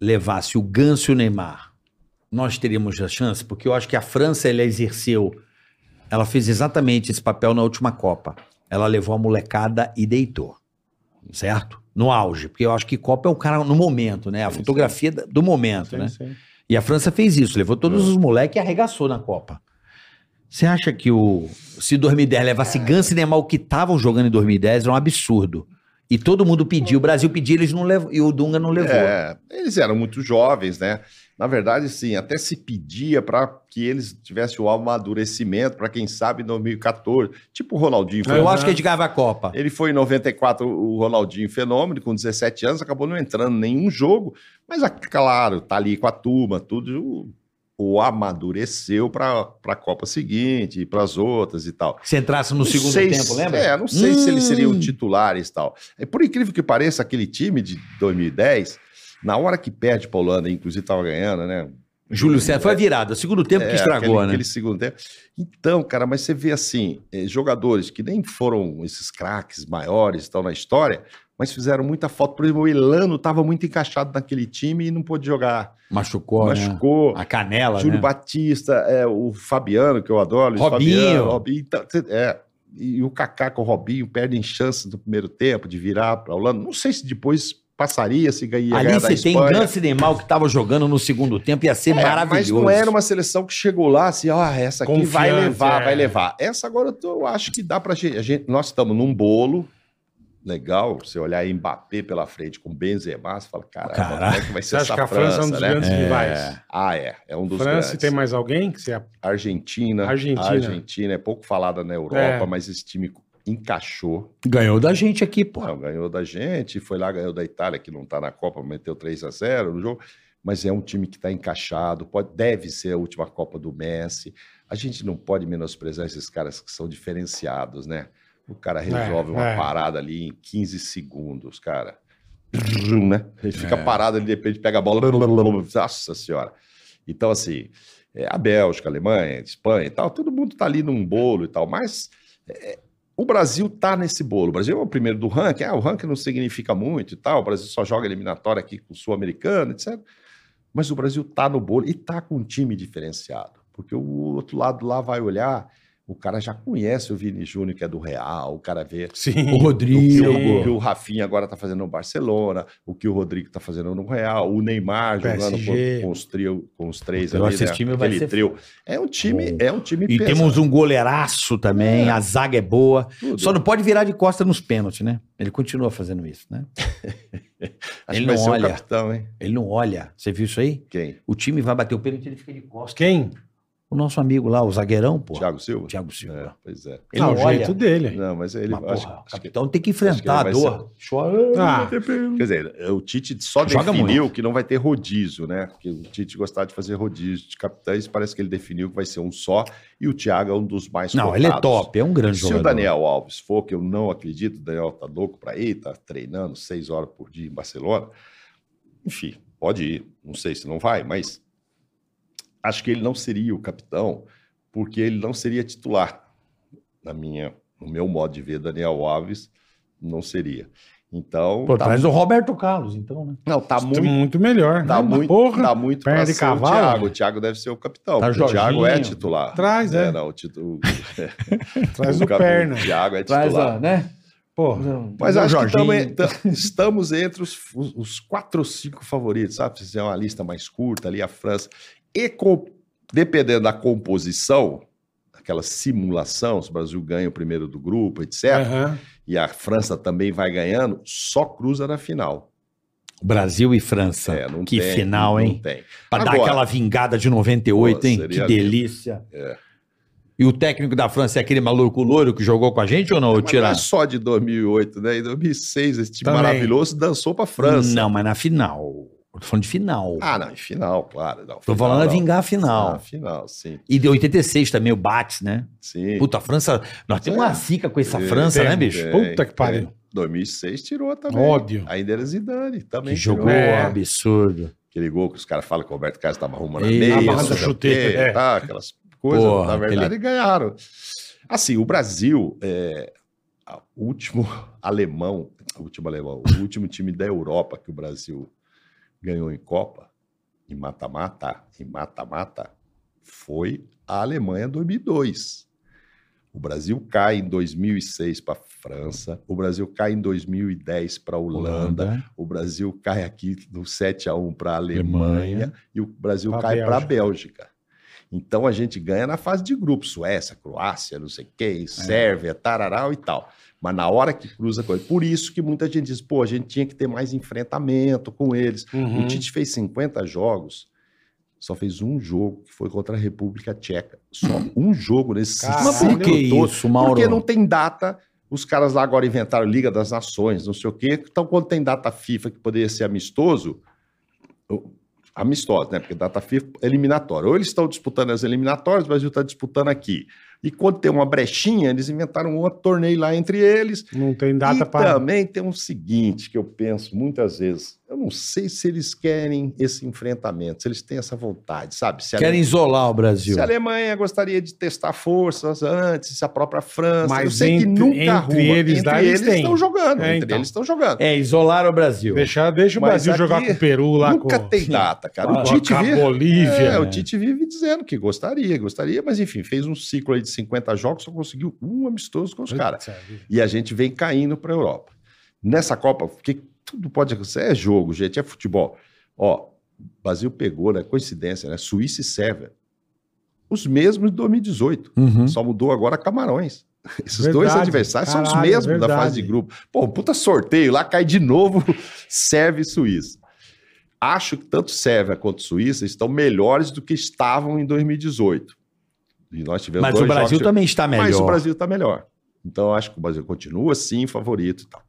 S4: levasse o Ganso e o Neymar, nós teríamos a chance, porque eu acho que a França ela exerceu, ela fez exatamente esse papel na última Copa. Ela levou a molecada e deitou, certo? No auge, porque eu acho que Copa é o cara no momento, né? A fotografia da- do momento, né? E a França fez isso, levou todos os moleques e arregaçou na Copa. Você acha que o se 2010 levasse Ganso e Neymar, o que estavam jogando em 2010 era um absurdo. E todo mundo pediu, o Brasil pediu, eles não levam, e o Dunga não levou.
S6: É, eles eram muito jovens, né? Na verdade, sim, até se pedia para que eles tivessem o amadurecimento, para quem sabe em 2014. Tipo o Ronaldinho. Foi,
S4: Eu acho que a gente ganhava a Copa.
S6: Ele foi em 94 o Ronaldinho Fenômeno, com 17 anos, acabou não entrando em nenhum jogo, mas ah, claro, tá ali com a turma, tudo o, o amadureceu para a Copa seguinte, para as outras e tal.
S4: Se entrasse no
S6: Não
S4: segundo
S6: sei
S4: tempo,
S6: se-
S4: lembra?
S6: É, não sei se eles seriam
S4: Hum.
S6: titulares e tal. É, por incrível que pareça, aquele time de 2010, na hora que perde pra Holanda, inclusive tava ganhando, né?
S4: Júlio César, foi a virada. Segundo tempo que
S6: É,
S4: estragou,
S6: aquele,
S4: né?
S6: aquele segundo tempo. Então, cara, mas você vê assim, eh, jogadores que nem foram esses craques maiores e tal na história, mas fizeram muita falta. Por exemplo, o Elano estava muito encaixado naquele time e não pôde jogar.
S4: Machucou, né?
S6: machucou.
S4: A canela,
S6: Júlio
S4: né?
S6: Batista, é, o Fabiano, que eu adoro, Luiz
S4: Robinho.
S6: Fabiano, Robinho então, cê- é, e o Kaká com o Robinho perdem chance no primeiro tempo de virar para a Holanda. Não sei se depois passaria, se ganharia
S4: Ali você tem Ganso e Neymar que estavam jogando no segundo tempo, ia ser
S6: É, mas
S4: maravilhoso.
S6: não era uma seleção que chegou lá assim, ó, essa aqui vai
S3: Confiante,
S6: levar,
S3: é.
S6: vai levar. Essa agora eu, tô- eu acho que dá pra gente, a gente- Nós estamos num bolo legal. Você olhar Mbappé pela frente com Benzema, você fala, caramba,
S4: Caralho.
S6: como é que vai ser
S3: Você acha
S6: essa
S3: que a França, é um dos
S6: né?
S3: grandes rivais?
S6: Ah, é. É um dos
S3: França,
S6: grandes.
S3: tem mais alguém? que você é-
S6: Argentina.
S3: Argentina.
S6: A Argentina é pouco falada na Europa,
S3: É.
S6: mas esse time encaixou.
S4: Ganhou da gente aqui, pô.
S6: Não, ganhou da gente, foi lá, ganhou da Itália, que não está na Copa, meteu 3 a 0 no jogo. Mas é um time que está encaixado, pode, deve ser a última Copa do Messi. A gente não pode menosprezar esses caras que são diferenciados, né? O cara resolve
S3: É,
S6: uma
S3: é.
S6: parada ali em 15 segundos, cara. Brum, né? Ele fica parado ali, de repente pega a bola. Nossa senhora. Então, assim, é, a Bélgica, a Alemanha, a Espanha e tal, todo mundo tá ali num bolo e tal, mas é, o Brasil tá nesse bolo. O Brasil é o primeiro do ranking, ah, o ranking não significa muito e tal, o Brasil só joga eliminatória aqui com o Sul-Americano, etc. Mas o Brasil tá no bolo e tá com um time diferenciado, porque o outro lado lá vai olhar, o cara já conhece o Vini Júnior, que é do Real, o cara vê
S3: Sim.
S4: O Rodrigo.
S6: o que o- o que o Rafinha agora está fazendo no Barcelona, o que o Rodrigo está fazendo no Real, o Neymar jogando
S3: PSG.
S6: com, com os, trio, com os três
S4: Eu
S6: ali,
S4: acho que
S6: né?
S4: esse time vai
S6: Aquele
S4: ser
S6: trio. É um time, é um time
S4: E
S6: pesado,
S4: temos um goleiraço também, a zaga é boa.
S6: tudo.
S4: Só não pode virar de costa nos pênaltis, né? Ele continua fazendo isso, né?
S6: Acho
S4: ele
S6: que vai
S4: não
S6: ser
S4: olha.
S6: o capitão, hein?
S4: Ele não olha. Você viu isso aí?
S6: Quem?
S4: O time vai bater o pênalti, ele fica de costa.
S3: Quem?
S4: O nosso amigo lá, o zagueirão, pô.
S6: Thiago Silva?
S4: Thiago
S6: É,
S4: Silva.
S6: pois é.
S4: Ele
S3: Ah,
S4: não,
S3: o
S4: olha.
S3: jeito dele.
S6: Não, mas ele
S4: Mas,
S6: acho-
S4: porra, o
S6: acho que-
S4: capitão tem que
S6: acho que ele
S4: enfrentar a
S6: vai
S4: dor.
S3: Ah,
S6: Quer dizer, é, o Tite só
S4: Joga
S6: definiu que não vai ter rodízio, né? Porque o Tite gostava de fazer rodízio de capitães, parece que ele definiu que vai ser um só, e o Thiago é um dos mais
S4: Não, ele é
S6: cotados.
S4: top, é um grande
S6: Se
S4: jogador.
S6: o Daniel Alves for, que eu não acredito, o Daniel tá louco para ir, tá treinando seis horas por dia em Barcelona. Enfim, pode ir. Não sei se não vai, mas acho que ele não seria o capitão, porque ele não seria titular. Na minha, no meu modo de ver, Daniel Alves não seria. Então,
S4: Pô,
S6: tá-
S4: traz o Roberto Carlos, então, né?
S6: não, tá
S3: muito,
S6: muito.
S3: melhor.
S6: Tá
S3: Né?
S6: muito,
S3: Porra.
S6: tá muito pra
S3: perna de
S6: ser
S3: cavalo,
S6: o Thiago.
S3: né?
S6: O Thiago deve ser o capitão.
S4: Tá
S6: porque o Thiago é
S4: Jorginho.
S6: titular. né?
S3: Traz, é.
S6: não, o titu- tá
S3: Traz o
S6: cap-
S3: perna.
S6: O Thiago é titular.
S4: Traz a, né?
S3: Porra.
S6: Mas
S4: o
S6: acho
S4: Jorginho.
S6: que tamo- ta- estamos entre os, os- os quatro ou cinco favoritos, sabe? Se fizer uma lista mais curta ali, a França. E com dependendo da composição, aquela simulação, se o Brasil ganha o primeiro do grupo, etc.,
S3: Aham.
S6: e a França também vai ganhando, só cruza na final.
S4: Brasil e França.
S6: É, não
S4: Tá. que
S6: tem-
S4: final,
S6: não
S4: hein?
S6: tem.
S4: Pra dar
S6: Agora-
S4: aquela vingada de 98,
S6: Pô,
S4: hein?
S6: seria
S4: Que
S6: lindo.
S4: delícia.
S6: É.
S4: E o técnico da França é aquele maluco loiro que jogou com a gente ou não? Ou
S6: Mas não
S4: tirar?
S6: é só de 2008, né? Em 2006, esse time
S3: Também.
S6: maravilhoso dançou pra França.
S4: Não, mas na final. Eu tô falando de final.
S6: Ah, não, em final, claro. Não,
S4: tô
S6: final,
S4: falando
S6: não.
S4: de vingar a final.
S6: Ah, final, sim.
S4: E de 86 também, o Bates, né?
S6: sim.
S4: Puta, a França. Nós temos uma zica com essa
S6: É,
S4: França,
S3: tem,
S4: né, bicho?
S6: tem.
S3: Puta que pariu.
S6: 2006 tirou também.
S3: Ódio.
S6: Ainda era Zidane, também.
S4: Que jogou
S6: tirou.
S3: É.
S4: absurdo.
S6: Aquele gol que os caras falam que o Roberto Carlos estava arrumando a
S4: Ei,
S6: meia,
S4: amarrando
S6: não sei
S4: a
S6: o
S3: chuteira,
S6: quê,
S3: é.
S6: tá, aquelas coisas.
S4: Porra,
S6: na verdade,
S4: aquele-
S6: ganharam. Assim, o Brasil é a- o último alemão, o último alemão, o último time da Europa que o Brasil ganhou em Copa, em mata-mata, em mata-mata, foi a Alemanha 2002. O Brasil cai em 2006 para a França, o Brasil cai em 2010 para a Holanda, o Brasil cai aqui do 7 a 1 para a Alemanha
S4: Alemanha.
S6: e o Brasil
S3: Pra
S6: cai para a
S3: Bélgica.
S6: Bélgica. Então a gente ganha na fase de grupo, Suécia, Croácia, não sei quem, Sérvia, tararau e tal. Mas na hora que cruza a coisa. Por isso que muita gente diz, pô, a gente tinha que ter mais enfrentamento com eles.
S3: Uhum.
S6: O Tite fez 50 jogos, só fez um jogo, que foi contra a República Tcheca. Só um jogo nesse
S3: Caralho.
S4: Mas
S6: ciclo
S4: por que
S6: todo.
S4: isso, Mauro?
S6: Porque não tem data. Os caras lá agora inventaram Liga das Nações, não sei o quê. Então, quando tem data FIFA que poderia ser amistoso, o- amistoso, né? Porque data FIFA é eliminatória. Ou eles estão disputando as eliminatórias, o Brasil está disputando aqui. E quando tem uma brechinha, eles inventaram um outro torneio lá entre eles.
S3: Não tem data
S6: e
S3: para.
S6: também tem um seguinte que eu penso muitas vezes. Eu não sei se eles querem esse enfrentamento, se eles têm essa vontade, sabe? Se a
S4: Querem isolar o Brasil.
S6: se a Alemanha gostaria de testar forças antes, se a própria França,
S3: Mas
S6: eu sei que
S3: entre-
S6: nunca
S3: entre
S6: arruma.
S3: eles lá, eles têm.
S6: estão jogando,
S3: É,
S6: entre
S3: então.
S6: eles estão jogando.
S4: É, isolar o Brasil.
S3: Deixa, deixa o
S6: Mas
S3: Brasil
S6: aqui
S3: jogar com o Peru lá.
S6: nunca
S3: com...
S6: tem data, cara.
S3: com
S6: O Tite
S3: a
S6: vive,
S3: Bolívia. né?
S6: é, o Tite vive dizendo que gostaria, gostaria, mas enfim, fez um ciclo aí de 50 jogos, só conseguiu um amistoso com os caras.
S3: Puta vida.
S6: E a gente vem caindo para a Europa. Nessa Copa, porque tudo pode acontecer, é jogo, gente, é futebol. Ó, o Brasil pegou, né? Coincidência, né? Suíça e Sérvia. Os mesmos de 2018.
S4: Uhum.
S6: Só mudou agora Camarões. Esses dois
S3: Verdade,
S6: adversários são os
S3: caralho,
S6: mesmos da
S3: verdade.
S6: fase de grupo. Pô, um puta sorteio, lá cai de novo Sérvia e Suíça. Acho que tanto Sérvia quanto Suíça estão melhores do que estavam em 2018. E nós tivemos
S4: Mas
S6: dois
S4: o Brasil
S6: jogos-
S4: também está melhor.
S6: Mas o Brasil está melhor. Então acho que o Brasil continua sim favorito e tal.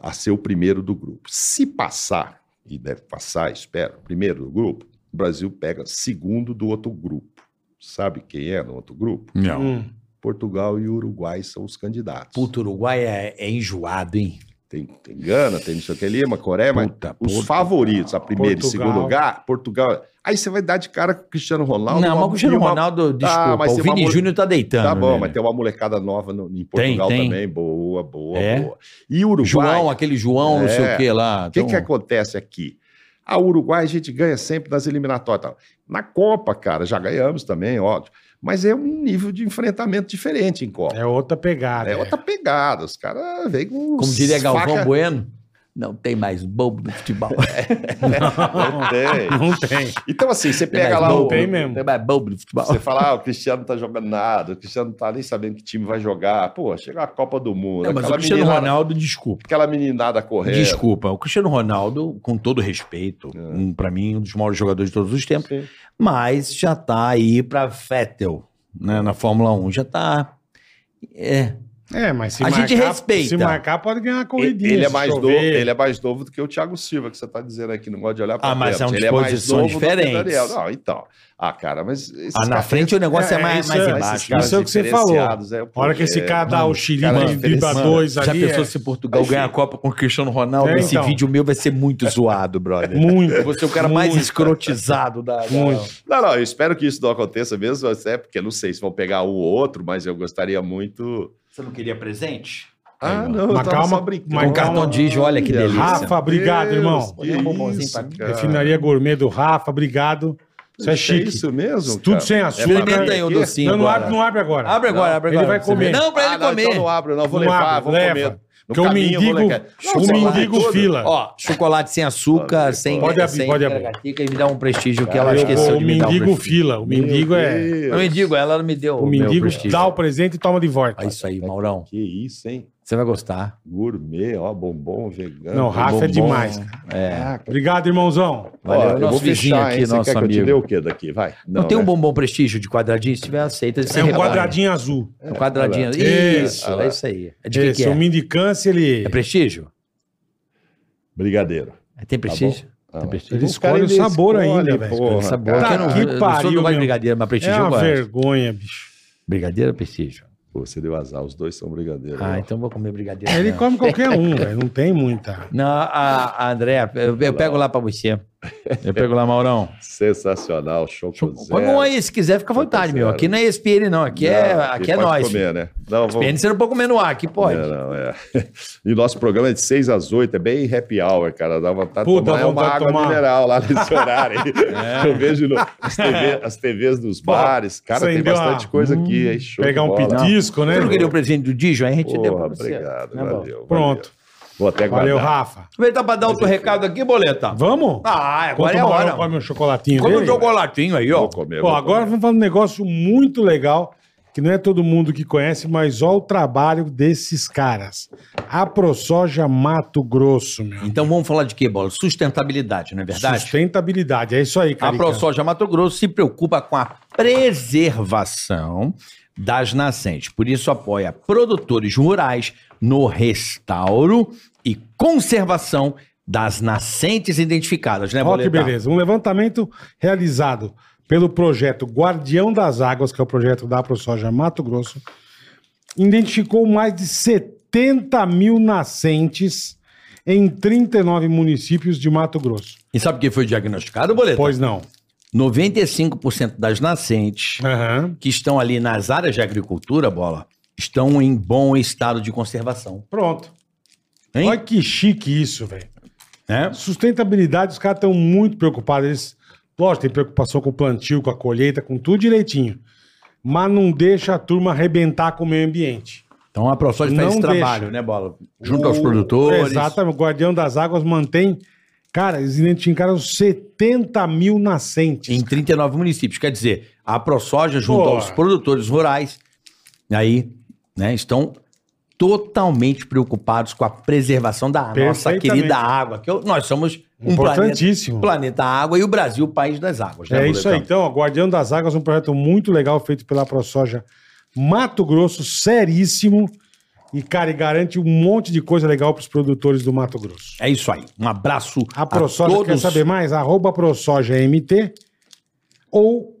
S6: A ser o primeiro do grupo. Se passar, e deve passar, espero, primeiro do grupo, o Brasil pega segundo do outro grupo. Sabe quem é no outro grupo?
S4: Não.
S3: Hum.
S6: Portugal e Uruguai são os candidatos.
S4: Puta, o Uruguai é, é enjoado, hein?
S6: Tem, tem Gana, tem não sei o que Lima, Coreia, É, mas
S4: Puta,
S6: os
S4: puta.
S6: favoritos, a primeira e
S3: Portugal.
S6: segundo lugar, Portugal. Aí você vai dar de cara com o Cristiano Ronaldo.
S4: não, mas
S6: uma-
S4: o Cristiano
S6: e uma-
S4: Ronaldo, desculpa,
S6: Ah, mas
S4: o
S6: tem
S4: Vini
S6: uma mole-
S4: Júnior tá deitando.
S6: Tá bom,
S4: né?
S6: mas tem uma molecada nova no- em Portugal
S4: tem.
S6: também. Boa, boa,
S4: É.
S6: boa. E Uruguai.
S4: João, aquele João, não sei
S6: É.
S4: o que lá.
S6: O que,
S4: Então,
S6: que acontece aqui? A Uruguai a gente ganha sempre nas eliminatórias. e tal. Na Copa, cara, já ganhamos também, óbvio. Mas é um nível de enfrentamento diferente em Copa.
S3: É outra pegada.
S6: É outra pegada. Os caras vêm com.
S4: Como diria Galvão
S6: faca-
S4: Bueno, não tem mais bobo no futebol.
S6: Não tem.
S3: Não tem.
S6: Então, assim, você
S4: Tem
S6: pega
S4: mais
S6: lá
S4: bobo,
S6: o.
S3: tem mesmo.
S4: Não tem mais bobo no futebol.
S6: Você fala, ah, o Cristiano não tá jogando nada, o Cristiano não tá nem sabendo que time vai jogar. Pô, chega a Copa do Mundo.
S4: Não, mas o
S6: aquela
S4: Cristiano
S6: menina- né?
S4: Ronaldo, desculpa.
S6: Aquela meninada correndo.
S4: Desculpa, o Cristiano Ronaldo, com todo respeito,
S6: É.
S4: um, para mim, um dos maiores jogadores de todos os tempos,
S6: Sim.
S4: mas já tá aí pra Vettel, né, na Fórmula 1, já tá... É,
S3: É, mas se
S4: A gente
S3: marcar-
S4: respeita.
S3: Se marcar, pode ganhar uma corridinha.
S6: Ele é,
S3: se
S6: mais novo,
S3: chover.
S6: ele é mais novo do que o Thiago Silva, que você tá dizendo aqui, não gosta de olhar pra
S4: Ah, mas
S6: frente.
S4: são
S6: Ele é mais
S4: disposições
S6: novo do que o
S4: diferentes.
S6: Daniel. Não, então. Ah, cara, mas. esses
S4: ah, na
S6: caras-
S4: frente o negócio é,
S3: é,
S4: mais,
S3: isso
S4: mais
S3: é-
S4: embaixo.
S6: esses
S4: né?
S6: caras
S3: Isso é o que você falou.
S6: diferenciados, É,
S3: A hora que esse
S6: é-
S3: cara dá
S4: mano,
S3: o
S6: cara,
S3: xilique de driba
S6: diferenciado.
S3: dois
S4: Já
S3: ali,
S4: pensou
S3: é
S4: se Portugal
S6: Aí
S4: ganhar a
S6: fica.
S4: Copa com o Cristiano Ronaldo?
S3: É,
S4: Esse
S3: então.
S4: vídeo meu vai ser muito zoado, brother.
S3: muito.
S4: Eu vou ser o cara mais
S3: muito,
S4: escrotizado da. da-
S3: Muito.
S6: Não, não, eu espero que isso não aconteça mesmo, até porque eu não sei se vão pegar um ou outro, mas eu gostaria muito.
S4: Você não queria presente?
S6: Ah,
S4: Aí, ó.
S6: não, eu
S3: Mas
S6: tava
S3: calma,
S6: só brincando.
S3: mas
S4: Com cartão Digio, olha que delícia.
S3: Rafa, obrigado,
S6: Deus,
S3: irmão.
S6: que
S4: Olha um bombonzinho
S6: isso,
S4: pra mim.
S6: cara.
S3: Refinaria Gourmet do Rafa, obrigado. Isso é chique.
S6: isso mesmo?
S3: Tudo
S6: cara? É
S3: sem açúcar.
S6: pra
S4: Experimenta
S6: mim
S4: aí o
S6: aqui?
S4: docinho.
S3: não, não
S4: agora.
S3: abre, não abre agora.
S4: Abre agora, abre
S3: Ele
S4: agora.
S3: vai
S4: pra você
S3: comer.
S4: ver. Não, pra
S6: Ah,
S4: ele
S6: não,
S4: comer.
S6: então não abro, não. Vou
S3: Não
S6: levar,
S3: abre,
S6: vou
S3: leva.
S6: comer. No
S3: Que é o
S6: caminho,
S3: mendigo-
S6: moleque.
S3: o mendigo
S6: todo.
S3: fila.
S4: Ó, chocolate sem açúcar, sem.
S3: Pode abrir,
S4: sem
S3: pode abrir.
S4: caracatica, e me dá um prestígio que
S3: Eu
S6: Ah,
S4: ela
S3: vou-
S4: esqueceu
S3: o
S4: de me dar um
S3: mendigo
S4: prestígio.
S3: fila. O
S6: Meu
S3: mendigo é.
S6: Deus.
S4: O mendigo, ela não me deu.
S3: O
S4: meu
S3: mendigo
S4: prestígio.
S3: dá o presente e toma de volta.
S4: É isso aí, Maurão.
S6: Que isso, hein?
S4: Você vai gostar.
S6: Gourmet, ó, bombom vegano.
S3: Não, o Rafa é demais. cara.
S6: Caraca.
S3: Obrigado, irmãozão.
S4: Valeu,
S6: Ó, eu
S4: nosso
S6: vou
S4: vizinho
S6: fechar,
S4: aqui,
S6: hein? Você
S4: nosso
S6: quer que eu te
S4: amigo.
S6: dê o quê daqui? Vai.
S4: Não, tem
S6: né?
S4: um bombom prestígio de quadradinho? Se tiver, aceita. você
S3: É um
S4: repara.
S3: quadradinho azul.
S4: Um quadradinho.
S3: olha lá.
S4: Isso,
S6: Olha lá.
S4: é isso aí. É de que,
S3: Esse,
S4: que
S3: o
S4: é?
S3: Mindicance, ele.
S4: É prestígio?
S6: Brigadeiro.
S4: É,
S3: Tá
S4: Tem prestígio? tem prestígio.
S3: Ele escolhe o sabor ainda, velho.
S4: Essa boa,
S3: cara.
S4: que eu não,
S3: Que
S4: eu não
S3: Tá pariu,
S4: sou do gosto de
S3: meu.
S4: brigadeiro, mas prestígio
S3: É
S4: eu
S3: uma
S4: gosto.
S3: vergonha, bicho.
S4: Brigadeiro ou prestígio?
S6: Você deu azar, os dois são brigadeiros.
S4: Ah,
S6: ó.
S4: então vou comer brigadeiro.
S3: Ele
S4: mesmo.
S3: come qualquer
S4: É.
S3: um, velho. Não tem muita.
S4: Não, a, a André, eu, eu pego lá pra você. Eu pego lá, Maurão.
S6: Sensacional, choco zero.
S4: Come um aí, se quiser, fica à vontade, meu. Aqui não é ESPN, não. Aqui é,
S6: é. Tá Não,
S4: aqui é
S6: pode
S4: nós.
S6: comer, né? Não, vamos-
S4: ESPN você não pode comer no ar, aqui pode.
S6: Não, não, é. E nosso programa é de 6 às 8, é bem happy hour, cara. Dá vontade
S3: Pô,
S6: de tomar
S3: dá
S6: é uma
S3: vontade de
S6: água
S3: tomar. É.
S6: mineral lá nesse horário. aí. Eu vejo no- as, TV as TVs dos
S3: Pô,
S6: bares. Cara, tem
S3: acendeu
S6: bastante
S3: a-
S6: coisa aqui. Aí, show
S3: Pegar
S6: de
S3: um
S6: bola.
S3: petisco, né?
S4: Você não queria o presente do Dijon? Aí a gente deu pra
S6: Porra,
S4: você.
S6: obrigado,
S4: Tá bom.
S6: valeu.
S3: Pronto.
S6: valeu. Vou até
S3: Valeu,
S6: guardar.
S3: Rafa.
S4: Aproveitar pra dar o teu recado aqui, Boleta.
S3: Vamos?
S4: Ah, agora
S3: Enquanto
S4: é
S3: o
S4: a
S3: Maurão
S4: hora.
S3: Come um chocolatinho
S4: Come um
S3: dele.
S4: chocolatinho aí, ó.
S6: Vou comer.
S3: Pô,
S6: vou
S3: agora
S6: comer.
S3: vamos falar um negócio muito legal, que não é todo mundo que conhece, mas olha o trabalho desses caras. A ProSoja Mato Grosso, meu.
S4: Então vamos falar de quê, Bola? Sustentabilidade, não é verdade?
S3: Sustentabilidade, é isso aí,
S4: A
S3: cara.
S4: ProSoja Mato Grosso se preocupa com a preservação das nascentes. Por isso apoia produtores rurais no restauro e conservação das nascentes identificadas, né,
S3: Olha que
S4: Boletar?
S3: beleza. Um levantamento realizado pelo projeto Guardião das Águas, que é o projeto da ProSoja Mato Grosso, identificou mais de 70 mil nascentes em 39 municípios de Mato Grosso.
S4: E sabe quem foi diagnosticado, Boletar?
S3: Pois não.
S4: 95% das nascentes
S3: Aham.
S4: que estão ali nas áreas de agricultura, Bola, estão em bom estado de conservação.
S3: Pronto.
S4: Hein?
S3: Olha que chique isso, velho.
S4: É?
S3: Sustentabilidade, os caras estão muito preocupados. Eles, lógico, tem preocupação com o plantio, com a colheita, com tudo direitinho. Mas não deixa a turma arrebentar com o meio ambiente.
S4: Então a ProSoja
S3: Não
S4: faz esse
S3: deixa.
S4: trabalho, né, Bola? Junto aos
S3: O-
S4: produtores.
S3: Exatamente. O Guardião das Águas mantém. Cara, eles identificaram 70 mil nascentes.
S4: em 39 municípios. Quer dizer, a ProSoja, junto
S3: Pô.
S4: aos produtores rurais, aí, né, estão totalmente preocupados com a preservação da nossa
S3: Perfeitamente.
S4: querida água. Que eu- nós somos um planeta,
S3: Importantíssimo.
S4: planeta água e o Brasil, o país das águas. né,
S3: É isso aí.
S4: Boletão?
S3: Então, ó, Guardião das Águas, um projeto muito legal feito pela ProSoja Mato Grosso, seríssimo. E, cara, e garante um monte de coisa legal para os produtores do Mato Grosso.
S4: É isso aí. Um abraço
S3: A ProSoja, quer saber mais? Arroba ProSojaMT ou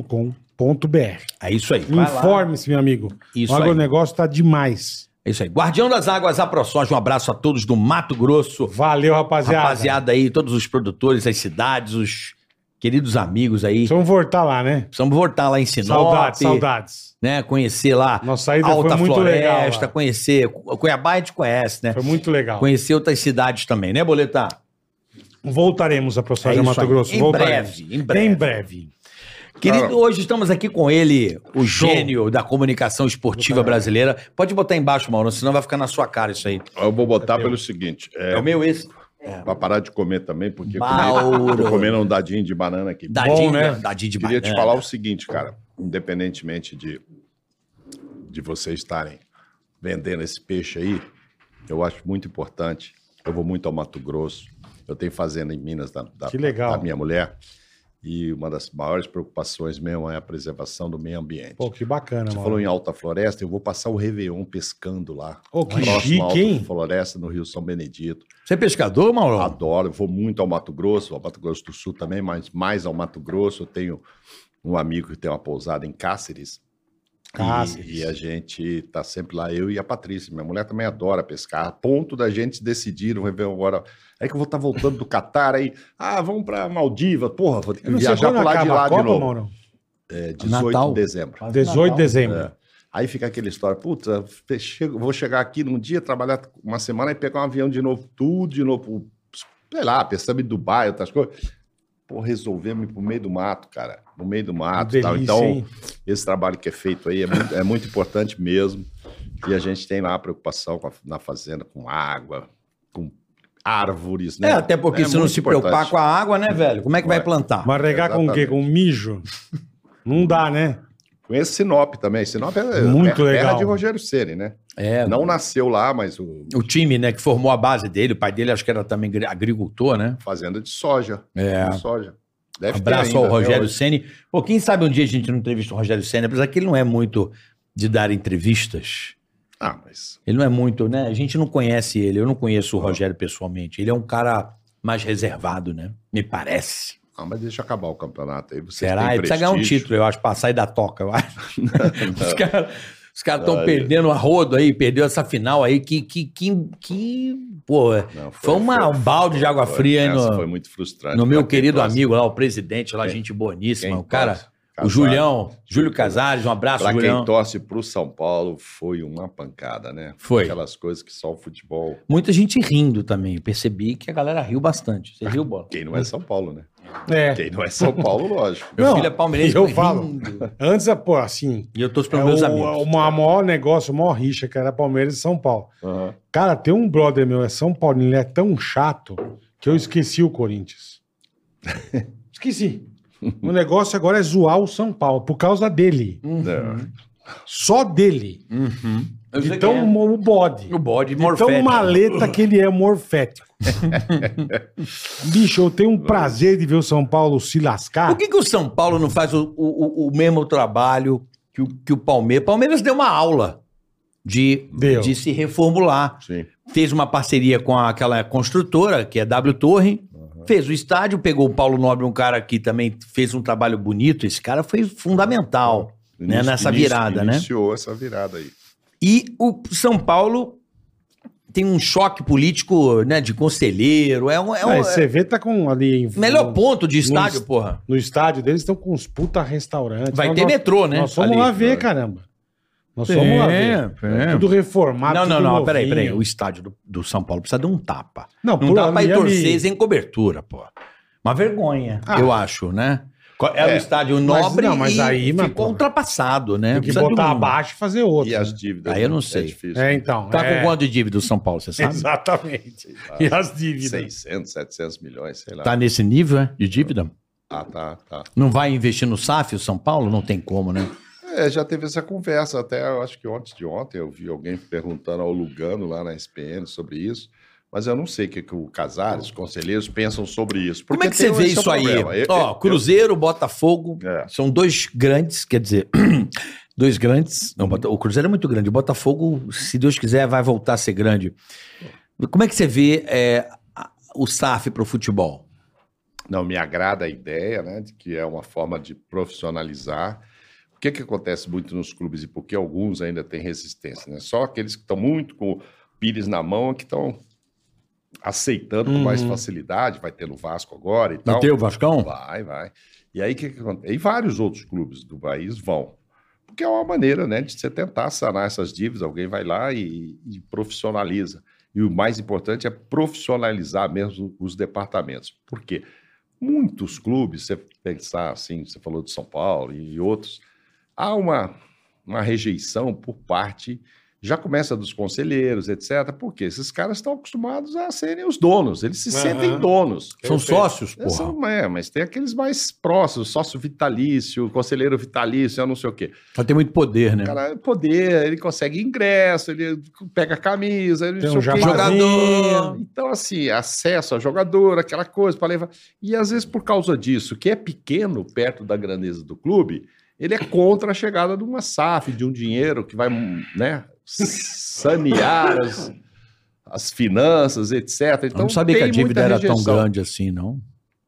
S3: aprosoja.com.br.
S4: É isso aí. Vai lá.
S3: Informe-se, meu amigo.
S4: Isso
S3: o
S4: aí.
S3: agronegócio tá demais.
S4: É isso aí. Guardião das Águas, a ProSoja. Um abraço a todos do Mato Grosso.
S3: Valeu, rapaziada.
S4: Rapaziada aí, todos os produtores, as cidades, os queridos amigos aí.
S3: Vamos voltar lá, né?
S4: Precisamos voltar lá em Sinop.
S3: Saudades, saudades.
S4: né? Conhecer lá
S3: Nossa saída
S4: Alta
S3: foi muito legal.
S4: Floresta,
S3: lá.
S4: conhecer Cuiabá a gente conhece, né?
S3: Foi muito legal.
S4: Conhecer outras cidades também, né, Boletar?
S3: Voltaremos a ProSoja
S4: É isso
S3: Mato
S4: aí.
S3: Grosso.
S4: Em
S3: Voltaremos.
S4: breve, em breve.
S3: Em breve. Tá.
S4: Querido,
S6: Claro.
S4: hoje estamos aqui com ele, o
S3: Show. Tá.
S4: gênio da comunicação esportiva brasileira. Pode botar embaixo, Mauro, senão vai ficar na sua cara isso aí.
S6: Eu vou botar pelo seguinte: é,
S4: É, o meu esse.
S3: É.
S6: pra parar de comer também, porque
S4: Mauro.
S6: comer, tô comendo um dadinho de banana aqui.
S4: Dadinho,
S3: né?
S4: né? Dadinho de
S6: Queria te
S4: banana.
S6: falar um o seguinte, cara, independentemente de, de vocês estarem vendendo esse peixe aí, eu acho muito importante. Eu vou muito ao Mato Grosso, eu tenho fazenda em Minas da, da-
S3: Que legal.
S6: da minha mulher, e uma das maiores preocupações mesmo é a preservação do meio ambiente.
S3: Pô, que bacana,
S6: Você
S3: mano.
S6: falou em Alta Floresta, eu vou passar o Réveillon pescando lá.
S3: Ô, que
S6: Próximo à
S3: chique,
S6: Alta
S3: hein?
S6: Floresta, no Rio São Benedito.
S4: Você é pescador, Mauro?
S6: Adoro, eu vou muito ao Mato Grosso, ao Mato Grosso do Sul também, mas mais ao Mato Grosso. Eu tenho um amigo que tem uma pousada em Cáceres. E-
S3: Cáceres.
S6: E, a gente tá sempre lá, eu e a Patrícia. Minha mulher também adora pescar. A ponto da gente decidir um Réveillon agora. É que eu vou estar voltando do Catar aí. Ah, vamos pra Maldiva. Porra, vou ter que
S3: Não sei
S6: viajar
S3: quando
S6: pro lado de
S3: acaba
S6: lá
S3: a
S6: de
S3: Copa,
S6: novo.
S3: Mauro.
S6: É 18
S4: Natal.
S6: de dezembro.
S3: 18 de dezembro.
S4: É,
S6: É. Aí fica aquela história, puta, fe- chego- vou chegar aqui num dia, trabalhar uma semana e pegar um avião de novo, tudo de novo, pro- sei lá, pensando em Dubai, outras coisas. Pô, resolvemos ir pro meio do mato, cara, no meio do mato. e tal.
S3: Delícia,
S6: Então,
S3: hein?
S6: esse trabalho que é feito aí é muito, é muito importante mesmo. E a gente tem lá a preocupação com a- na fazenda com água, com árvores, né?
S4: É, até porque
S6: É
S4: se não
S6: muito
S4: se preocupar
S6: importante.
S4: com a água, né, velho? Como é que vai
S6: Vai.
S4: plantar?
S3: Mas regar com o quê? Com mijo? Não dá, né?
S6: Conheço Sinop também. Sinop é
S3: Muito
S6: terra
S3: legal.
S6: de Rogério Ceni, né?
S4: É,
S6: Não nasceu lá, mas o
S4: o time, né, que formou a base dele, o pai dele acho que era também agri- agricultor, né?
S6: fazenda de soja.
S4: É.
S6: De soja. Deve ter
S4: Abraço
S6: ainda,
S4: ao
S6: né,
S4: Rogério
S6: hoje.
S4: Ceni. Pô, quem sabe um dia a gente não entrevista o Rogério Ceni, apesar que ele não é muito de dar entrevistas.
S6: Ah, mas
S4: Ele não é muito, né? A gente não conhece ele. Eu não conheço o Rogério pessoalmente. Ele é um cara mais reservado, né? Me parece.
S6: Ah, mas deixa acabar o campeonato aí. Vocês
S4: Será?
S6: têm
S4: Ele precisa ganhar um
S6: prestígio.
S4: título, eu acho, pra sair da toca, eu acho. os caras os caras estão
S6: Ai.
S4: perdendo a rodo aí, perdeu essa final aí, que, que, que, que pô,
S6: Não,
S4: Foi uma- um balde de água fria, hein,
S6: essa
S4: no-
S6: foi muito frustrante.
S4: no meu
S6: Pra quem
S4: querido
S6: torce-
S4: amigo lá, o presidente lá,
S6: Quem-
S4: gente
S6: quem
S4: boníssima, o cara,
S6: torce-
S4: o
S6: Casares.
S4: Julião, Júlio Casares, um abraço,
S6: Pra
S4: Julião.
S6: quem torce pro São Paulo, foi uma pancada, né?
S4: Foi.
S6: Aquelas coisas que só o futebol.
S4: Muita gente rindo também, eu percebi que a galera riu bastante. Você riu, Bola?
S6: Quem não é São Paulo, né?
S3: É.
S6: Quem não é São Paulo, lógico.
S4: Meu
S3: Não,
S4: filho é palmeirense,
S3: eu
S4: mas
S3: falo.
S4: rindo.
S3: Antes, pô, assim,
S4: E eu torço
S3: é
S4: para meus
S3: o,
S4: amigos.
S3: o ma- maior negócio, a maior rixa, que era Palmeiras e São Paulo.
S6: Aham.
S3: Cara, tem um brother meu, é São Paulo, ele é tão chato que eu esqueci o Corinthians. esqueci. O negócio agora é zoar o São Paulo, por causa dele.
S4: Uhum.
S6: Não.
S3: Só dele.
S4: Eu sei
S3: É. Então,
S4: quem é.
S3: o bode.
S4: o bode
S3: Então,
S4: morfético.
S3: maleta que ele é morfético. Bicho, eu tenho um prazer de ver o São Paulo se lascar.
S4: Por que, que o São Paulo não faz o, o, o- o mesmo trabalho que o, que o Palmeiras? Palmeiras deu uma aula de,
S3: Deu.
S4: de se reformular.
S6: Sim.
S4: Fez uma parceria com aquela construtora, que é W Torre. Fez o estádio, pegou o Paulo Nobre, um cara que também fez um trabalho bonito. Esse cara foi fundamental né,
S6: Inici-
S4: nessa
S6: inici-
S4: virada, né?
S6: Iniciou essa virada aí.
S4: E o São Paulo tem um choque político né, de conselheiro. É um, é um-
S3: Aí você vê, tá com ali. em-
S4: melhor ponto de estádio,
S3: Não-
S4: porra.
S3: No estádio deles estão com uns puta restaurantes.
S4: Vai
S3: Nós-
S4: ter
S3: nós-
S4: metrô, né?
S3: Nós fomos
S4: ali.
S3: lá ver, caramba. Nós fomos lá ver.
S4: é.
S3: Tudo reformado.
S4: Não, não,
S3: tudo
S4: não,
S3: um novinho.
S4: peraí, peraí. O estádio do, do São Paulo precisa de um tapa.
S3: Não,
S4: Não
S3: por
S4: dá pra
S3: ali,
S4: ir torcer
S3: ali-
S4: sem cobertura, pô. Uma vergonha,
S3: Ah.
S4: eu acho, né? É, um
S6: É,
S4: estádio
S3: mas
S4: nobre
S3: não, mas
S4: e
S3: aí, mas,
S4: ficou
S3: pô,
S4: ultrapassado, né?
S3: Tem que
S4: Precisa de
S3: botar
S4: um-
S3: abaixo e fazer outro.
S6: E as dívidas.
S4: Aí eu não
S6: né?
S4: sei.
S6: É difícil.
S3: É, então.
S4: Tá
S3: é.
S4: com quanto de dívida o São Paulo, você sabe?
S3: Exatamente. E as dívidas.
S6: 600, 700 milhões, sei lá.
S4: Tá nesse nível é, de dívida?
S6: Ah, tá, tá.
S4: Não vai investir no SAF o São Paulo? Não tem como, né?
S6: É, já teve essa conversa, até eu acho que ontem de ontem eu vi alguém perguntando ao Lugano lá na SPN sobre isso, mas eu não sei o que, que o Casares, os conselheiros pensam sobre isso.
S4: Como
S6: porque
S4: é que você
S6: tem-
S4: vê
S6: esse é o
S4: isso aí?
S6: problema. Eu-
S4: Ó,
S6: eu-
S4: Cruzeiro, Botafogo,
S6: É.
S4: são dois grandes, quer dizer, dois grandes. Não, Bota- o Cruzeiro é muito grande, o Botafogo, se Deus quiser, vai voltar a ser grande. Como é que você vê é, a- o SAF pro futebol?
S6: Não me agrada a ideia, né, de que é uma forma de profissionalizar. O que, que acontece muito nos clubes e por que alguns ainda têm resistência? Né? Só aqueles que estão muito com o pires na mão é que estão aceitando com mais
S3: Uhum.
S6: facilidade, vai ter no Vasco agora e
S4: Não
S6: tal.
S4: tem o Vascão?
S6: Vai, vai. E aí o que, que acontece? E vários outros clubes do país vão. Porque é uma maneira né, de você tentar sanar essas dívidas, alguém vai lá e, e profissionaliza. E o mais importante é profissionalizar mesmo os departamentos. Por quê? Muitos clubes, você pensar assim, você falou de São Paulo e outros, há uma, uma rejeição por parte, já começa dos conselheiros, etc. Porque esses caras estão acostumados a serem os donos, eles se
S3: Aham.
S6: sentem donos.
S4: São sócios,
S6: É,
S4: porra.
S6: são, é, mas tem aqueles mais próximos, sócio vitalício, conselheiro vitalício, eu não sei o quê.
S4: Só tem muito poder, né?
S6: O cara, é poder, ele consegue ingresso, ele pega camisa, ele
S3: Tem
S6: não
S3: um
S6: sei o quê.
S3: jabazinho.
S6: Jogador. Então, assim, acesso a jogador, aquela coisa para levar. E às vezes, por causa disso, que é pequeno perto da grandeza do clube, ele é contra a chegada de uma SAF, de um dinheiro que vai, né, sanear as, as finanças, etc. Então,
S4: Eu não sabia que a
S6: tem muita
S4: dívida era tão
S6: rejeição.
S4: grande assim, não.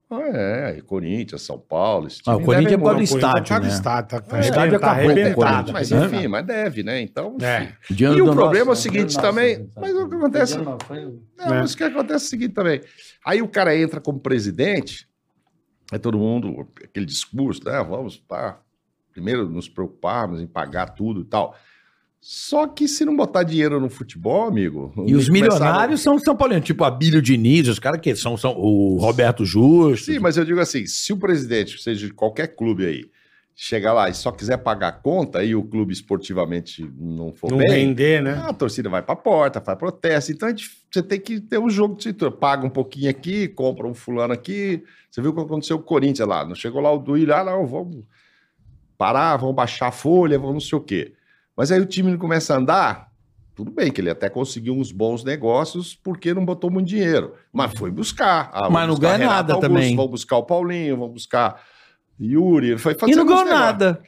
S6: Ah, é, e Corinthians, São Paulo. esse
S4: Ah, o
S6: time
S4: Corinthians
S6: deve um
S4: é por causa do
S6: muito.
S3: Corinthians
S4: estádio,
S3: tá no
S4: né? É.
S3: estádio, tá- tá
S6: O estádio
S3: arrebentado,
S4: acabou com o
S3: arrebentado.
S4: Corinthians,
S6: Mas
S4: né?
S6: enfim, mas deve, né? Então.
S3: É.
S6: enfim.
S4: Diante
S6: E o
S4: do
S6: problema é o
S4: nosso-
S6: seguinte também. Mas o que acontece. É,
S3: É.
S6: mas o que acontece é o seguinte também. Aí o cara entra como presidente, é todo mundo, aquele discurso, né? Vamos pá, primeiro nos preocuparmos em pagar tudo e tal. Só que se não botar dinheiro no futebol, amigo.
S4: E os
S6: é começaram-
S4: milionários são São Paulino, tipo Abílio Diniz, os caras que são, são o Roberto Justo.
S6: Sim, mas eu digo assim: se o presidente, seja de qualquer clube aí, chegar lá e só quiser pagar a conta e o clube esportivamente não for
S3: Não
S6: bem,
S3: vender, né?
S6: ah, a torcida vai pra porta, faz protesto. Então é dif- você tem que ter um jogo de cintura. Paga um pouquinho aqui, compra um fulano aqui. Você viu o que aconteceu com o Corinthians lá? Não chegou lá o Duílio, ah, não, vamos parar, vamos baixar a folha, vamos não sei o quê. Mas aí o time não começa a andar. Tudo bem que ele até conseguiu uns bons negócios porque não botou muito dinheiro. Mas foi buscar. Ah, vamos
S5: Mas não
S6: buscar
S5: ganha
S6: Renato
S5: nada também.
S6: Vamos buscar o Paulinho, vamos buscar Yuri. Ele foi
S5: E
S6: fazendo
S5: não
S6: uns
S5: ganhou
S6: negócios.
S5: nada.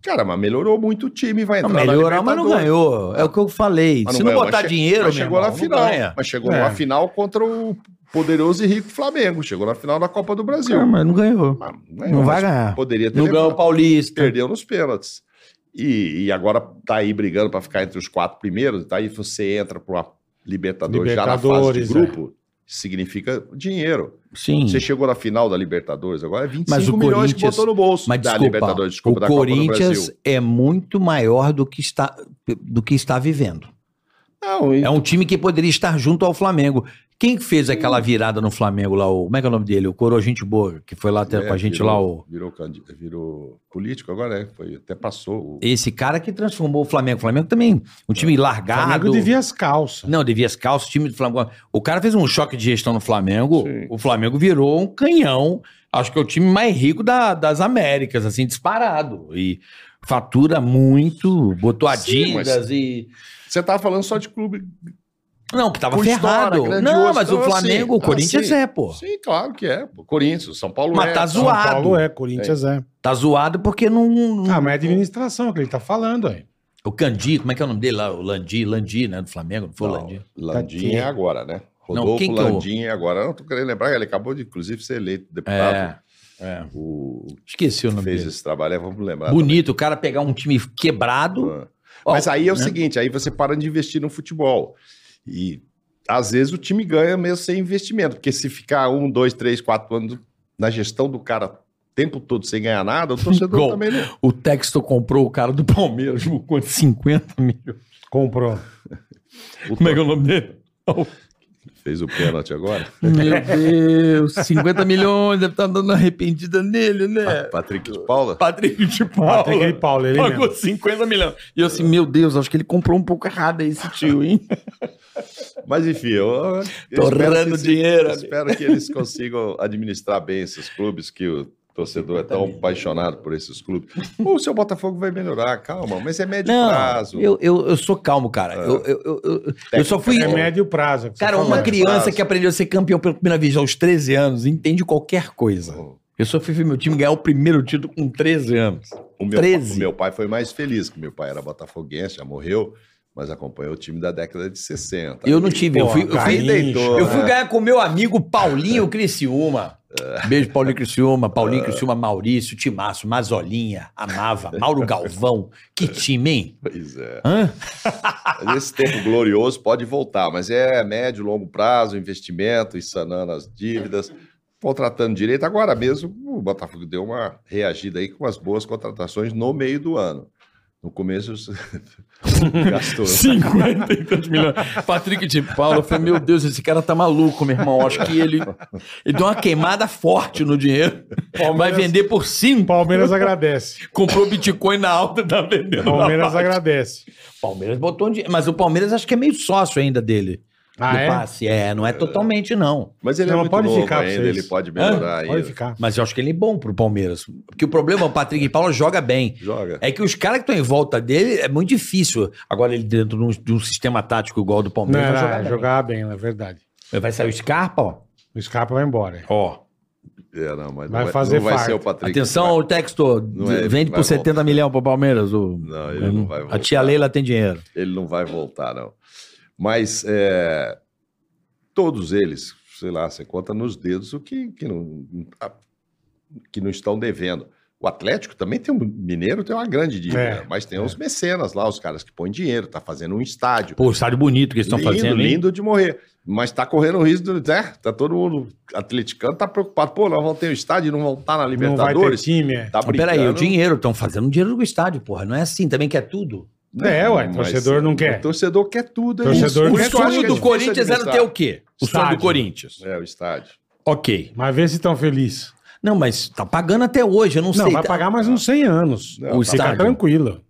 S6: Cara, mas melhorou muito o time. Vai entrar na
S4: Melhorar, mas não
S6: Libertadores.
S4: ganhou. É o que eu falei.
S6: Mas
S4: Se não
S6: ganhou,
S4: botar
S6: che-
S4: dinheiro,
S6: mas
S4: meu
S6: chegou
S4: irmão,
S6: na
S4: não
S6: final.
S4: ganha.
S6: Mas chegou
S3: É.
S6: na final contra o poderoso e rico Flamengo. Chegou na final da Copa do Brasil.
S5: Ah, mas não ganhou.
S6: Mas
S5: Não
S6: mas
S5: vai ganhar.
S6: Poderia ter
S4: Não
S6: levado.
S4: ganhou o Paulista.
S6: Perdeu nos pênaltis. E, e agora tá aí brigando para ficar entre os quatro primeiros. Daí você entra para uma Libertadores,
S3: Libertadores,
S5: é.
S6: já na fase de grupo. Significa dinheiro.
S4: Sim.
S6: Você chegou na final da Libertadores, agora é 25
S4: Mas o
S6: milhões que
S4: Corinthians-
S6: botou no bolso
S4: Mas
S6: da
S4: desculpa,
S6: Libertadores, desculpa,
S4: o
S6: da Copa do
S4: Corinthians
S6: Brasil.
S4: é muito maior do que está, do que está vivendo.
S6: Não, e-
S4: É um time que poderia estar junto ao Flamengo. Quem que fez aquela virada no Flamengo lá? O, como é que é o nome dele? O Coro Gente Boa, que foi lá até com a gente
S6: É, virou,
S4: lá. O,
S6: Virou, candi- virou político agora, né? Foi, até passou. o-
S4: esse cara que transformou o Flamengo. O Flamengo também, um time
S6: É.
S3: O Flamengo
S4: largado.
S3: devia as calças.
S4: Não, devia as calças, o time do Flamengo. O cara fez um choque de gestão no Flamengo.
S6: Sim.
S4: O Flamengo virou um canhão. Acho que é o time mais rico da- das Américas, assim, disparado. E fatura muito, botou
S6: Sim,
S4: Adidas
S6: mas-
S4: e.
S6: Você tava falando só de clube.
S4: Não, que tava
S6: Com
S4: ferrado.
S6: história, grandioso.
S4: não, mas
S6: Então,
S4: o Flamengo,
S6: assim,
S4: o Corinthians
S6: assim,
S4: é, pô.
S6: Sim, claro que é. pô. Corinthians, São Paulo
S4: Mas
S6: é.
S4: tá
S6: São-
S4: zoado. Hum.
S3: São Paulo é, Corinthians é.
S4: Tá zoado porque não. não-
S3: Ah, mas é administração que ele tá falando aí.
S4: O Candi, como é que é o nome dele lá? O Landi, Landi, né? Do Flamengo, não foi o
S6: Não,
S4: Landi.
S6: Landim é agora, né?
S4: Não,
S6: Rodolfo
S4: quem que é o-
S6: Landim é agora. Não tô querendo lembrar, ele acabou de, inclusive, ser eleito deputado.
S4: É. é.
S6: O
S4: Esqueci o
S6: que
S4: nome
S6: fez
S4: dele.
S6: esse trabalho, é, vamos lembrar.
S4: Bonito, o cara pegar um time quebrado.
S6: Ah. Mas
S4: Ó,
S6: aí é o
S4: né?
S6: seguinte, aí você para de investir no futebol. E às vezes o time ganha mesmo sem investimento, porque se ficar um, dois, três, quatro anos na gestão do cara o tempo todo sem ganhar nada, o torcedor
S4: Gol.
S6: também não.
S4: O Texto comprou o cara do Palmeiras por 50 mil.
S3: Comprou.
S6: O
S4: Como é que é o nome dele?
S6: Fez o pênalti agora.
S4: Meu Deus, 50 milhões, deve estar dando arrependida nele, né?
S6: Patrick de Paula.
S4: Patrick de Paula.
S3: Até aquele Paulo, ele
S4: Pagou
S3: mesmo.
S4: 50 milhões. E eu assim, meu Deus, acho que ele comprou um pouco errado esse tio, hein?
S6: Mas enfim, eu, eu
S4: Torrando
S6: que,
S4: dinheiro.
S6: eu espero que eles consigam administrar bem esses clubes que o torcedor é tão apaixonado por esses clubes. O seu Botafogo vai melhorar, calma, mas é médio prazo.
S4: eu, eu, eu sou calmo, cara. Eu, eu, eu, eu- eu só fui.
S3: É médio prazo. é o que você
S4: Cara,
S3: falou.
S4: uma criança
S6: prazo.
S4: que aprendeu a ser campeão pela primeira vez aos 13 anos entende qualquer coisa. Eu só fui ver meu time ganhar o primeiro título com 13 anos.
S6: O meu,
S4: 13.
S6: o meu pai foi mais feliz, que meu pai era botafoguense, já morreu, mas acompanhou o time da década de 60.
S4: Eu não tive, eu
S3: Pô,
S4: fui, eu fui
S3: Garrincha,
S6: deitou,
S4: Eu
S6: né?
S4: fui ganhar com meu amigo Paulinho Criciúma. Beijo, Paulinho Criciúma. Paulinho Criciúma, Maurício, Timaço, Mazolinha, Amava, Mauro Galvão. Que time, hein?
S6: Pois é.
S4: Hã?
S6: Mas Esse tempo glorioso pode voltar, mas é médio, longo prazo, investimento, e sanando as dívidas, contratando direito. Agora mesmo, o Botafogo deu uma reagida aí com as boas contratações no meio do ano. No começo, gastou.
S4: 50 e tantos milhões. Patrick de Paula, eu falei, meu Deus, esse cara tá maluco, meu irmão. Acho que ele, ele deu uma queimada forte no dinheiro. Vai
S3: Palmeiras-
S4: vender por 5.
S3: Palmeiras agradece.
S4: Comprou Bitcoin na alta e tá vendendo. na
S3: Palmeiras
S4: baixa.
S3: agradece.
S4: Palmeiras botou um dinheiro. Mas o Palmeiras acho que é meio sócio ainda dele.
S3: Ah,
S4: do
S3: é?
S4: passe. É, não é totalmente, não.
S6: Mas ele
S3: Não,
S6: é
S3: mas
S6: muito
S3: pode
S6: novo
S3: ficar pra
S6: ainda,
S3: vocês.
S6: ele pode melhorar
S3: Pode
S6: ainda.
S3: ficar.
S4: Mas eu acho que ele é bom pro Palmeiras. Porque o problema, é o Patrick de Paula joga bem.
S6: Joga.
S4: É que os caras que estão em volta dele é muito difícil. Agora ele dentro de um, de um sistema tático igual ao do
S3: Não, não,
S4: Palmeiras vai jogar
S3: é
S4: bem.
S3: jogar bem, é verdade.
S4: Vai sair o Scarpa, ó.
S3: O Scarpa vai embora.
S4: Ó.
S6: É, não, mas
S3: Vai
S6: não vai,
S3: fazer
S6: não vai
S3: farta.
S6: ser o Patrick.
S4: Atenção, o texto
S6: Não é,
S4: vende
S6: vai
S4: por 70
S6: voltar.
S4: milhões pro Palmeiras. O...
S6: Não,
S3: Hum,
S6: ele não vai
S4: A tia
S6: voltar.
S4: Leila tem dinheiro.
S6: ele não vai voltar, não. Mas é, todos eles, sei lá, você conta nos dedos o que, que, não, a- que não estão devendo. O Atlético também tem um Mineiro, tem uma grande dívida,
S3: É,
S6: mas tem os mecenas lá, os caras que põem dinheiro, tá fazendo um estádio.
S4: Pô, estádio bonito que eles estão
S6: lindo,
S4: fazendo. hein?
S6: lindo de morrer. Mas tá correndo o risco, né? Tá todo mundo atleticano, tá preocupado. Pô, nós vamos ter um estádio, não vamos estar na
S3: Não vai ter
S6: Libertadores.
S3: time, é.
S6: Tá
S4: Mas Peraí, o
S6: brincando.
S4: dinheiro, estão fazendo um dinheiro do estádio, porra. Não é assim também que é tudo.
S3: É, ué,
S6: Mas
S3: torcedor não quer.
S6: O torcedor quer tudo. é
S3: Torcedor
S6: isso.
S4: O
S6: Por isso que eu acho
S4: sonho
S6: que é
S4: do
S6: difícil
S4: Corinthians era
S6: administrar.
S4: ter o quê? O sonho
S3: Estádio.
S4: do Corinthians.
S6: É, o estádio.
S4: Ok.
S3: Mas vê se estão felizes.
S4: Não, mas tá pagando até hoje, eu não,
S3: Não,
S4: sei.
S3: vai
S4: tá-
S3: pagar mais uns 100 anos.
S6: Não,
S4: o
S6: tá
S3: Fica
S4: estádio.
S3: tranquilo.
S6: É.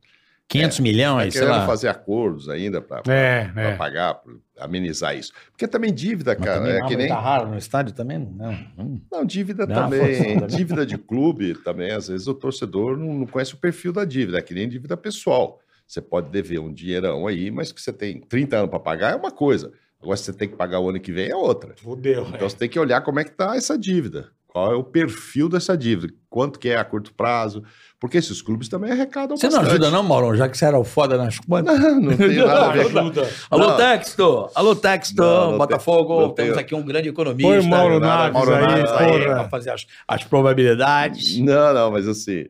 S4: 500 milhões, sei
S6: querendo
S4: lá.
S6: fazer acordos ainda para
S3: É,
S6: para
S3: é.
S6: pagar, pra amenizar isso. Porque também dívida,
S4: Mas
S6: cara,
S4: também
S6: é que
S4: tá
S6: nem.
S3: né?
S4: raro no estádio também? Não. não.
S6: Não, dívida
S4: Dá uma forçada,
S6: também.
S4: né?
S6: Dívida de clube também, às vezes o torcedor não, não conhece o perfil da dívida, é que nem dívida pessoal. Você pode dever um dinheirão aí, mas que você tem 30 anos para pagar é uma coisa. Agora, se você tem que pagar o ano que vem é outra.
S3: Fudeu.
S6: Então você tem que olhar como é que está essa dívida. Qual é o perfil dessa dívida? Quanto que é a curto prazo? Porque esses clubes também arrecadam
S4: Você não ajuda, não, Maurão, já que você era o foda nas contas.
S6: Não, não tem nada a ver com
S3: Ajuda.
S4: Alô,
S6: Não.
S4: Texto! Alô, Texto!
S6: Não, não
S4: Botafogo,
S6: tem- não
S4: temos
S6: tem-
S4: aqui um grande economista.
S3: Põe o Mauro
S6: nada,
S3: Naves
S6: Mauro
S3: aí,
S6: Naves aí,
S4: Pra
S3: porra.
S4: fazer as, as probabilidades.
S6: Não, não, mas assim,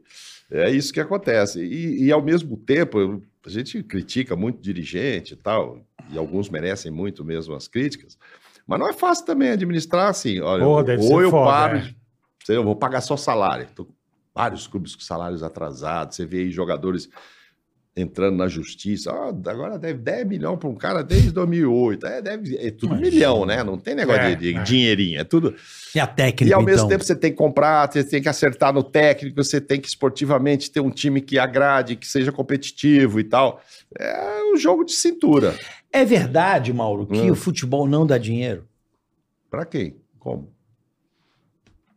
S6: é isso que acontece. E, e, ao mesmo tempo, eu- a gente critica muito dirigente e tal, e alguns merecem muito mesmo as críticas, mas não é fácil também administrar assim. Olha,
S3: Porra, deve
S6: ou
S3: ser
S6: eu
S3: foda,
S6: paro,
S3: é.
S6: de- sei lá, eu vou pagar só salário. Tô com vários clubes com salários atrasados, você vê aí jogadores entrando na justiça. Ah, agora deve 10 milhões para um cara desde 2008. É, deve, é tudo
S4: Imagina.
S6: milhão, né? Não tem negócio
S3: É,
S6: de, de
S3: é.
S6: dinheirinho, é tudo.
S4: E a técnica,
S6: E ao mesmo
S4: então?
S6: tempo você tem que comprar, você tem que acertar no técnico, você tem que esportivamente ter um time que agrade, que seja competitivo e tal. É um jogo de cintura.
S4: É verdade, Mauro, que
S6: Hum.
S4: o futebol não dá dinheiro?
S6: Pra quem? Como?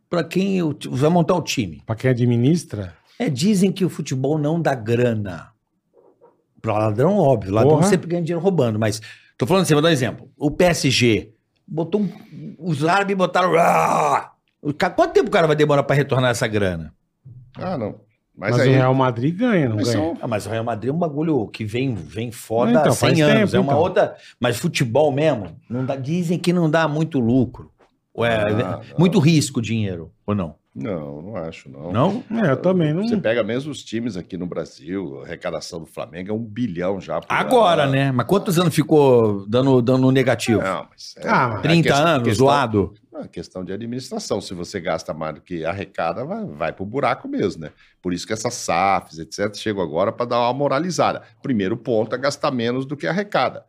S4: Pra quem o ti- vai montar o time.
S3: Pra quem administra,
S4: É, dizem que o futebol não dá grana. Pra ladrão, óbvio. Ladrão
S3: Porra.
S4: sempre ganha dinheiro roubando, mas tô falando assim, vou dar um exemplo. O PSG botou um, os árabes botaram... Ah! O ca- Quanto tempo o cara vai demorar pra retornar essa grana?
S6: Ah, não. Mas,
S3: mas o
S6: aí.
S3: Real Madrid ganha, não
S6: mas
S3: ganha?
S6: são-
S4: Ah, mas o Real Madrid é um bagulho que vem, vem foda
S3: Então,
S4: há 100
S3: faz
S4: anos.
S3: tempo,
S4: é uma
S3: então.
S4: outra... Mas futebol mesmo, não dá- dizem que não dá muito lucro. Ou é-
S6: Ah, não.
S4: muito risco o dinheiro, ou não?
S6: Não, não acho, não.
S4: Não?
S3: É, eu também não.
S6: Você pega mesmo os times aqui no Brasil, a arrecadação do Flamengo é um bilhão já. por
S4: Agora,
S6: ano.
S4: né? Mas quantos anos ficou dando, dando negativo?
S6: Não, mas é,
S3: Ah, mas-
S4: 30
S6: é questão-
S4: anos,
S6: questão-
S4: zoado?
S6: É questão de administração. Se você gasta mais do que arrecada, vai, vai pro buraco mesmo, né? Por isso que essas SAFs, etc., chegam agora para dar uma moralizada. Primeiro ponto é gastar menos do que arrecada.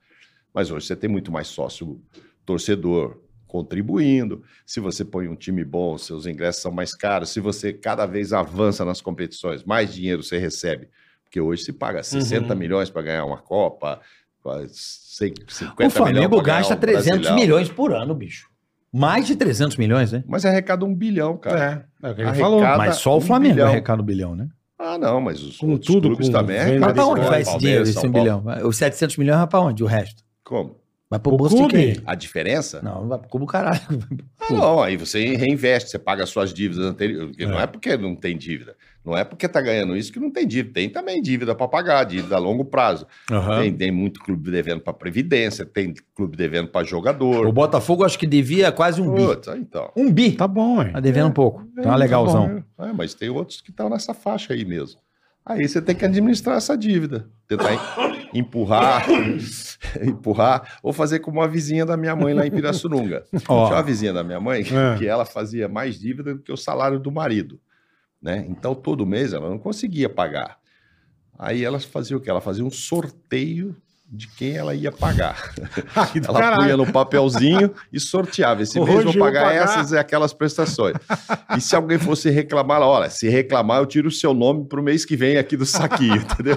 S6: Mas hoje você tem muito mais sócio torcedor contribuindo. Se você põe um time bom, seus ingressos são mais caros. Se você cada vez avança nas competições, mais dinheiro você recebe. Porque hoje se paga 60
S3: Uhum.
S6: milhões para ganhar uma Copa, quase 50
S4: O
S6: milhões
S4: Flamengo
S6: pra ganhar
S4: gasta
S6: um
S4: 300
S6: Brasileirão.
S4: milhões por ano, bicho. Mais de 300 milhões, né?
S6: Mas arrecada um bilhão, cara.
S3: É, é o que ele falou.
S6: Arrecada
S4: Mas só o
S6: um
S4: Flamengo
S6: bilhão.
S4: arrecada um bilhão, né?
S6: Ah, não, mas os
S3: Com
S6: outros
S3: tudo,
S6: clubes
S3: com
S6: também um
S3: venda,
S4: Mas
S6: arrecadam
S4: pra
S3: Isso,
S4: onde
S3: né?
S4: vai esse
S6: Palmeiras,
S4: dinheiro, esse
S6: São
S4: 1
S6: Paulo.
S4: bilhão? Vai- Os 700 milhões vai pra onde, o resto?
S6: Como?
S4: Vai pro
S3: O
S4: bolso de
S3: clube.
S4: quem?
S6: A diferença?
S4: Não, não vai pro clube, caralho.
S6: Ah, não, aí você reinveste, você paga as suas dívidas anteriores. porque Não é porque não tem dívida. Não é porque tá ganhando isso que não tem dívida. Tem também dívida para pagar, dívida a longo prazo. Tem, tem muito clube devendo para previdência, tem clube devendo para
S4: O
S6: jogador.
S4: Botafogo acho que devia quase um bi.
S6: Putz, ah, então.
S4: Um bi.
S3: Tá bom, hein?
S4: Tá devendo um pouco. Tá legalzão.
S6: É, mas tem outros que estão nessa faixa aí mesmo. Aí você tem que administrar essa dívida. Tentar em- empurrar, empurrar, ou fazer como a vizinha da minha mãe lá em Pirassununga.
S4: Ó.
S6: Tinha uma vizinha da minha mãe
S3: É.
S6: que ela fazia mais dívida do que o salário do marido. Né? Então, todo mês ela não conseguia pagar. Aí ela fazia o quê? Ela fazia um sorteio de quem ela ia pagar.
S3: Ai, do
S6: Ela punha
S3: caralho.
S6: no papelzinho e sorteava. Esse
S3: Hoje
S6: mês eu
S3: eu
S6: vou
S3: vou
S6: pagar
S3: pagar.
S6: essas e aquelas prestações. E se alguém fosse reclamar, ela, olha, se reclamar, eu tiro o seu nome pro mês que vem aqui do saquinho, entendeu?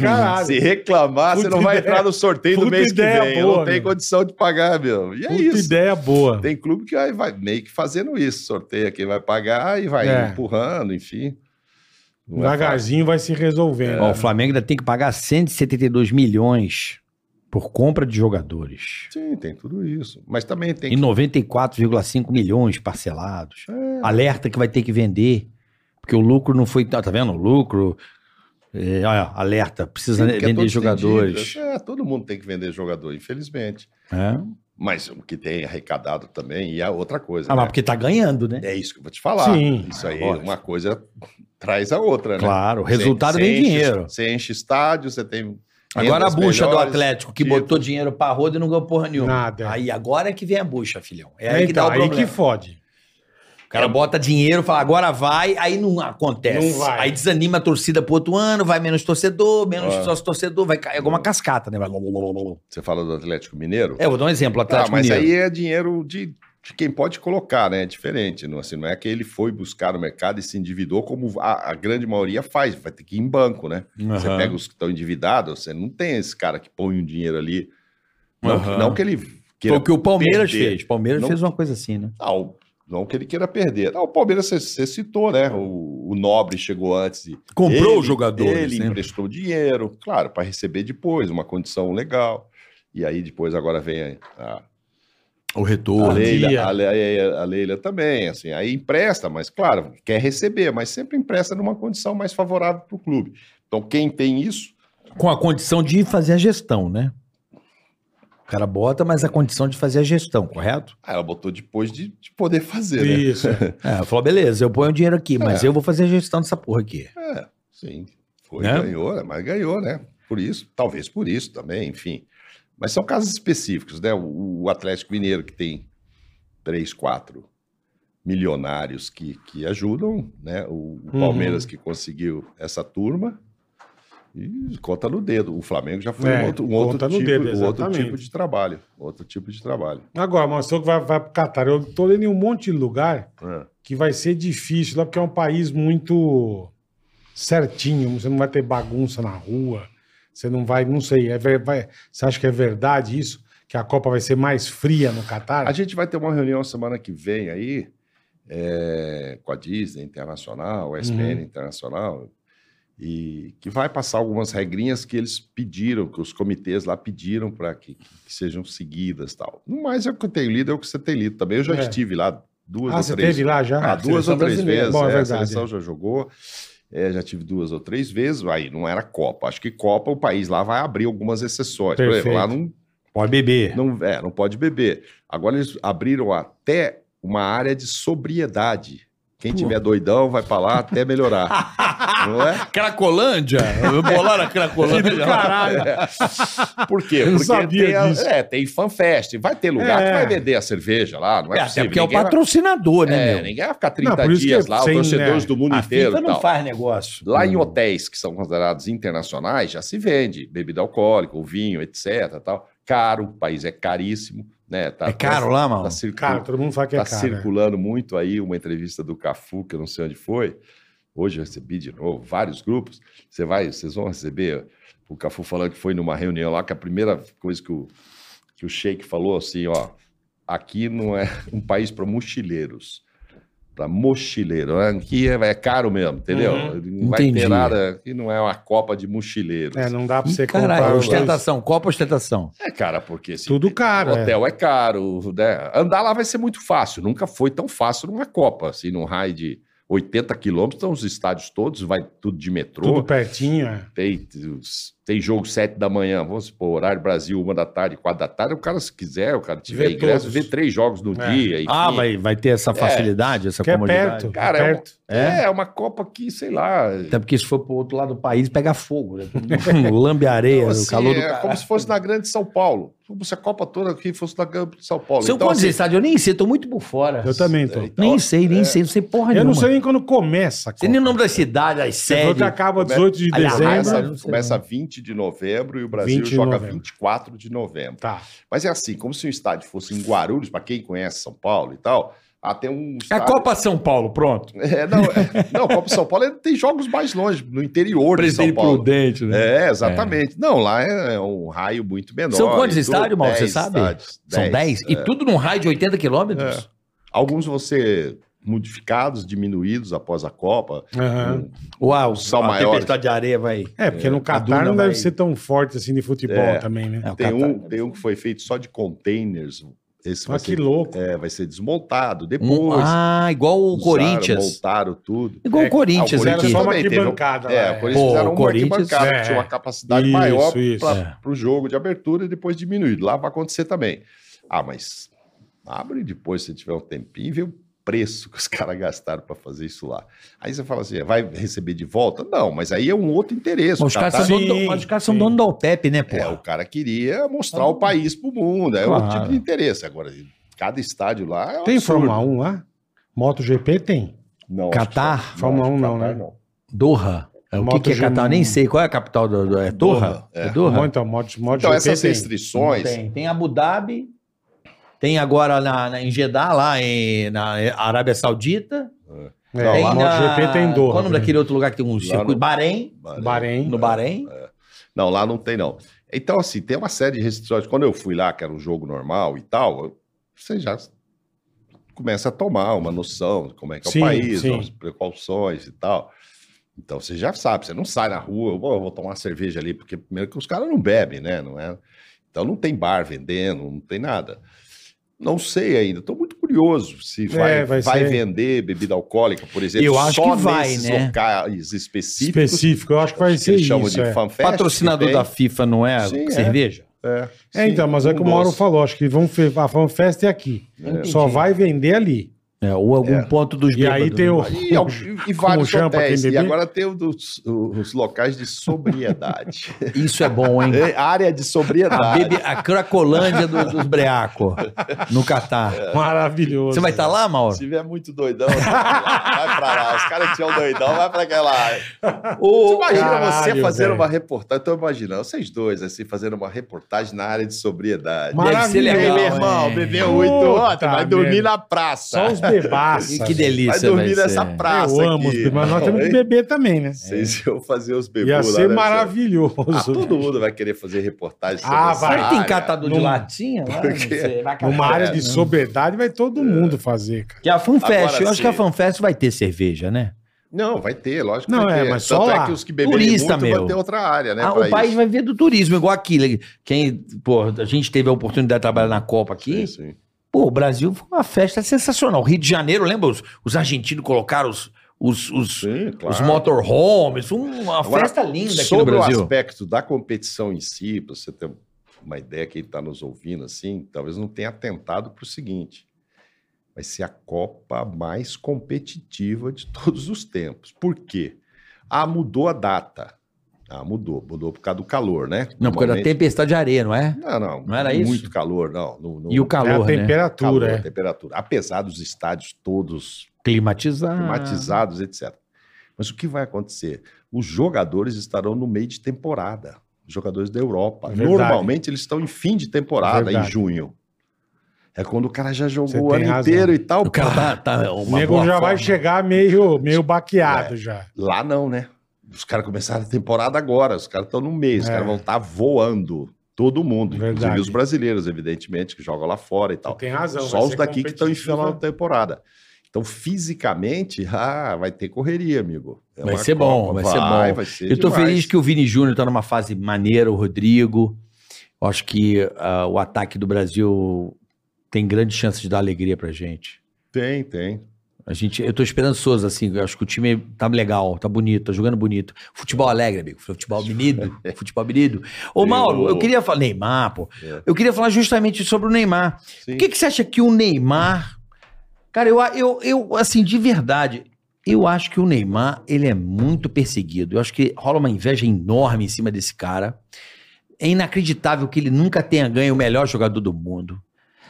S3: Caralho.
S6: Se reclamar, você
S3: Puta
S6: não vai
S3: ideia.
S6: entrar no sorteio do
S3: Puta
S6: mês que
S3: ideia boa,
S6: vem. eu não tem
S3: meu.
S6: condição de pagar, meu. E é
S3: Puta
S6: isso.
S3: ideia boa.
S6: Tem clube que vai, vai meio que fazendo isso. Sorteia quem vai pagar e vai
S3: É.
S6: empurrando, enfim. Não é
S3: Devagarzinho vai se resolvendo.
S4: Ó, o Flamengo ainda tem que pagar 172 milhões por compra de jogadores.
S6: fácil. Sim, tem tudo isso. Mas também tem
S4: E 94,5 milhões parcelados. Alerta que vai ter que vender. Porque o lucro não foi. Tá tá vendo? O lucro. é, olha, alerta. Precisa
S6: Sim, porque
S4: vender
S6: é todos têm
S4: jogadores.
S6: dívidas. É, todo mundo tem que vender jogador, infelizmente.
S4: É.
S6: Mas o que tem arrecadado também e é outra coisa.
S4: Ah,
S6: né?
S4: mas porque tá ganhando, né?
S6: É isso que eu vou te falar.
S3: Sim.
S6: isso aí,
S4: Lógico.
S6: uma coisa traz a outra, né?
S4: Claro, o resultado
S6: Você-
S4: vem
S6: você enche-
S4: dinheiro.
S6: Você enche estádio, você tem.
S4: Agora a
S6: rendas
S4: bucha do
S6: melhores.
S4: Atlético, que
S6: títulos.
S4: botou dinheiro pra roda e não ganhou porra nenhuma.
S3: Nada.
S4: Aí agora é que vem a bucha, filhão. É
S3: É,
S4: aí que
S3: então,
S4: dá o
S3: aí
S4: problema.
S3: que fode.
S4: O cara bota dinheiro, fala agora vai, aí não acontece.
S3: Não vai.
S4: Aí desanima a torcida pro outro ano, vai menos torcedor, menos
S6: Ah.
S4: sócio torcedor, vai
S7: é
S4: cair alguma cascata, né? Vai...
S6: Você fala do Atlético Mineiro?
S4: É, eu vou dar um exemplo,
S6: Tá,
S4: Atlético
S6: mas
S4: Mineiro.
S6: aí é dinheiro de de quem pode colocar, né? É diferente. Não, assim, não é que ele foi buscar no mercado e se endividou, como a, a grande maioria faz, vai ter que ir em banco, né? Você
S5: Aham.
S6: pega os que estão endividados, você não tem esse cara que põe o dinheiro ali. Não, que-
S5: Aham.
S6: não que ele
S7: Foi
S6: queira
S7: o que o Palmeiras
S6: perder.
S7: fez. O Palmeiras
S6: Não-
S7: fez uma coisa assim, né?
S6: Não, Ah, não que ele queira perder. Não, o Palmeiras você- você citou, né? O, o Nobre chegou antes. e
S5: Comprou
S6: ele-
S5: os jogadores,
S6: Ele
S5: né?
S6: emprestou dinheiro, claro, para receber depois, uma condição legal. E aí depois agora vem a,
S5: O
S6: a,
S5: retorno.
S6: Leila, a, Leila, a Leila também, assim, aí empresta, mas claro, quer receber, mas sempre empresta numa condição mais favorável para o clube. Então quem tem isso,
S7: Com a condição de fazer a gestão, né? O cara bota, mas a condição de fazer a gestão, correto?
S6: ah, ela botou depois de, de poder fazer, né?
S3: Isso.
S7: É, falou, beleza, eu ponho o dinheiro aqui, mas eu vou fazer a gestão dessa porra aqui.
S6: É, sim. Foi,
S7: Né?
S6: ganhou, né? mas ganhou, né? Por isso, talvez por isso também, enfim. Mas são casos específicos, né? O, o Atlético Mineiro, que tem três, quatro milionários que, que ajudam, né? O, o
S3: Uhum.
S6: Palmeiras, que conseguiu essa turma. E conta no dedo. O Flamengo já foi
S3: É,
S6: um, outro, um outro
S3: conta no
S6: tipo,
S3: dedo,
S6: um outro
S3: exatamente.
S6: tipo de trabalho. Outro tipo de trabalho.
S3: Agora, mostrou que vai, vai pro Catar. Eu tô lendo em um monte de lugar
S6: É.
S3: que vai ser difícil lá, porque é um país muito certinho. Você não vai ter bagunça na rua. Você não vai, não sei. é ver- vai- você acha que é verdade isso? Que a Copa vai ser mais fria no Catar?
S6: A gente vai ter uma reunião semana que vem aí é, com a Disney Internacional, a ESPN
S3: Uhum.
S6: Internacional, e que vai passar algumas regrinhas que eles pediram, que os comitês lá pediram para que, que sejam seguidas tal. No mais é o que eu tenho lido, é o que você tem lido também. Eu já
S3: É.
S6: estive lá duas
S3: ah,
S6: ou
S3: você
S6: três
S3: teve lá já?
S6: ah, duas ou
S3: Seleção
S6: três
S3: brasileira.
S6: vezes.
S3: Bom, é
S6: é, A
S3: verdade.
S6: seleção já jogou. é, já tive duas ou três vezes. Aí não era Copa. Acho que Copa, o país lá vai abrir algumas exceções. Por exemplo, lá
S3: Perfeito.
S6: não
S7: Pode beber.
S6: não, é, não pode beber. Agora eles abriram até uma área de sobriedade. Quem tiver doidão vai pra lá até melhorar. não é?
S5: Cracolândia? Bolaram a Cracolândia?
S6: é. Por quê?
S3: Eu não
S6: Porque
S3: sabia
S6: tem, a-
S3: disso.
S6: é, tem fanfest. Vai ter lugar
S3: É.
S6: que vai vender a cerveja lá. Não é,
S7: É, até
S6: possível.
S7: porque é o
S6: Ninguém vai-
S7: patrocinador, né,
S6: É,
S7: meu?
S6: ninguém vai ficar
S3: Não,
S6: 30
S3: por isso que
S6: dias lá,
S3: sem,
S6: os torcedores
S3: né,
S6: do mundo
S7: A
S6: inteiro.
S7: FIFA
S6: e
S7: não
S6: tal.
S7: faz negócio. Hum.
S6: Lá em hotéis que são considerados internacionais, já se vende bebida alcoólica, o vinho, etc. Tal. Caro, o país é caríssimo. Né? Tá,
S7: É caro lá,
S6: tá,
S7: mano?
S6: tá circu-
S3: Cara, todo mundo fala que é
S6: tá
S3: caro. né?
S6: circulando muito aí uma entrevista do Cafu, que eu não sei onde foi. Hoje eu recebi de novo vários grupos. Você vai, vocês vão receber o Cafu falando que foi numa reunião lá, que a primeira coisa que o, que o Sheik falou assim, ó, aqui não é um país para mochileiros. Para mochileiro. né? Aqui é, é caro mesmo, entendeu?
S3: Uhum.
S6: Não vai
S7: Entendi.
S6: ter nada. Aqui não é uma Copa de mochileiros.
S3: É, não dá pra você comprar.
S7: Caralho,
S3: os
S6: tá
S3: dois.
S7: ostentação. Copa ostentação.
S6: É, cara, porque se
S3: Tudo caro, é.
S6: hotel é. caro, né? Andar lá vai ser muito fácil. Nunca foi tão fácil numa Copa, assim, num raio de 80 quilômetros, estão os estádios todos, vai tudo de metrô.
S3: Tudo pertinho, é.
S6: Tem, tem jogo 7 da manhã, vamos supor, horário Brasil, uma da tarde, quatro da tarde. O cara, se quiser, o cara tiver
S3: Vê
S6: ingresso,
S3: todos.
S6: vê três jogos no
S3: É.
S6: dia. enfim.
S7: Ah, vai, vai ter essa facilidade, essa
S3: Que é
S7: comodidade.
S3: perto.
S6: Cara,
S3: é
S6: é uma-
S3: perto.
S6: É, é uma Copa que, sei lá.
S7: Até porque se for pro outro lado do país, pega fogo. Né? Lambe areia,
S6: assim,
S7: o calor do
S6: é
S7: cara.
S6: como se fosse na Grande São Paulo. Como se a Copa toda aqui fosse na Grande São Paulo. assim,
S7: São quantos estádios? Eu nem sei, tô muito por fora.
S3: Eu também tô.
S6: então,
S7: Nem sei, nem sei, não sei porra
S3: Eu
S7: nenhuma.
S3: não sei nem quando começa.
S7: Sei nem o nome das cidades, das
S3: Você falou
S7: séries.
S3: que acaba
S6: Come-
S3: 18 de
S7: Aliás,
S3: dezembro. né?
S7: essa-
S6: Começa,
S7: não sei
S6: começa 20 de novembro e o Brasil
S3: 20 de
S6: joga
S3: novembro.
S6: 24 de novembro.
S3: Tá.
S6: Mas é assim, como se o estádio fosse em Guarulhos, para quem conhece São Paulo e tal, até um
S7: É
S6: estádio...
S7: a Copa São Paulo, pronto.
S6: É, não, é- não, a Copa São Paulo é- tem jogos mais longe, no interior de São
S7: Presidente
S6: Paulo.
S7: Prudente, né?
S6: É, exatamente. Não, lá é um raio muito menor.
S7: São quantos
S6: e tudo.
S7: estádios, Mauro? Você
S6: Dez
S7: sabe?
S6: estádios,
S7: São 10? E
S6: é.
S7: tudo num raio de 80 quilômetros?
S6: Alguns vão ser modificados, diminuídos após a Copa.
S3: Aham.
S7: Uau,
S6: São
S7: a
S6: maiores.
S7: tempestade de areia vai...
S3: É, porque no Catar
S7: Duna
S3: não deve
S7: vai-
S3: ser tão forte assim de futebol
S6: É.
S3: também, né?
S7: É, o
S6: Tem
S7: Catar-
S6: um, tem um que foi feito só de containers. Esse vai
S3: Mas Ah, que
S6: ser
S3: louco.
S6: É, vai ser desmontado
S7: Um-
S6: depois.
S7: Ah, igual o
S6: Usaram,
S7: Corinthians.
S6: Montaram tudo.
S7: Igual
S3: É,
S7: o Corinthians
S6: ah, o
S3: Fizeram
S7: aqui.
S6: Corinthians
S3: só uma
S6: também teve um-
S3: arquibancada lá.
S6: É, o
S3: é.
S6: Corinthians
S7: Pô,
S6: fizeram
S7: o
S6: um
S7: Corinthians-
S6: arquibancada,
S3: é.
S6: tinha uma capacidade
S3: Isso,
S6: maior
S3: isso.
S7: É.
S6: para o jogo de abertura e depois diminuído. Lá vai acontecer também. Ah, mas abre depois, se tiver um tempinho, e vê o preço que os caras gastaram para fazer isso lá. Aí você fala assim, vai receber de volta? Não, mas aí é um outro interesse.
S7: Mas Os
S6: O
S7: caras
S6: Catar-
S7: são dono do-
S3: Sim,
S7: mas os caras são
S3: sim.
S7: dono da OPEP, né, pô?
S6: É, o cara queria
S3: Ah.
S6: mostrar o país pro mundo, é outro
S7: Claro.
S6: tipo de interesse. Agora, cada estádio lá é um
S3: Tem
S6: absurdo.
S3: Fórmula 1 lá? MotoGP tem.
S6: Não, acho que
S7: um? Catar, um
S6: só-
S3: Fórmula
S6: acho que
S3: 1 não,
S6: Catar
S3: né?
S7: Doha. É, o que, que é
S3: MotoGP.
S7: Catar? Eu Nem sei. Qual é a capital do... do- é Doha?
S6: um. Doha, é.
S7: É Doha?
S3: Então, Moto, MotoGP
S6: Então, essas
S3: tem.
S6: restrições,
S7: Tem. Tem Abu Dhabi.
S4: Tem agora na, na, em Jeddah, lá em, na Arábia Saudita.
S3: É,
S6: Não,
S4: tem na,
S6: lá-
S3: MotoGP tem em Doha
S4: Qual
S7: é
S4: é o nome
S3: também.
S4: daquele outro lugar que tem um circuito?
S6: no-
S4: Bahrein.
S3: Bahrein.
S4: No Bahrein.
S6: Não, lá não tem, não. Então, assim, tem uma série de restrições. Quando eu fui lá, que era um jogo normal e tal, eu- você já começa a tomar uma noção de como é que é
S3: Sim,
S6: o país,
S3: sim.
S6: as precauções e tal. Então, você já sabe, você não sai na rua, "Pô, eu vou tomar uma cerveja ali, porque primeiro que os caras não bebem, né? Não é? Então, não tem bar vendendo, não tem nada. Não sei ainda, estou muito curioso se vai,
S3: É, vai
S6: vai
S3: ser.
S6: vender bebida alcoólica, por exemplo,
S4: Eu acho que vai,
S6: nesses
S4: né?
S6: locais específicos.
S3: Específico, eu acho que vai
S6: Acho que
S3: ser
S6: eles chamam
S3: isso.
S6: de
S3: é.
S6: fanfest.
S4: Patrocinador
S6: que tem.
S4: da FIFA não é
S6: Sim, é.
S4: cerveja?
S6: É,
S3: É, então, mas é
S6: um
S3: como o Mauro
S6: doce.
S3: falou, acho que vão fe- a fanfest é aqui. Só vai vender ali.
S4: É, ou algum
S6: É.
S4: ponto dos
S3: E aí
S4: bêbados,
S3: tem
S4: né?
S3: o.
S6: E, al- e vários
S3: chama pra
S6: hotéis.
S3: quem
S6: E
S3: beber?
S6: agora tem o dos- os locais de sobriedade.
S4: Isso é bom, hein?
S6: É, área de
S4: A,
S6: sobriedade.
S4: bebe, a Cracolândia do- dos Breaco, no Catar.
S3: é Maravilhoso.
S4: Você vai
S6: tá
S4: estar lá, Mauro?
S6: Se tiver muito doidão, vai pra lá. Vai pra lá. Os caras que tinham doidão, vai pra aquela área. Você imagina
S3: caralho,
S6: você fazendo
S3: velho.
S6: uma reportagem. Eu tô imaginando, vocês dois, assim, fazendo uma reportagem na área de sobriedade.
S3: Mas-
S4: Deve ser
S3: Maravilhoso,
S6: E aí,
S4: legal,
S6: meu irmão,
S4: hein?
S6: bebeu oito ontem, vai
S3: merda.
S6: dormir na praça.
S3: Só os bebaços.
S4: Que
S6: vai
S4: delícia,
S6: dormir
S4: vai
S6: nessa
S4: ser.
S6: praça
S3: Eu amo os
S6: aqui.
S3: bebaços, mas nós temos que beber também, né?
S6: Vocês iam fazer os bebês
S3: Ia
S6: lá.
S3: ser
S6: né,
S3: maravilhoso.
S6: Ah, todo mundo vai querer fazer reportagem sobre
S3: Ah,
S6: essa
S3: vai.
S6: área.
S4: Será que tem catador de
S3: Num-
S4: latinha lá? Não
S6: Porque-
S4: sei, vai catar.
S3: Numa área
S6: né?
S3: de sobriedade vai
S6: É.
S3: todo mundo fazer, cara.
S4: Que é a FanFest,
S6: Agora
S4: eu acho
S6: sim.
S4: que a FanFest vai ter cerveja, né?
S6: Não, vai ter, lógico
S3: Não,
S6: que
S3: é,
S6: vai ter.
S3: mas
S6: Tanto
S3: só lá.
S6: é que os que beberem
S4: Turista,
S6: muito
S4: meu.
S6: vai ter outra área, né?
S4: Ah,
S6: pra
S4: o país
S6: isso.
S4: vai ver do turismo, igual aqui. Quem, pô, a gente teve a oportunidade de trabalhar na Copa aqui.
S6: Sim, sim.
S4: Pô, o Brasil foi uma festa sensacional. Rio de Janeiro, lembra? Os, os argentinos colocaram os, os, os,
S6: Sim, claro.
S4: os motorhomes. Uma
S6: Agora,
S4: festa linda aqui no
S6: Sobre o
S4: Brasil.
S6: aspecto da competição em si, para você ter uma ideia, quem está nos ouvindo assim, talvez não tenha atentado para o seguinte: vai ser a Copa mais competitiva de todos os tempos. Por quê? Ah, mudou a data. Ah, mudou. Mudou por causa do calor, né?
S4: Não, porque era
S6: Normalmente-
S4: tempestade de areia, não é?
S6: Não, não.
S4: Não era isso?
S6: Muito calor, não. não, não
S4: E o calor,
S3: é a
S4: né?
S3: temperatura,
S6: calor,
S3: é.
S6: temperatura. Apesar dos estádios todos
S4: Climatizar.
S6: climatizados, etc. Mas o que vai acontecer? Os jogadores estarão no meio de temporada. Os jogadores da Europa.
S3: Verdade.
S6: Normalmente eles estão em fim de temporada,
S3: Verdade.
S6: em junho. É quando o cara já
S3: Você
S6: jogou o ano
S3: tem razão.
S6: inteiro e tal.
S4: O cara
S6: pá.
S4: tá, tá
S3: O
S4: uma
S3: nego
S4: boa
S3: já vai
S4: forma.
S3: chegar meio, meio
S6: É.
S3: baqueado já.
S6: Lá não, né? Os caras começaram a temporada agora, os caras estão no mês, os
S3: É.
S6: caras vão estar voando. Todo mundo,
S3: Verdade.
S6: inclusive os brasileiros, evidentemente, que jogam lá fora e tal.
S3: Você tem razão. vai
S6: Só os
S3: ser né?
S6: daqui que estão em
S3: competitiva.
S6: final da temporada. Então, fisicamente, ah, vai ter correria, amigo. É
S4: Vai
S6: uma
S4: ser bom, vai ser bom.
S6: vai ser
S4: Eu tô
S6: demais.
S4: feliz que o Vini Júnior tá numa fase maneira, o Rodrigo. Eu acho que ah, o ataque do Brasil tem grande chance de dar alegria pra gente.
S6: Tem, tem.
S4: A gente, eu tô esperançoso, assim, eu acho que o time tá legal, tá bonito, tá jogando bonito. Futebol alegre, amigo, futebol menino, futebol menino. Ô, Mauro, eu queria falar, Neymar, pô,
S6: É.
S4: eu queria falar justamente sobre o Neymar.
S6: Sim.
S4: O que, que você acha que o Neymar. Cara, eu, eu, eu, assim, de verdade, eu acho que o Neymar, ele é muito perseguido. Eu acho que rola uma inveja enorme em cima desse cara. É inacreditável que ele nunca tenha ganho o melhor jogador do mundo.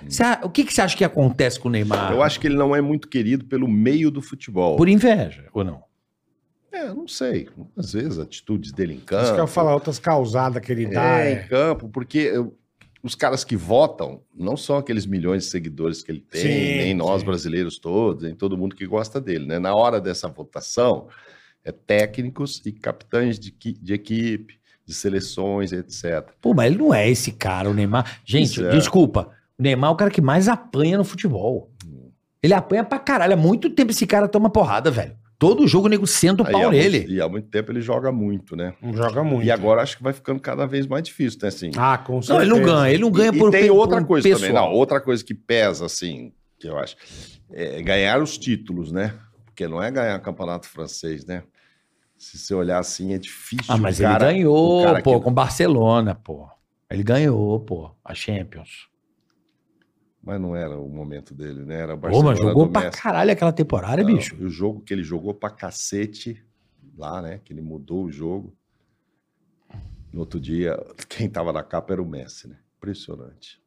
S4: Você a- o que, que você acha que acontece com o Neymar?
S6: Eu acho que ele não é muito querido pelo meio do futebol.
S4: Por inveja, ou não?
S6: É, eu não sei. Às vezes, atitudes dele em campo.
S3: né? Isso que eu ia falar, outras causadas que ele
S6: É,
S3: dá.
S6: em
S3: É.
S6: campo, porque eu- os caras que votam não são aqueles milhões de seguidores que ele tem,
S3: Sim,
S6: nem nós
S3: sim.
S6: brasileiros todos, nem todo mundo que gosta dele, né? Na hora dessa votação, é técnicos e capitães de, qui- de equipe, de seleções, etc.
S4: Pô, mas ele não é esse cara, o Neymar. Gente,
S6: Isso é.
S4: desculpa. O Neymar é o cara que mais apanha no futebol. Ele apanha pra caralho. Há muito tempo esse cara toma porrada, velho. Todo jogo o nego
S3: um
S4: senta o
S6: Aí, há
S4: pau
S6: muito-
S4: nele.
S6: e há muito tempo ele joga muito, né?
S3: Não joga muito.
S6: E agora acho que vai ficando cada vez mais difícil, né? Assim,
S3: Ah, com certeza.
S4: Não, ele não ganha, ele não ganha
S6: e,
S4: por
S6: e tem
S4: pe-
S6: outra
S4: por
S6: coisa também,
S4: pessoal.
S6: não, outra coisa que pesa assim, que eu acho, é ganhar os títulos, né? Porque não é ganhar o campeonato francês, né? Se você olhar assim é difícil.
S4: Ah, mas
S6: o cara-
S4: ele
S6: o
S4: ganhou,
S6: cara
S4: pô,
S6: que-
S4: com Barcelona, pô. Ele ganhou, pô, a Champions.
S6: Mas não era o momento dele, né? Era o
S4: Pô,
S6: Barcelona
S4: mas jogou
S6: do
S4: pra
S6: Messi.
S4: caralho aquela temporada,
S6: Não,
S4: bicho.
S6: e O jogo que ele jogou pra cacete lá, né? Que ele mudou o jogo. No outro dia, quem tava na capa era o Messi, né? Impressionante.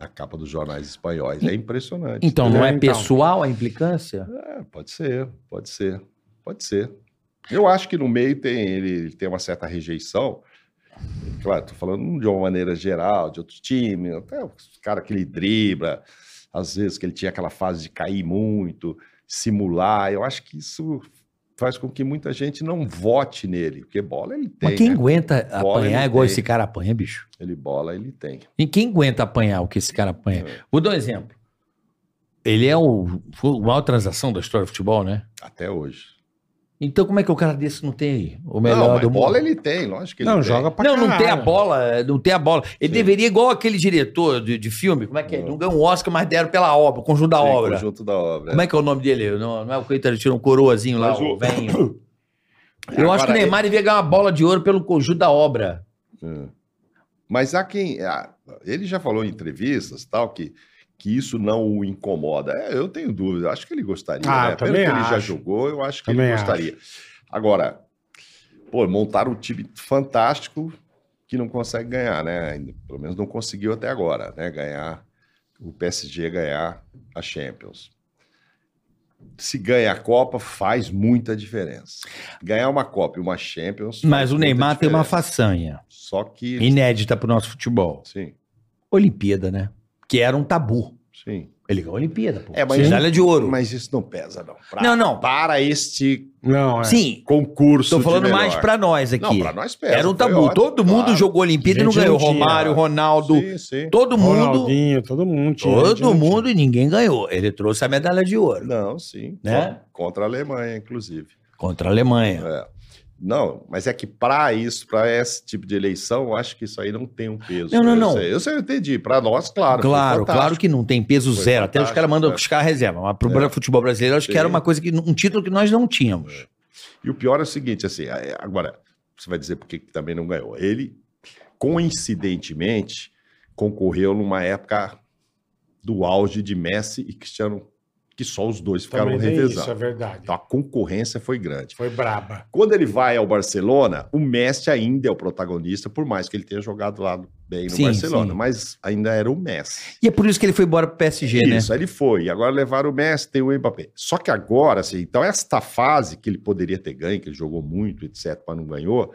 S6: A capa dos jornais espanhóis é impressionante.
S4: Então,
S3: É,
S4: não é
S3: então.
S4: pessoal a implicância?
S6: É, pode ser, pode ser, pode ser. Eu acho que no meio tem ele, ele tem uma certa rejeição, Claro, tô falando de uma maneira geral, de outro time, até o cara que ele dribla, às vezes que ele tinha aquela fase de cair muito, simular. Eu acho que isso faz com que muita gente não vote nele, porque bola ele tem.
S4: Mas quem
S6: né?
S4: aguenta
S6: Bola
S4: apanhar
S6: ele
S4: igual
S6: tem.
S4: esse cara apanha, bicho?
S6: Ele bola, ele tem.
S4: E quem aguenta apanhar o que esse cara apanha?
S6: É.
S4: Vou dar um exemplo. Ele é o, foi a maior transação da história do futebol, né?
S6: Até hoje.
S4: Então como é que o cara desse não tem aí? O melhor
S6: Não, mas
S4: do mundo?
S6: bola ele é tem, lógico que ele
S3: Não,
S6: tem.
S3: joga pra
S4: não, não tem a
S3: caralho.
S4: bola, é, não tem a bola. Ele
S6: Sim.
S4: deveria, igual aquele diretor de, de filme, como é que é? Não ganhou um Oscar, mas deram pela obra, o conjunto da
S6: Sim,
S4: obra.
S6: Conjunto da obra.
S4: Como é que é o nome dele? Não, não é o Coelho Tarantino, um coroazinho lá,
S6: Mas
S4: o
S6: o-
S4: velho. Eu acho que o
S6: Agora,
S4: Neymar devia ganhar uma bola de ouro pelo conjunto da obra.
S6: É. Mas há quem. há- ele já falou em entrevistas tal que, que isso não o incomoda. É, eu tenho dúvida. Acho que ele gostaria.
S3: Ah,
S6: né? Pelo
S3: também
S6: que ele já
S3: acho.
S6: jogou, eu acho que
S3: Também
S6: ele
S3: acho.
S6: gostaria. Agora, pô, montaram um time fantástico que não consegue ganhar, né? Ainda- Pelo menos não conseguiu até agora, né? Ganhar o PSG ganhar a Champions. Se ganha a Copa, faz muita diferença. Ganhar uma Copa e uma Champions. faz
S4: Mas o
S6: muita
S4: Neymar tem uma
S6: é diferença.
S4: façanha
S6: Só que.
S4: inédita pro nosso futebol.
S6: Sim,
S4: Olimpíada, né? Que era um tabu.
S6: sim.
S4: Ele ganhou a Olimpíada, pô.
S6: É, mas-
S4: medalha de ouro.
S6: Mas isso não pesa, não. Pra-
S4: Não, não.
S6: Para este
S3: Não, é.
S4: Sim,
S6: concurso.
S4: tô falando
S6: de melhor.
S4: mais pra nós aqui.
S6: Não, pra nós pesa.
S4: era um
S6: foi
S4: tabu.
S6: ótimo,
S4: Todo mundo
S6: claro.
S4: jogou a Olimpíada e não
S3: Gente,
S4: ganhou.
S3: não tinha.
S4: Romário, Ronaldo,
S6: Sim, sim.
S4: todo mundo.
S3: Ronaldinho, todo mundo. um tinha, tinha,
S4: Todo
S3: tinha.
S4: mundo e ninguém ganhou. Ele trouxe a medalha de ouro
S6: Não, sim.
S4: Né?
S6: Con- Contra a Alemanha, inclusive.
S4: contra a Alemanha.
S6: É. Não, mas é que para isso, para esse tipo de eleição, eu acho que isso aí não tem um peso.
S4: Não, não,
S6: eu
S4: não.
S6: Sei. Eu sei, eu entendi. Para nós, claro. foi
S4: Claro,
S6: fantástico.
S4: claro que não tem peso
S6: Foi
S4: zero. Até os
S6: fantástico,
S4: caras mandam,
S6: é.
S4: os caras reservam. Mas pro futebol brasileiro, acho que
S6: Sim.
S4: era uma coisa que um título que nós não tínhamos.
S6: E o pior é o seguinte, assim, é, agora, você vai dizer por que que também não ganhou. Ele, coincidentemente, concorreu numa época do auge de Messi e Cristiano, que só os dois ficaram
S3: Também tem isso, é
S6: revezando.
S3: verdade.
S6: Então a concorrência foi grande.
S3: Foi braba.
S6: Quando ele vai ao Barcelona, o Messi ainda é o protagonista, por mais que ele tenha jogado lá bem no
S4: Sim,
S6: Barcelona,
S4: sim.
S6: mas ainda era o Messi.
S4: E é por isso que ele foi embora pro PSG, né?
S6: Isso, aí ele foi. E agora levaram o Messi, tem o Mbappé. Só que agora, assim, então esta fase que ele poderia ter ganho, que ele jogou muito, etc., mas não ganhou,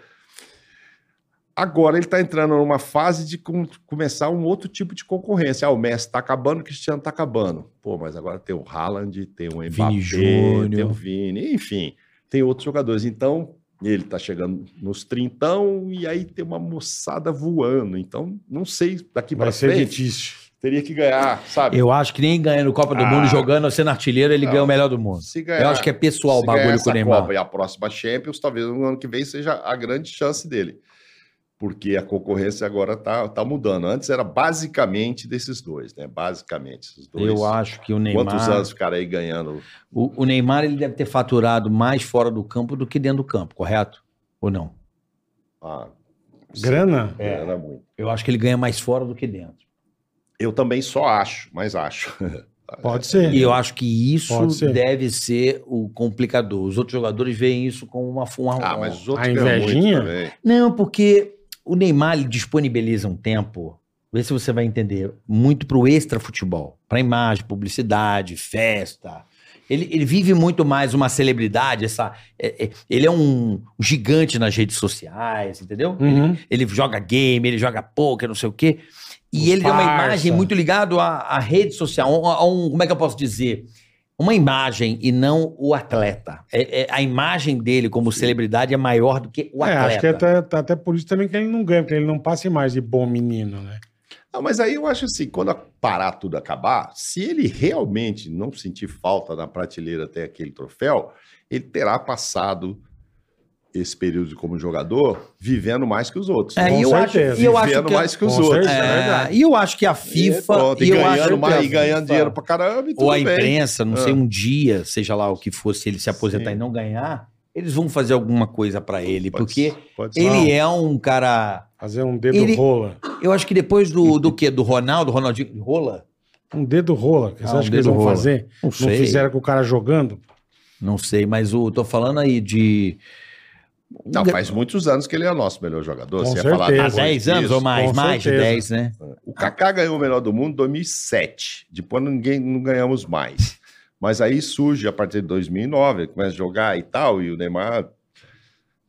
S6: agora ele está entrando numa fase de com- começar um outro tipo de concorrência. Ah, o Messi está acabando, o Cristiano está acabando. Pô, mas agora tem o Haaland, tem o Mbappé,
S4: Júnior.
S6: tem o Vini, enfim, tem outros jogadores. Então... Ele está chegando nos trintão e aí tem uma moçada voando. Então, não sei daqui
S3: Vai
S6: para
S3: ser
S6: frente.
S3: difícil.
S6: Teria que ganhar, sabe?
S4: Eu acho que nem ganhando Copa do
S6: Ah.
S4: Mundo, jogando, sendo artilheiro, ele
S6: Não.
S4: ganhou o melhor do mundo.
S6: Se ganhar,
S4: Eu acho que é pessoal o
S6: se ganhar
S4: bagulho com
S6: essa
S4: o Neymar.
S6: Copa e a próxima Champions, talvez no ano que vem seja a grande chance dele. Porque a concorrência agora tá, tá mudando. Antes era basicamente desses dois, né? Basicamente esses dois.
S4: Eu acho que o Neymar.
S6: Quantos anos ficaram aí ganhando?
S4: O, o Neymar ele deve ter faturado mais fora do campo do que dentro do campo, correto? Ou não?
S6: Ah,
S3: Grana?
S6: era muito.
S4: Eu acho que ele ganha mais fora do que dentro.
S6: Eu também só acho, mas acho.
S3: Pode ser.
S4: E eu acho que isso
S3: Pode ser.
S4: deve ser o complicador. Os outros jogadores veem isso como uma um forma.
S6: Ah, mas os outros
S3: A
S6: ganham
S3: invejinha?
S6: muito também.
S4: Não, porque o Neymar ele disponibiliza um tempo, vê se você vai entender, muito pro extra futebol, pra imagem, publicidade, festa. Ele, ele vive muito mais uma celebridade, essa, é- é- ele é um gigante nas redes sociais, entendeu?
S3: Uhum.
S4: Ele joga game, ele joga poker, não sei o quê. E
S3: Os
S4: ele é uma
S3: parça.
S4: imagem muito ligado à, à rede social, a um, a um- como é que eu posso dizer? Uma imagem e não o atleta. É- é- a imagem dele como celebridade é maior do que o
S3: É,
S4: atleta.
S3: acho que até, tá- até por isso também que ele não ganha, porque ele não passa mais de bom menino, né?
S6: Não, mas aí eu acho assim, quando a- parar tudo acabar, se ele realmente não sentir falta na prateleira até aquele troféu, ele terá passado esse período como jogador vivendo mais que os outros.
S4: É,
S3: Com
S4: e eu
S3: certeza.
S4: acho, e eu acho
S6: vivendo
S4: que
S6: mais que os
S3: Com
S6: outros.
S3: certeza.
S4: é,
S3: É verdade.
S4: e eu acho que a
S6: E
S4: FIFA
S6: pronto,
S4: e
S6: e
S4: eu
S6: ganhando,
S4: acho
S6: mais,
S4: que a
S6: e ganhando
S4: FIFA,
S6: dinheiro pra caramba e tudo
S4: ou a
S6: bem.
S4: imprensa, não
S6: Ah.
S4: sei um dia, seja lá o que for, se ele se aposentar
S6: Sim.
S4: e não ganhar, eles vão fazer alguma coisa pra ele,
S6: Pode
S4: porque
S6: ser, pode ser.
S4: ele é um cara,
S3: Fazer um dedo
S4: Ele-
S3: rola.
S4: eu acho que depois do do que do Ronaldo, Ronaldinho rola,
S3: Um dedo rola. que Você
S4: Ah, um
S3: acha que eles
S4: dedo
S3: vão
S4: rola.
S3: fazer?
S4: não
S3: Não
S4: sei,
S3: fizeram com o cara jogando?
S4: não sei, mas o tô falando aí de
S6: Não, faz muitos anos que ele é o nosso melhor jogador.
S3: Com
S6: você ia
S3: certeza.
S6: falar
S3: Há
S4: há
S6: depois
S4: 10 anos
S6: disso.
S4: ou mais,
S3: com
S4: mais de
S3: certeza.
S4: 10, né?
S6: O Kaká ganhou o melhor do mundo em 2007. Depois ninguém não ganhamos mais. Mas aí surge a partir de 2009, ele começa a jogar e tal, e o Neymar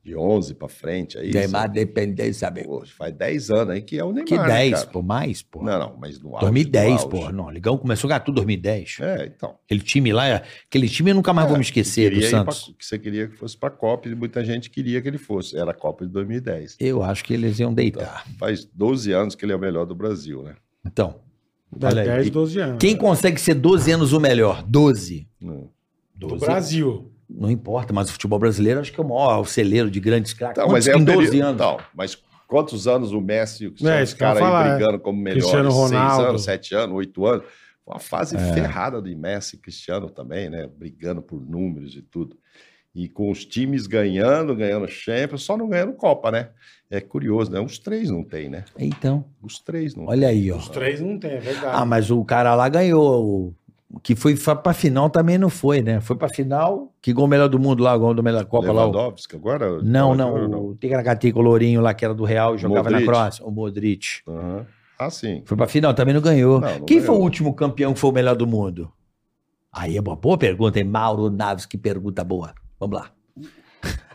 S6: de 11 para frente. Aí,
S8: Neymar dependente, sabe?
S6: Pô, faz 10 anos aí que é o Neymar.
S4: Que
S6: né,
S4: 10,
S6: cara?
S4: pô, mais, pô.
S6: Não, não, mas no auge.
S4: 2010,
S6: no
S4: pô.
S6: auge.
S4: Não, Ligão começou a ganhar tudo em 2010.
S6: É, então.
S4: Aquele time lá, aquele time eu nunca mais
S6: É,
S4: vou me esquecer do
S6: Queria ir pra-
S4: Santos.
S6: que você queria que fosse para a Copa e muita gente queria que ele fosse. Era a Copa de 2010.
S4: Eu acho que eles iam deitar.
S6: Faz 12 anos que ele é o melhor do Brasil, né?
S4: Então,
S3: Dá
S4: Olha aí.
S3: 10, 12 anos.
S6: É.
S4: quem consegue ser 12 anos o melhor? 12.
S6: Hum.
S3: Do
S4: 12.
S3: Brasil.
S4: Não importa, mas o futebol brasileiro acho que é o maior celeiro de grandes craques.
S6: Então,
S4: Quantos
S6: mas é
S4: com
S6: um
S4: 12
S6: período-
S4: anos?
S6: então, mas quantos anos o Messi e o
S3: É,
S6: é,
S3: isso que eu ia
S6: cara
S3: falar,
S6: aí brigando como melhores?
S3: Cristiano Ronaldo.
S6: Seis anos, sete anos, oito anos. Uma fase
S4: É.
S6: ferrada do Messi e Cristiano também, né? Brigando por números e tudo. E com os times ganhando, ganhando Champions, só não ganhando Copa, né? É curioso, né? Os três não tem, né?
S4: Então,
S6: Os três não
S4: olha aí, ó.
S3: Os três não tem, é verdade.
S4: Ah, mas o cara lá ganhou. O que foi fa- pra final também não foi, né? Foi pra final. Que gol melhor do mundo lá, gol do melhor Copa lá. O...
S6: Lewandowski agora?
S4: Não,
S6: Agora
S4: não. O Tigracati colorinho lá, que era do Real, jogava
S6: Modric.
S4: na próxima. O Modric.
S6: Aham. Ah, sim.
S4: Foi pra final, também não ganhou.
S6: Não, não
S4: Quem
S6: ganhou.
S4: foi o último campeão que foi o melhor do mundo? Aí é uma boa pergunta, hein? Mauro Naves, que pergunta boa. Vamos lá.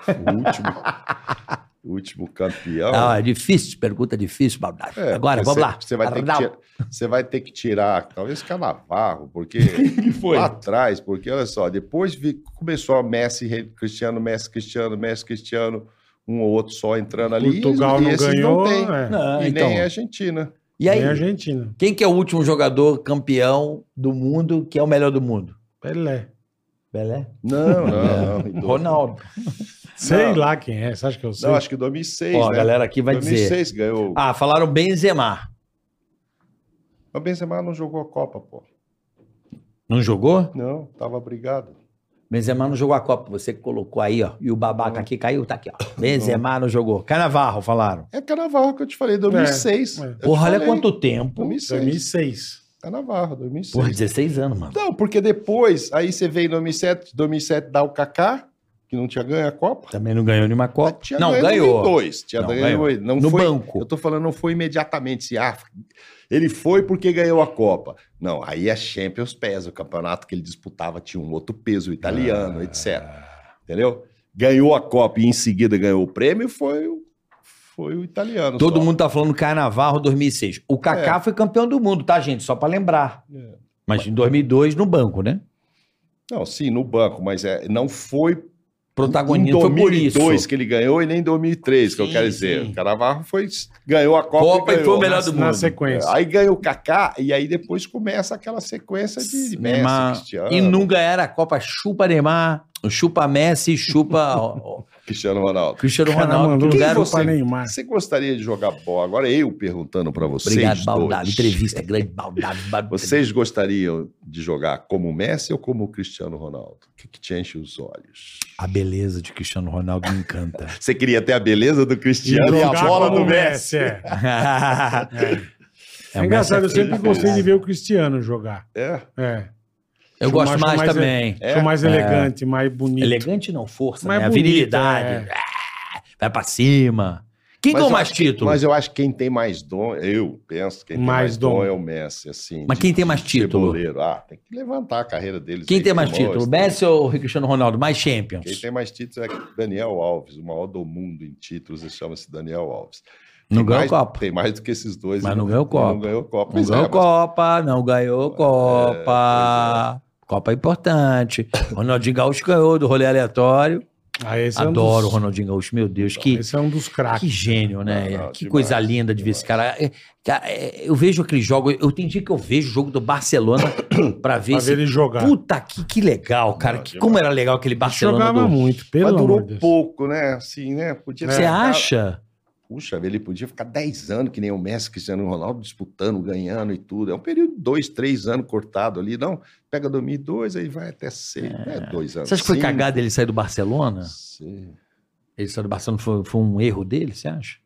S6: O último, o último campeão.
S4: Ah, é difícil, pergunta difícil, Mauro Naves.
S6: Então- É,
S4: Agora, um.
S6: porque
S4: vamos
S6: cê-
S4: lá.
S6: Você vai, ter que
S4: Arnaldo.
S6: tirar, você vai ter que tirar, talvez Canavarro, porque lá atrás, porque olha só, depois vi- começou a Messi, Re- Cristiano, Messi, Cristiano, Messi, Cristiano, um ou outro só entrando ali. e-
S3: Portugal
S6: e
S3: não
S6: esses
S3: ganhou.
S6: tem.
S3: é.
S4: Não,
S6: E
S4: então,
S6: nem a Argentina.
S4: E aí,
S3: Nem a Argentina.
S4: quem que é o último jogador campeão do mundo que é o melhor do mundo?
S3: Pelé.
S4: Pelé?
S6: Não, não, não.
S4: Ronaldo.
S3: Sei
S6: Não.
S3: lá quem é, você acha que eu sei?
S6: Não, acho que 2006,
S4: Ó, a
S6: né?
S4: galera aqui vai dizer.
S6: 2006 ganhou.
S4: Ah, falaram Benzema.
S6: Mas O Benzema não jogou a Copa, pô.
S4: Não jogou?
S6: Não, tava brigado.
S4: Benzema não jogou a Copa, você que colocou aí, ó. E o babaca aqui caiu, tá aqui, ó. Benzema não jogou. Canavarro, falaram.
S6: É Canavarro que eu te falei, 2006.
S3: É, é.
S6: Eu te
S4: Porra, olha
S6: falei,
S4: quanto tempo.
S6: 2006.
S3: 2006.
S6: Canavarro, 2006.
S4: Porra, 16 anos, mano.
S6: Não, porque depois, aí você vem em 2007, 2007 dá o Kaká, que não tinha ganho a Copa.
S4: Também não ganhou nenhuma Copa.
S6: Tinha
S4: não,
S6: ganho em
S4: ganhou.
S6: 2002, tinha
S4: Não,
S6: ganho em
S4: ganhou.
S6: 2002, não
S4: No
S6: foi,
S4: banco.
S6: Eu tô falando, não foi imediatamente. Se, ah, ele foi porque ganhou a Copa. Não, aí a Champions pesa. O campeonato que ele disputava tinha um outro peso, o
S4: Ah.
S6: italiano, etc. Entendeu? Ganhou a Copa e em seguida ganhou o prêmio, foi, o- foi o italiano.
S4: Todo
S6: só.
S4: mundo tá falando Carnaval 2006. O Kaká foi campeão do mundo, tá, gente? Só pra lembrar.
S6: É.
S4: Mas em 2002 no banco, né?
S6: Não, sim, no banco, mas é, não foi em
S4: Protagonista foi por
S6: 2002
S4: isso.
S6: que ele ganhou e nem em 2003, que eu
S4: Sim,
S6: quero dizer.
S4: sim.
S6: O Canavarro foi, ganhou a Copa,
S4: Copa e
S6: ganhou. né?
S4: foi o melhor do
S3: Na
S4: mundo. É,
S3: sequência.
S6: Aí ganhou o Kaká e aí depois começa aquela sequência de Messi,
S4: Neymar.
S6: Cristiano,
S4: E nunca era a Copa chupa Neymar, chupa Messi, chupa ó, ó,
S6: Cristiano Ronaldo.
S4: Cristiano
S3: Cara,
S4: Ronaldo.
S3: mandou
S4: Que lugar
S3: chupa
S4: você-
S3: Neymar.
S6: Você gostaria de jogar bola? Agora eu perguntando pra vocês
S4: Obrigado, Baldado.
S6: dois.
S4: Entrevista grande, Baldado. Baldado.
S6: Vocês gostariam de jogar como o Messi ou como o Cristiano Ronaldo? O que, que te enche os olhos?
S4: A beleza de Cristiano Ronaldo me encanta.
S6: Você queria ter a beleza do
S3: E
S6: Cristiano e, a
S3: jogar
S6: bola
S3: como
S6: do Messi?
S3: é.
S4: É,
S3: É
S4: o
S3: engraçado, eu
S4: Messi é
S3: sempre
S6: filho
S3: gostei de
S6: dele.
S3: ver o Cristiano jogar.
S6: É.
S3: É.
S4: Eu
S3: Acho
S4: gosto
S3: acho
S4: mais também.
S3: É, acho mais elegante, mais bonito.
S4: Elegante não, força,
S3: Mas
S4: né? A
S3: bonito, é.
S4: virilidade. Ah, Vai pra cima. Quem
S6: Mas
S4: ganhou
S6: eu
S4: mais
S6: acho que-
S4: título?
S6: Mas
S4: Mas,
S6: eu acho que quem tem mais dom, eu penso, quem tem
S3: Mais
S6: mais, dom.
S3: dom
S6: é o Messi, assim. de-
S4: quem tem mais
S6: de ser
S4: título?
S6: goleiro. Ah, tem que levantar a carreira deles.
S4: Quem
S6: aí,
S4: tem mais
S6: mostra.
S4: título? Messi ou Cristiano Ronaldo? Mais Champions?
S6: Quem tem mais títulos é Daniel Alves, o maior do mundo em títulos, ele chama-se Daniel Alves.
S4: Não
S6: Tem
S4: ganhou
S6: mais-
S4: Copa.
S6: Tem mais do que esses dois.
S4: Mas
S6: e
S4: não ganhou Copa.
S6: Não ganhou Copa.
S4: Não
S6: Pois é,
S4: ganhou
S6: mas- É,
S4: Copa, não ganhou Copa. Copa é importante. Ronaldinho Gaúcho ganhou do rolê aleatório.
S3: Ah, esse é um
S4: Adoro o
S3: dos-
S4: Ronaldinho Gaúcho, meu Deus. Que,
S3: Esse é um dos
S4: que
S3: craques.
S4: gênio, né?
S6: Ah, Não, não,
S4: que
S6: demais,
S4: coisa linda de ver esse cara. É, cara, é, Eu vejo aquele jogo, eu tem dia que eu vejo o jogo do Barcelona pra ver
S3: Pra
S4: esse
S3: ver ele jogar.
S4: Puta, que, que legal, cara.
S6: Ah, Não,
S4: Que,
S6: demais.
S4: como era legal aquele Barcelona
S3: Jogava
S4: do...
S3: muito, pelo
S6: Mas
S3: amor
S6: durou
S3: de Deus.
S6: pouco, né? Assim, né? Podia
S4: Você
S6: ter-
S4: acha?
S6: Puxa, vida, ele podia ficar 10 anos, que nem o Messi, Cristiano Ronaldo, disputando, ganhando e tudo. É um período de 2, 3 anos cortado ali. Não, pega 2002, aí vai até 6. É 2 anos.
S4: Você acha que foi
S6: Cinco,
S4: cagada ele sair do Barcelona?
S6: seis.
S4: Ele sair do Barcelona foi, foi um erro dele, você acha?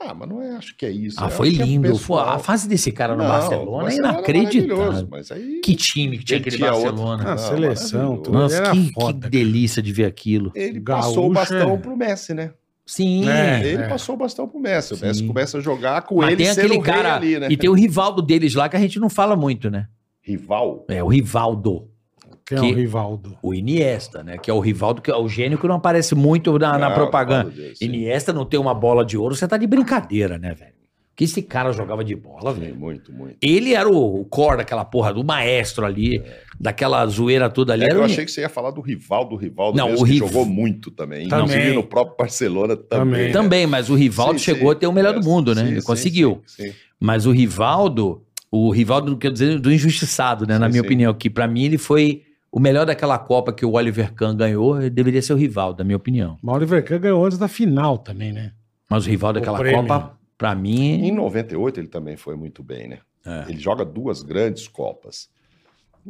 S6: Ah, mas não é, acho que é isso.
S4: Ah,
S6: Eu
S4: foi
S6: acho que é
S4: lindo. Foi-
S6: pessoal.
S4: a fase desse cara no
S6: Não, o
S4: Barcelona é
S6: Barcelona era maravilhoso,
S4: inacreditável.
S6: Mas aí...
S4: Que time que tinha
S6: Ele
S4: aquele
S6: tinha outro.
S4: Barcelona.
S3: Ah,
S6: Não,
S3: seleção, tudo.
S6: maravilhoso.
S4: Nossa,
S3: Ele era
S4: que,
S3: foda,
S4: que
S3: cara.
S4: delícia de ver aquilo.
S6: Ele
S3: Gaúcho,
S6: passou o bastão
S3: é.
S6: pro Messi, né?
S4: Sim.
S3: É.
S6: Ele passou o bastão pro Messi. O
S4: Sim.
S6: Messi começa a jogar com
S4: Mas
S6: ele
S4: tem
S6: sendo
S4: aquele
S6: o rei
S4: cara.
S6: ali, né?
S4: E tem o Rivaldo deles lá que a gente não fala muito, né?
S6: Rival?
S4: É, o Rivaldo.
S3: Que é o
S4: Que-
S3: Rivaldo.
S4: O Iniesta, né? Que é o Rivaldo, que é o gênio que não aparece muito na, tá na
S6: Ah,
S4: propaganda.
S6: meu Deus, sim.
S4: Iniesta não tem uma bola de ouro, você tá de brincadeira, né, velho? Que esse cara jogava de bola,
S6: Sim,
S4: velho.
S6: muito, muito.
S4: Ele era o, o core daquela porra, do maestro ali, daquela zoeira toda ali.
S6: É,
S4: era um
S6: eu
S4: o-
S6: achei que você ia falar do rival do Rivaldo
S4: Não,
S6: mesmo,
S4: o
S6: que
S4: Riv-
S6: jogou muito também.
S3: Também.
S6: Inclusive no próprio Barcelona
S3: Também.
S6: também. né?
S4: Também, mas o Rivaldo
S6: Sim,
S4: chegou
S6: sim.
S4: a ter o melhor
S6: É,
S4: do mundo, né?
S6: sim,
S4: Ele
S6: sim,
S4: conseguiu.
S6: sim, sim.
S4: Mas o Rivaldo, o Rivaldo, quer dizer, do injustiçado, né? Na
S6: Sim,
S4: minha
S6: sim.
S4: opinião, que pra mim ele foi o melhor daquela Copa que o Oliver Kahn ganhou, ele deveria ser o Rivaldo, na minha opinião.
S3: Mauro Vercan ganhou antes da final também, né?
S4: Mas o Rivaldo
S3: O
S4: daquela
S3: prêmio.
S4: Copa, pra mim,
S6: Em 98 ele também foi muito bem, né?
S4: É.
S6: Ele joga duas grandes Copas.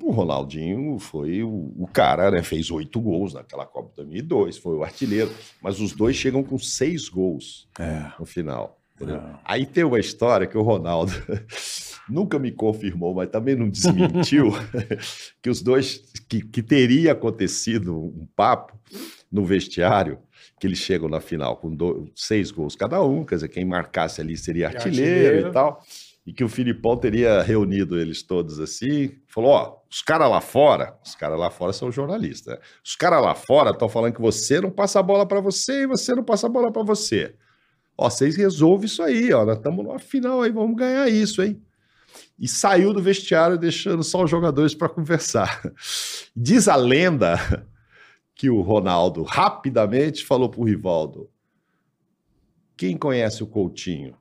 S6: O Ronaldinho foi o, o cara, né? Fez oito gols naquela Copa de 2002, foi o artilheiro. Mas os dois chegam com seis gols no final. entendeu? Aí tem uma história que o Ronaldo nunca me confirmou, mas também não desmentiu, que os dois, que, que teria acontecido um papo no vestiário, que eles chegam na final com do- seis gols cada um, quer dizer, quem marcasse ali seria artilheiro
S3: Artilheiro.
S6: e tal e que o Filipão teria reunido eles todos assim, falou, ó, os caras lá fora, os caras lá fora são jornalistas, né? os caras lá fora estão falando que você não passa a bola pra você e você não passa a bola pra você. Ó, vocês resolvem isso aí, ó, nós estamos numa final aí, vamos ganhar isso, hein? E saiu do vestiário deixando só os jogadores pra conversar. Diz a lenda que o Ronaldo rapidamente falou pro Rivaldo, quem conhece o Coutinho?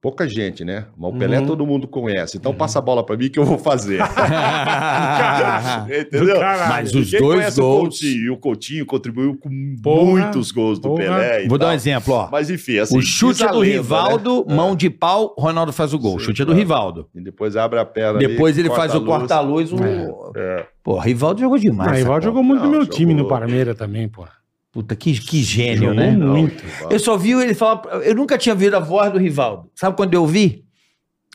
S6: Pouca gente, né? Mas o Pelé
S3: Uhum.
S6: todo mundo conhece. Então passa a bola pra mim que eu vou fazer. Entendeu?
S3: Caralho.
S4: Mas os
S6: Quem
S4: dois
S6: conhece
S4: gols.
S6: O Coutinho, o Coutinho contribuiu com
S3: Porra,
S6: muitos gols do
S3: porra.
S6: Pelé. e
S4: vou dar um
S6: tal.
S4: exemplo, ó.
S6: Mas enfim, assim.
S4: o chute
S6: diz
S4: é
S6: a
S4: do
S6: lenda, né?
S4: Rivaldo, mão de pau, Ronaldo faz o gol.
S6: Sim,
S4: chute é do
S6: claro.
S4: Rivaldo.
S6: E depois abre a perna. ali,
S4: Depois ele
S6: corta
S4: faz
S6: a
S4: o
S6: luz.
S4: corta-luz. O...
S6: É.
S4: Pô, Rivaldo jogou demais.
S3: Ah, o
S4: essa
S3: Rivaldo
S4: Copa.
S3: jogou muito
S6: Não,
S3: no meu
S6: jogou.
S3: time no Parmeira também, pô.
S4: Puta, que, que gênio,
S3: Jogou
S4: né?
S6: Não,
S3: muito.
S6: Rivaldo.
S4: Eu só vi ele falar. Eu nunca tinha ouvido a voz do Rivaldo. Sabe quando eu ouvi?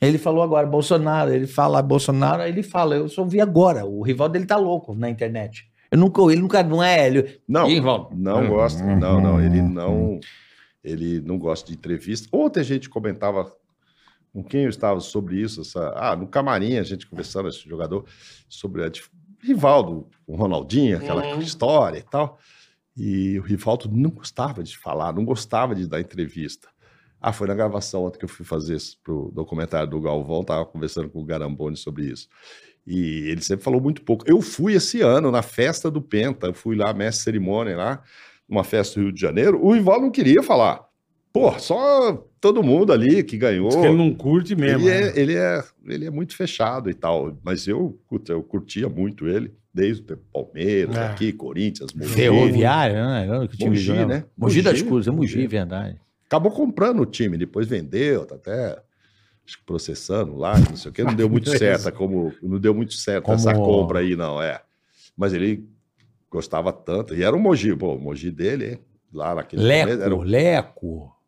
S4: Ele falou agora, Bolsonaro. Ele fala Bolsonaro, aí ele fala. Eu só vi agora. O Rivaldo ele tá louco na internet. Eu nunca, ele nunca não é ele.
S6: Não,
S4: Ih, Rivaldo.
S6: não gosto. Não, não. Ele não. Ele não gosta de entrevista. Ontem a gente comentava com quem eu estava sobre isso. essa- ah, no camarim, a gente conversando, esse jogador, sobre a dif- Rivaldo, o Ronaldinho, aquela história e tal. E o Rivaldo não gostava de falar, não gostava de dar entrevista. Ah, foi na gravação ontem que eu fui fazer isso pro documentário do Galvão, tava conversando com o Garamboni sobre isso. E ele sempre falou muito pouco. Eu fui esse ano na festa do Penta, eu fui lá, mestre de cerimônia lá, numa festa do Rio de Janeiro, o Rivaldo não queria falar. Pô, só todo mundo ali que ganhou.
S3: Diz que ele não curte mesmo.
S6: Ele
S3: né?
S6: é, ele, é, ele é muito fechado e tal, mas eu, puta, eu curtia muito ele, desde o tempo Palmeiras,
S3: É.
S6: aqui, Corinthians, Mogi.
S4: Ferroviário, né? Olha Que time
S6: Mogi,
S4: jogava.
S6: né?
S4: Mogi das
S6: Mogi,
S4: Cruzes, é Mogi,
S6: Mogi.
S4: verdade.
S6: Acabou comprando o time, depois vendeu, tá até acho que processando lá, não sei o quê. Não deu muito
S3: Ah, Beleza.
S6: certo, como, não deu muito certo
S4: Como-
S6: essa compra aí, não, é. Mas ele gostava tanto, e era o Mogi, pô, o Mogi dele, hein? lá naquele momento, era
S4: Leco,
S6: um- o
S4: Leco.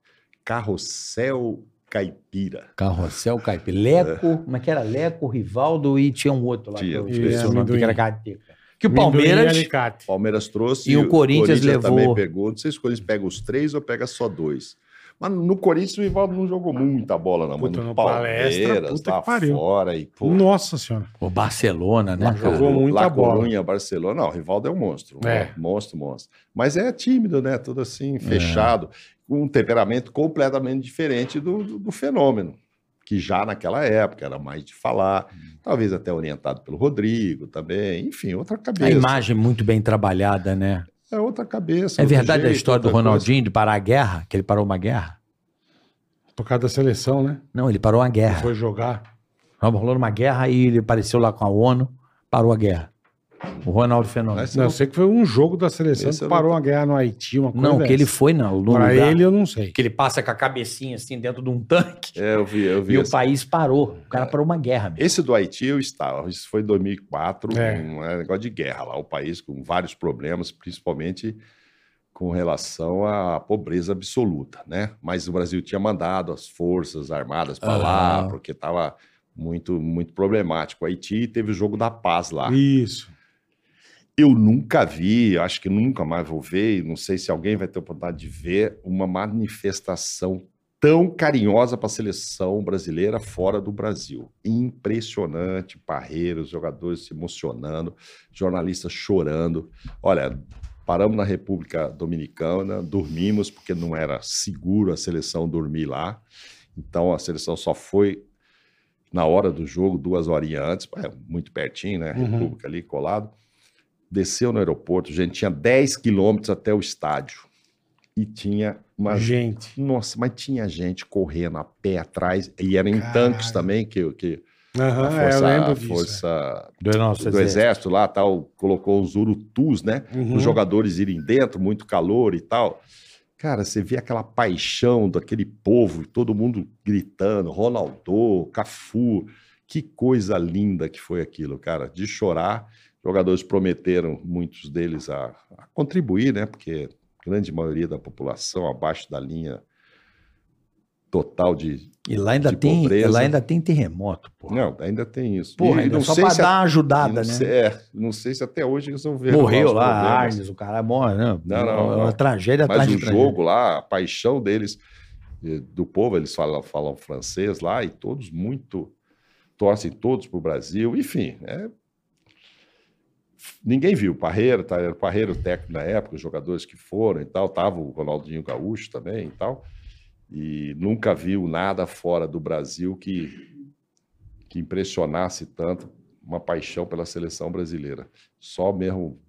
S6: Carrossel Caipira.
S4: Carrossel Caipi. Leco, mas que era Leco, Rivaldo e tinha um outro lá. que eu
S6: É. Tinha,
S4: esqueci
S3: tinha.
S4: o nome, que era
S3: Amendoim.
S4: Gateca. Que o
S3: Amendoim
S4: Palmeiras.
S3: Alicate.
S6: Palmeiras trouxe.
S4: E o Corinthians levou.
S6: também pegou. Não sei se o Corinthians pega os três ou pega só dois. Mas no Corinthians o Ivaldo não jogou muita bola, não.
S3: Puta,
S6: mas
S3: no
S6: no
S3: Palestra,
S6: Palmeiras,
S3: puta
S6: lá
S3: que pariu.
S6: fora e pô.
S3: Nossa senhora.
S4: O Barcelona, né? cara?
S3: jogou muita
S6: La
S3: bola.
S6: Coruña, Barcelona. Não, o Rivaldo é um monstro. um
S3: É.
S6: Monstro, monstro. Mas é tímido, né? Tudo
S4: É.
S6: assim, fechado. com Um temperamento completamente diferente do, do- do fenômeno. Que já naquela época era mais de falar.
S4: Hum.
S6: Talvez até orientado pelo Rodrigo também. Enfim, outra
S4: A
S6: cabeça.
S4: imagem muito bem trabalhada, né?
S6: É outra cabeça.
S4: É
S6: outro
S4: verdade a
S6: jeito,
S4: história do
S6: outra coisa.
S4: Ronaldinho de parar a guerra? Que ele parou uma guerra?
S3: Por causa da seleção, né?
S4: Não, ele parou uma guerra.
S3: Foi jogar.
S4: Rolou uma guerra e ele apareceu lá com a ONU, parou a guerra. O Ronaldo Fenômeno.
S6: Mas
S3: Não, eu sei que foi um jogo da seleção
S6: Esse
S3: que
S6: eu
S3: parou
S6: não-
S3: uma guerra no Haiti,
S6: é
S3: uma coisa
S4: Não, que ele
S3: dessa.
S4: foi na no
S3: Pra
S4: lugar
S3: ele eu não sei.
S4: que ele passa com a cabecinha assim dentro de um tanque
S6: É, eu vi, eu vi.
S4: e o
S6: esse.
S4: país parou. O cara parou uma guerra. mesmo.
S6: Esse do Haiti eu estava, isso foi em 2004,
S3: É.
S6: um é, negócio de guerra lá, o país com vários problemas, principalmente com relação à pobreza absoluta, né? Mas o Brasil tinha mandado as forças armadas para lá,
S4: Aham.
S6: porque estava muito, muito problemático. O Haiti teve o jogo da paz lá.
S3: Isso.
S6: Eu nunca vi, eu acho que nunca mais vou ver, e não sei se alguém vai ter oportunidade de ver uma manifestação tão carinhosa para a seleção brasileira fora do Brasil. Impressionante, Parreira, os jogadores se emocionando, jornalistas chorando. Olha, paramos na República Dominicana, dormimos porque não era seguro a seleção dormir lá. Então a seleção só foi na hora do jogo, duas horinhas antes, é, muito pertinho, né?
S3: Uhum.
S6: República ali colado. Desceu no aeroporto, gente, tinha 10 quilômetros até o estádio. E tinha uma
S3: Gente.
S6: nossa, mas tinha gente correndo a pé atrás, e eram em
S3: Caralho.
S6: tanques também, que, que
S3: Aham,
S6: a
S3: é, eu
S6: Força,
S3: lembro
S6: a
S3: disso.
S6: força
S4: Do nosso
S6: do Exército lá, tal, colocou os urutus, né?
S3: é. Uhum.
S6: Os jogadores irem dentro, muito calor e tal. Cara, você vê aquela paixão daquele povo, todo mundo gritando, Ronaldo, Cafu, que coisa linda que foi aquilo, cara, de chorar. Jogadores prometeram, muitos deles, a, a contribuir, né? Porque a grande maioria da população abaixo da linha total de.
S7: E lá ainda,
S6: De
S7: tem,
S6: pobreza.
S7: lá ainda tem terremoto, pô.
S6: Não, ainda tem isso.
S7: Porra,
S6: E
S7: ainda é só pra
S6: se a-
S7: dar uma
S6: e
S7: ajudada,
S6: não
S7: né?
S6: sei- é, não sei se até hoje resolveram.
S7: Morreu
S6: os
S7: lá,
S6: problemas.
S7: Arnes, o
S4: é
S7: cara morre, né?
S6: Não, não,
S7: É uma
S6: não.
S7: tragédia
S6: Mas
S7: atrás
S6: o
S7: de tragédia.
S6: jogo lá, a paixão deles, eh, do povo, eles falam, falam francês lá e todos muito. torcem todos para o Brasil, enfim. é- Ninguém viu. Parreira, tá, era o Parreira o técnico na época, os jogadores que foram e tal, tava o Ronaldinho Gaúcho também e tal. E nunca viu nada fora do Brasil que, que impressionasse tanto uma paixão pela seleção brasileira. Só mesmo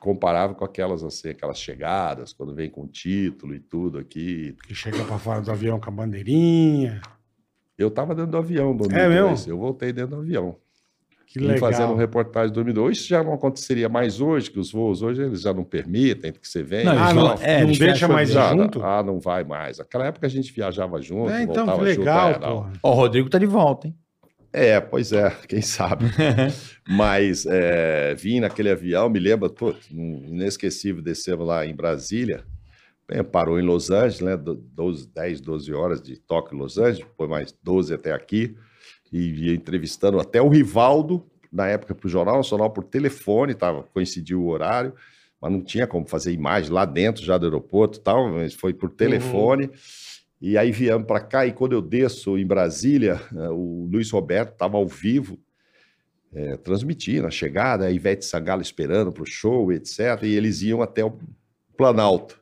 S6: comparável com aquelas assim, aquelas chegadas, quando vem com título e tudo aqui.
S3: Que chega pra fora do avião com a bandeirinha.
S6: Eu estava dentro do avião em
S3: É
S6: 2002, eu voltei dentro do avião.
S3: Que
S6: E
S3: legal.
S6: fazendo reportagem do 2002. Isso já não aconteceria mais hoje, que os voos hoje eles já não permitem que você venha.
S3: Ah,
S6: já
S3: não,
S7: Eles é,
S3: não
S7: eles
S3: deixa
S7: fecham
S3: mais ir
S6: já-
S3: junto?
S6: Ah, não vai mais. Aquela época a gente viajava junto,
S3: é, então, que
S6: voltava
S3: legal,
S6: junto. é, não.
S3: porra.
S7: Ó, o Rodrigo tá de volta, hein?
S6: É, pois é, quem sabe. Mas é, vim naquele avião, me lembro, pô, um inesquecível, descemos lá em Brasília, bem, parou em Los Angeles, né, do- 12, 10, 12 horas de toque em Los Angeles, depois mais 12 até aqui, e, e entrevistando até o Rivaldo, na época para o Jornal Nacional, por telefone, tava, coincidiu o horário, mas não tinha como fazer imagem lá dentro já do aeroporto e tal, mas foi por telefone. E aí viemos para cá, e quando eu desço em Brasília, eh, o Luiz Roberto estava ao vivo, eh, transmitindo a chegada, a Ivete Sangalo esperando para o show, etc. E eles iam até o Planalto.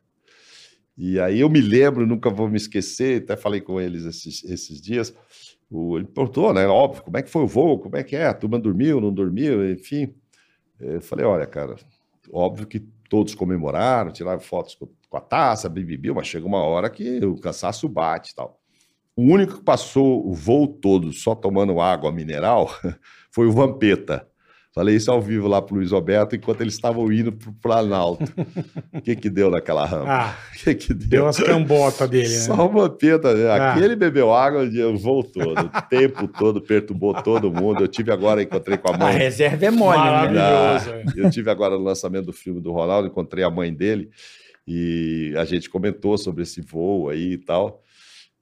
S6: E aí eu me lembro, nunca vou me esquecer, até falei com eles esses, esses dias. O, ele perguntou, né? Óbvio, como é que foi o voo? Como é que é? A turma dormiu, não dormiu, enfim. Eu falei, olha, cara, óbvio que todos comemoraram, tiraram fotos com, com a taça, bibibi, mas chega uma hora que o cansaço bate e tal. O único que passou o voo todo só tomando água mineral foi o Vampeta. Falei isso ao vivo lá pro Luiz Roberto enquanto eles estavam indo pro Planalto. O que que deu naquela rampa?
S3: Ah,
S6: O que que
S3: deu as cambotas dele, né?
S6: só uma peta, né?
S3: Ah.
S6: Aqui ele bebeu água o dia voltou. né? O tempo todo perturbou todo mundo. Eu tive agora, encontrei com a
S7: A
S6: mãe.
S7: reserva é mole, né?
S3: Maravilhoso.
S6: da-
S3: é.
S6: Ah, Eu tive agora no lançamento do filme do Ronaldo, encontrei a mãe dele e a gente comentou sobre esse voo aí e tal.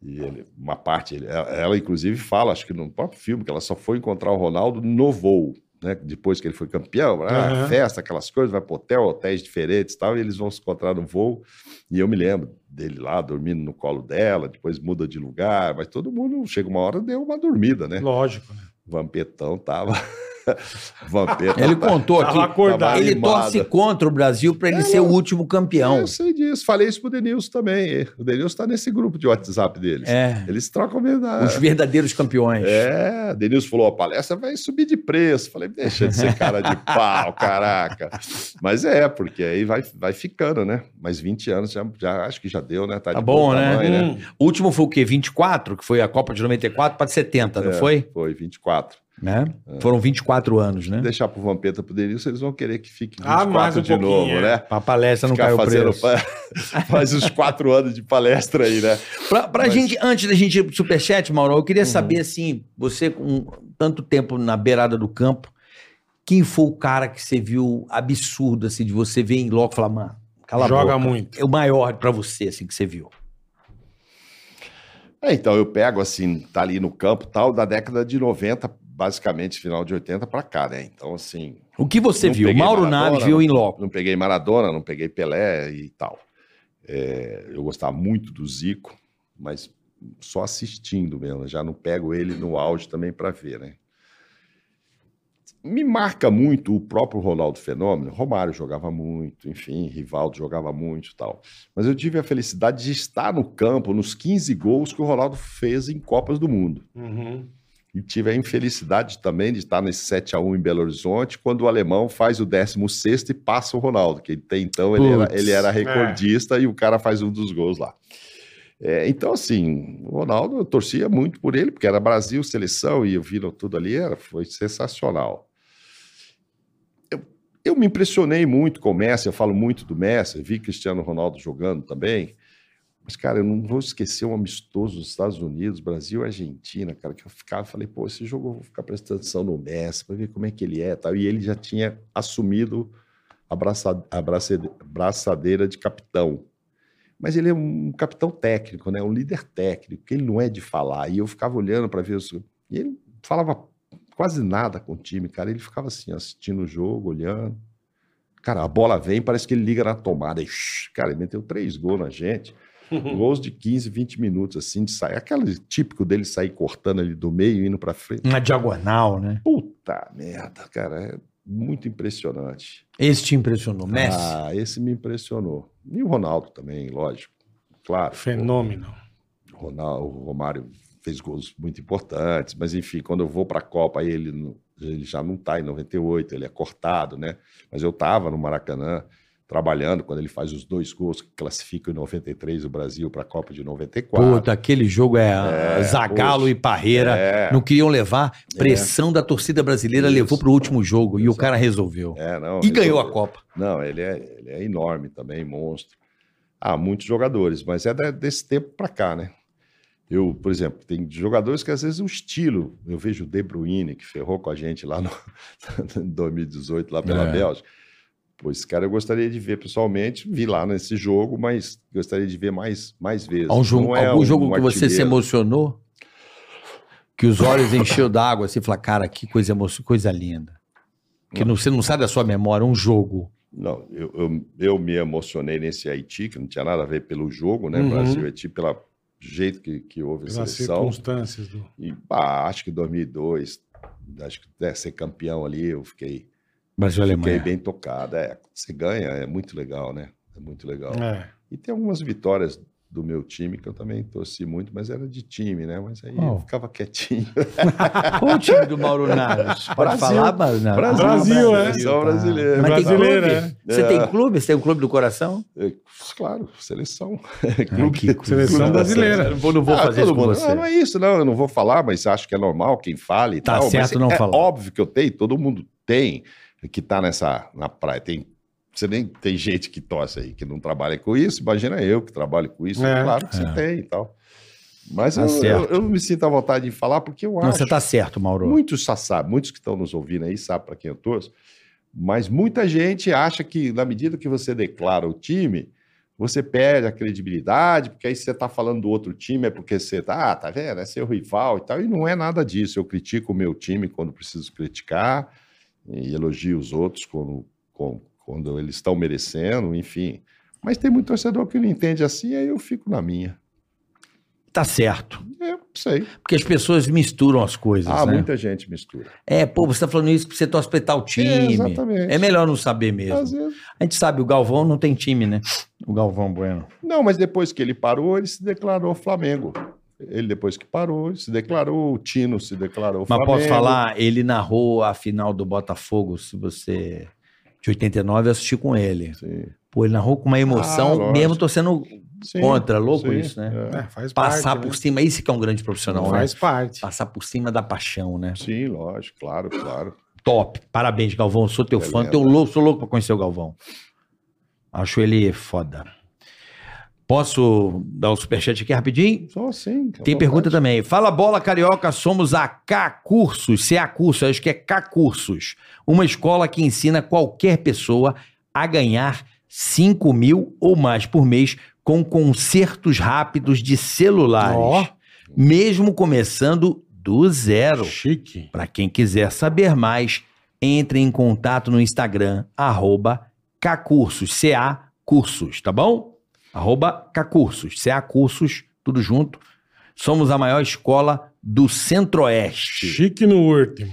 S6: E ele- uma parte, ele- ela, ela, inclusive fala, acho que no próprio filme, que ela só foi encontrar o Ronaldo no voo. Né? Depois que ele foi campeão, ah,
S3: Aham.
S6: festa, aquelas coisas, vai pro hotel, hotéis diferentes e tal, e eles vão se encontrar no voo. E eu me lembro dele lá dormindo no colo dela, depois muda de lugar, mas todo mundo chega uma hora deu uma dormida, né?
S3: Lógico, né?
S6: Vampetão tava. Vampetão
S7: Ele
S6: tava-
S7: contou aqui.
S3: Tava acordado.
S7: Ele
S6: animado.
S7: torce contra o Brasil pra ele
S6: É,
S7: ser o
S6: lógico.
S7: último campeão.
S6: Eu sei disso. Falei isso pro Denilson também. O Denilson tá nesse grupo de WhatsApp deles.
S7: É.
S6: Eles trocam verdade.
S7: Os verdadeiros campeões.
S6: É, Denilson falou: a palestra vai subir de preço. Falei, deixa de ser cara de pau, caraca. Mas é, porque aí vai, vai ficando, né? Mas 20 anos já, já acho que já deu, né?
S7: Tá
S6: de
S7: bom, né?
S6: tamanho,
S3: Hum.
S7: O último foi o quê? 24? Que foi a Copa de 94 para 70, não
S6: É.
S7: foi?
S6: Foi 24.
S7: Né? Foram 24 anos, né?
S6: deixar pro Vampeta pro Denilson, eles vão querer que fique 24
S3: Ah, mais um
S6: de novo,
S3: pouquinho, é.
S6: né?
S7: Pra palestra não caiu o preço.
S6: faz uns quatro anos de palestra aí, né?
S7: Pra, pra
S6: Mas- Uhum.
S7: gente, antes da gente ir pro superchat, Mauro, eu queria saber, assim, você com tanto tempo na beirada do campo, quem foi o cara que você viu absurdo, assim, de você ver em loco e falar, mano, cala a
S3: Joga
S7: boca.
S3: muito.
S7: É o maior pra você, assim, que você viu.
S6: É, então eu pego assim, tá ali no campo tal, da década de 90, basicamente final de 80 pra cá, né? Então assim,
S7: O que você
S6: Não
S7: viu?
S6: peguei
S7: Mauro
S6: Maradona, né?
S7: Naves viu em loco.
S6: não peguei Maradona, não peguei Pelé e tal. É, eu gostava muito do Zico, mas só assistindo mesmo, já não pego ele no auge também para ver, né? Me marca muito o próprio Ronaldo Fenômeno. Romário jogava muito, enfim, Rivaldo jogava muito e tal. Mas eu tive a felicidade de estar no campo nos 15 gols que o Ronaldo fez em Copas do Mundo.
S3: Uhum.
S6: E tive a infelicidade também de estar nesse 7 a 1 em Belo Horizonte, quando o alemão faz o 16 e passa o Ronaldo, que até então ele era,
S4: Putz,
S6: ele era recordista e o cara faz um dos gols lá. É, então, assim, o Ronaldo, eu torcia muito por ele, porque era Brasil, seleção, e eu viram tudo ali, era, foi sensacional. Eu, eu me impressionei muito com o Messi, eu falo muito do Messi, vi Cristiano Ronaldo jogando também, mas, cara, eu não vou esquecer um amistoso dos Estados Unidos, Brasil e Argentina, cara, que eu ficava, falei, pô, esse jogo eu vou ficar prestando atenção no Messi, pra ver como é que ele é e tal. E ele já tinha assumido a braça- a braçade- braçadeira de capitão. Mas ele é um capitão técnico, né? Um líder técnico, que ele não é de falar. E eu ficava olhando para ver os. E ele falava quase nada com o time, cara. Ele ficava assim, assistindo o jogo, olhando. Cara, a bola vem, parece que ele liga na tomada. E, shh, cara, ele meteu três gols na gente gols de 15, 20 minutos, assim, de sair. Aquele típico dele sair cortando ali do meio e indo pra frente.
S4: Na diagonal, né?
S6: Puta merda, cara. É muito impressionante.
S4: Esse te impressionou. Messi.
S6: Ah, esse me impressionou. E o Ronaldo também, lógico. Claro.
S3: Fenômeno.
S6: O, Ronaldo, o Romário fez gols muito importantes, mas enfim, quando eu vou pra Copa, aí ele, não- ele já não tá em 98, ele é cortado, né? Mas eu tava no Maracanã trabalhando quando ele faz os dois gols que classificam em 93 o Brasil pra Copa de 94.
S4: Puta, aquele jogo é,
S6: É,
S4: Zagalo
S6: poxa.
S4: e Parreira.
S6: É.
S4: Não queriam levar. Pressão da torcida brasileira
S6: Isso.
S4: levou pro último jogo. E o cara resolveu.
S6: É, não,
S4: e ganhou
S6: resolveu.
S4: a Copa.
S6: Não, ele é, ele é enorme também, monstro. Há muitos jogadores, mas é da- desse tempo para cá, né? Eu, por exemplo, tem jogadores que às vezes o estilo. Eu vejo o De Bruyne, que ferrou com a gente lá no, em 2018, lá pela
S4: É.
S6: Bélgica. Pô, esse cara eu gostaria de ver pessoalmente, vi lá nesse jogo, mas gostaria de ver mais, mais vezes.
S4: Há um jogo,
S6: Não é
S4: algum
S6: um
S4: jogo que você se
S6: artilheiro.
S4: emocionou? Que os olhos encheu d'água, assim, falar, cara, que coisa, emo- coisa linda. Que não, você não sai da sua memória, um jogo.
S6: Não, eu, eu, eu me emocionei nesse Haiti, que não tinha nada a ver pelo jogo, né?
S3: Uhum.
S6: Brasil e Haiti, pelo jeito que, que houve a
S3: Pelas
S6: seleção.
S3: circunstâncias do.
S6: E pá, acho que 2002, acho que né, ser campeão ali, eu fiquei,
S4: Brasil e
S6: fiquei
S4: Alemanha.
S6: bem tocado. É, quando você ganha, é muito legal, né? É muito legal.
S3: É.
S6: E tem algumas vitórias do meu time que eu também torci muito, mas era de time, né? Mas aí
S4: Qual?
S6: eu ficava quietinho.
S4: Qual o time do Mauro Naves? Pode
S6: Brasil.
S4: falar, Mauro Naves?
S6: Brasil,
S3: Brasil,
S6: né?
S3: é.
S6: Seleção brasileira.
S4: Ah, Mas tem
S3: Brasileira, né?
S4: clube? Você tem clube? Você tem um clube do coração?
S6: É, Claro, seleção. Clube-
S4: que
S6: clube
S3: Seleção
S6: da
S3: brasileira.
S6: seleção.
S4: Eu não vou
S6: Ah,
S4: fazer
S6: todo
S4: isso com
S6: mundo.
S4: você.
S6: Ah, não é isso, não. Eu não vou falar, mas acho que é normal quem fale e
S4: Tá
S6: tal.
S4: certo
S6: mas
S4: não
S6: é
S4: falar.
S6: óbvio que eu tenho, todo mundo tem que tá nessa na praia. Tem, você nem tem gente que torce aí, que não trabalha com isso. Imagina eu que trabalho com isso.
S3: É.
S6: claro que
S4: É.
S6: você tem e tal. Mas
S4: Tá
S6: eu,
S4: certo.
S6: eu, eu não me sinto à vontade de falar porque eu
S4: Não,
S6: acho.
S4: você tá certo, Mauro.
S6: Muitos já sabem, muitos que estão nos ouvindo aí sabem para quem eu torço, mas muita gente acha que na medida que você declara o time, você perde a credibilidade, porque aí você está falando do outro time, é porque você está, ah, tá vendo, é seu rival e tal, e não é nada disso. Eu critico o meu time quando preciso criticar, e elogio os outros quando, com- quando eles estão merecendo, enfim. Mas tem muito torcedor que não entende assim, aí eu fico na minha.
S4: Tá certo.
S6: É, não sei.
S4: Porque as pessoas misturam as coisas,
S6: Ah,
S4: né?
S6: muita gente mistura.
S4: É, pô, você tá falando isso porque você torce pra tal
S6: É,
S4: time.
S6: exatamente.
S4: É, melhor não saber mesmo.
S6: Às vezes
S4: A gente sabe, o Galvão não tem time, né? O Galvão Bueno.
S6: Não, mas depois que ele parou, ele se declarou Flamengo. Ele, depois que parou, ele se declarou, o Tino se declarou
S4: Mas
S6: Flamengo.
S4: posso falar, ele narrou a final do Botafogo, se você. De 89, eu assisti com ele.
S6: Sim,
S4: Pô, ele narrou com uma
S6: Ah,
S4: emoção,
S6: lógico.
S4: mesmo torcendo
S6: sim,
S4: contra. Louco
S6: sim,
S4: isso, né?
S6: é.
S3: É, faz
S4: Passar
S3: parte.
S4: por
S3: né?
S4: cima, isso que é um grande profissional, né?
S3: Faz parte.
S4: Passar por cima da paixão, né?
S6: Sim, lógico, claro, claro.
S4: Top. Parabéns, Galvão. Sou teu fã.
S6: Beleza.
S4: Teu louco, sou louco pra conhecer o Galvão. Acho ele foda. Posso dar o superchat aqui rapidinho?
S6: Só assim. à
S4: Tem
S6: vontade.
S4: pergunta também. Fala bola carioca, somos a K Cursos, CA Cursos, acho que é K Cursos. Uma escola que ensina qualquer pessoa a ganhar 5 mil ou mais por mês com consertos rápidos de celulares.
S3: Ó.
S4: Mesmo começando do zero.
S3: Chique.
S4: Para quem quiser saber mais, entre em contato no Instagram, arroba Cacursos, CA Cursos, tá bom? Arroba Cacursos, CA Cursos, tudo junto. Somos a maior escola do Centro-Oeste.
S3: Chique no último.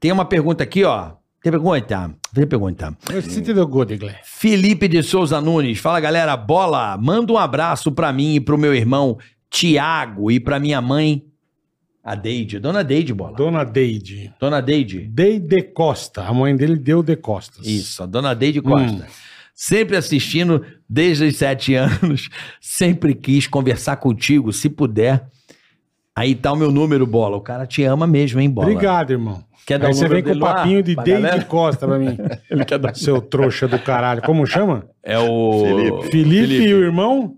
S4: Tem uma pergunta aqui, ó. Tem pergunta? Tem pergunta.
S3: Você entendeu, Godeglé?
S4: Felipe de Souza Nunes. Fala, galera. Bola, manda um abraço pra mim e pro meu irmão Tiago e pra minha mãe, a Deide. Dona Deide, Bola.
S3: Dona Deide.
S4: Dona Deide.
S3: Deide Costa. A mãe dele deu de costas.
S4: Isso, a Dona Deide Costa.
S3: Hum.
S4: Sempre assistindo desde os sete anos. Sempre quis conversar contigo, se puder. Aí tá o meu número, Bola. O cara te ama mesmo, hein, Bola?
S3: Obrigado, irmão.
S4: Quer dar
S3: Aí
S4: o
S3: você
S4: número
S3: vem com o
S4: dele lá
S3: papinho de
S4: pra
S3: Deide
S4: galera?
S3: Costa pra mim.
S4: Ele quer dar-
S3: Seu trouxa do caralho. Como chama?
S4: É o...
S6: Felipe.
S3: Felipe, e o irmão?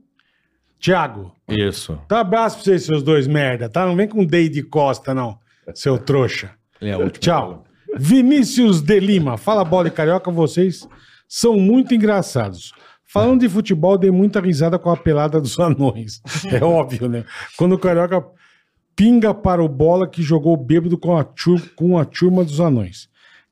S3: Tiago.
S4: Isso.
S3: Dá um abraço pra vocês, seus dois merda, tá? Não vem com Deide Costa, não, seu trouxa.
S4: Ele é o último.
S3: Tchau. Vinícius de Lima. Fala bola e carioca, vocês são muito engraçados. Falando de futebol, dei muita risada com a pelada dos anões. É óbvio, né? Quando o carioca pinga para o bola que jogou bêbado com a, tur- com a turma dos anões.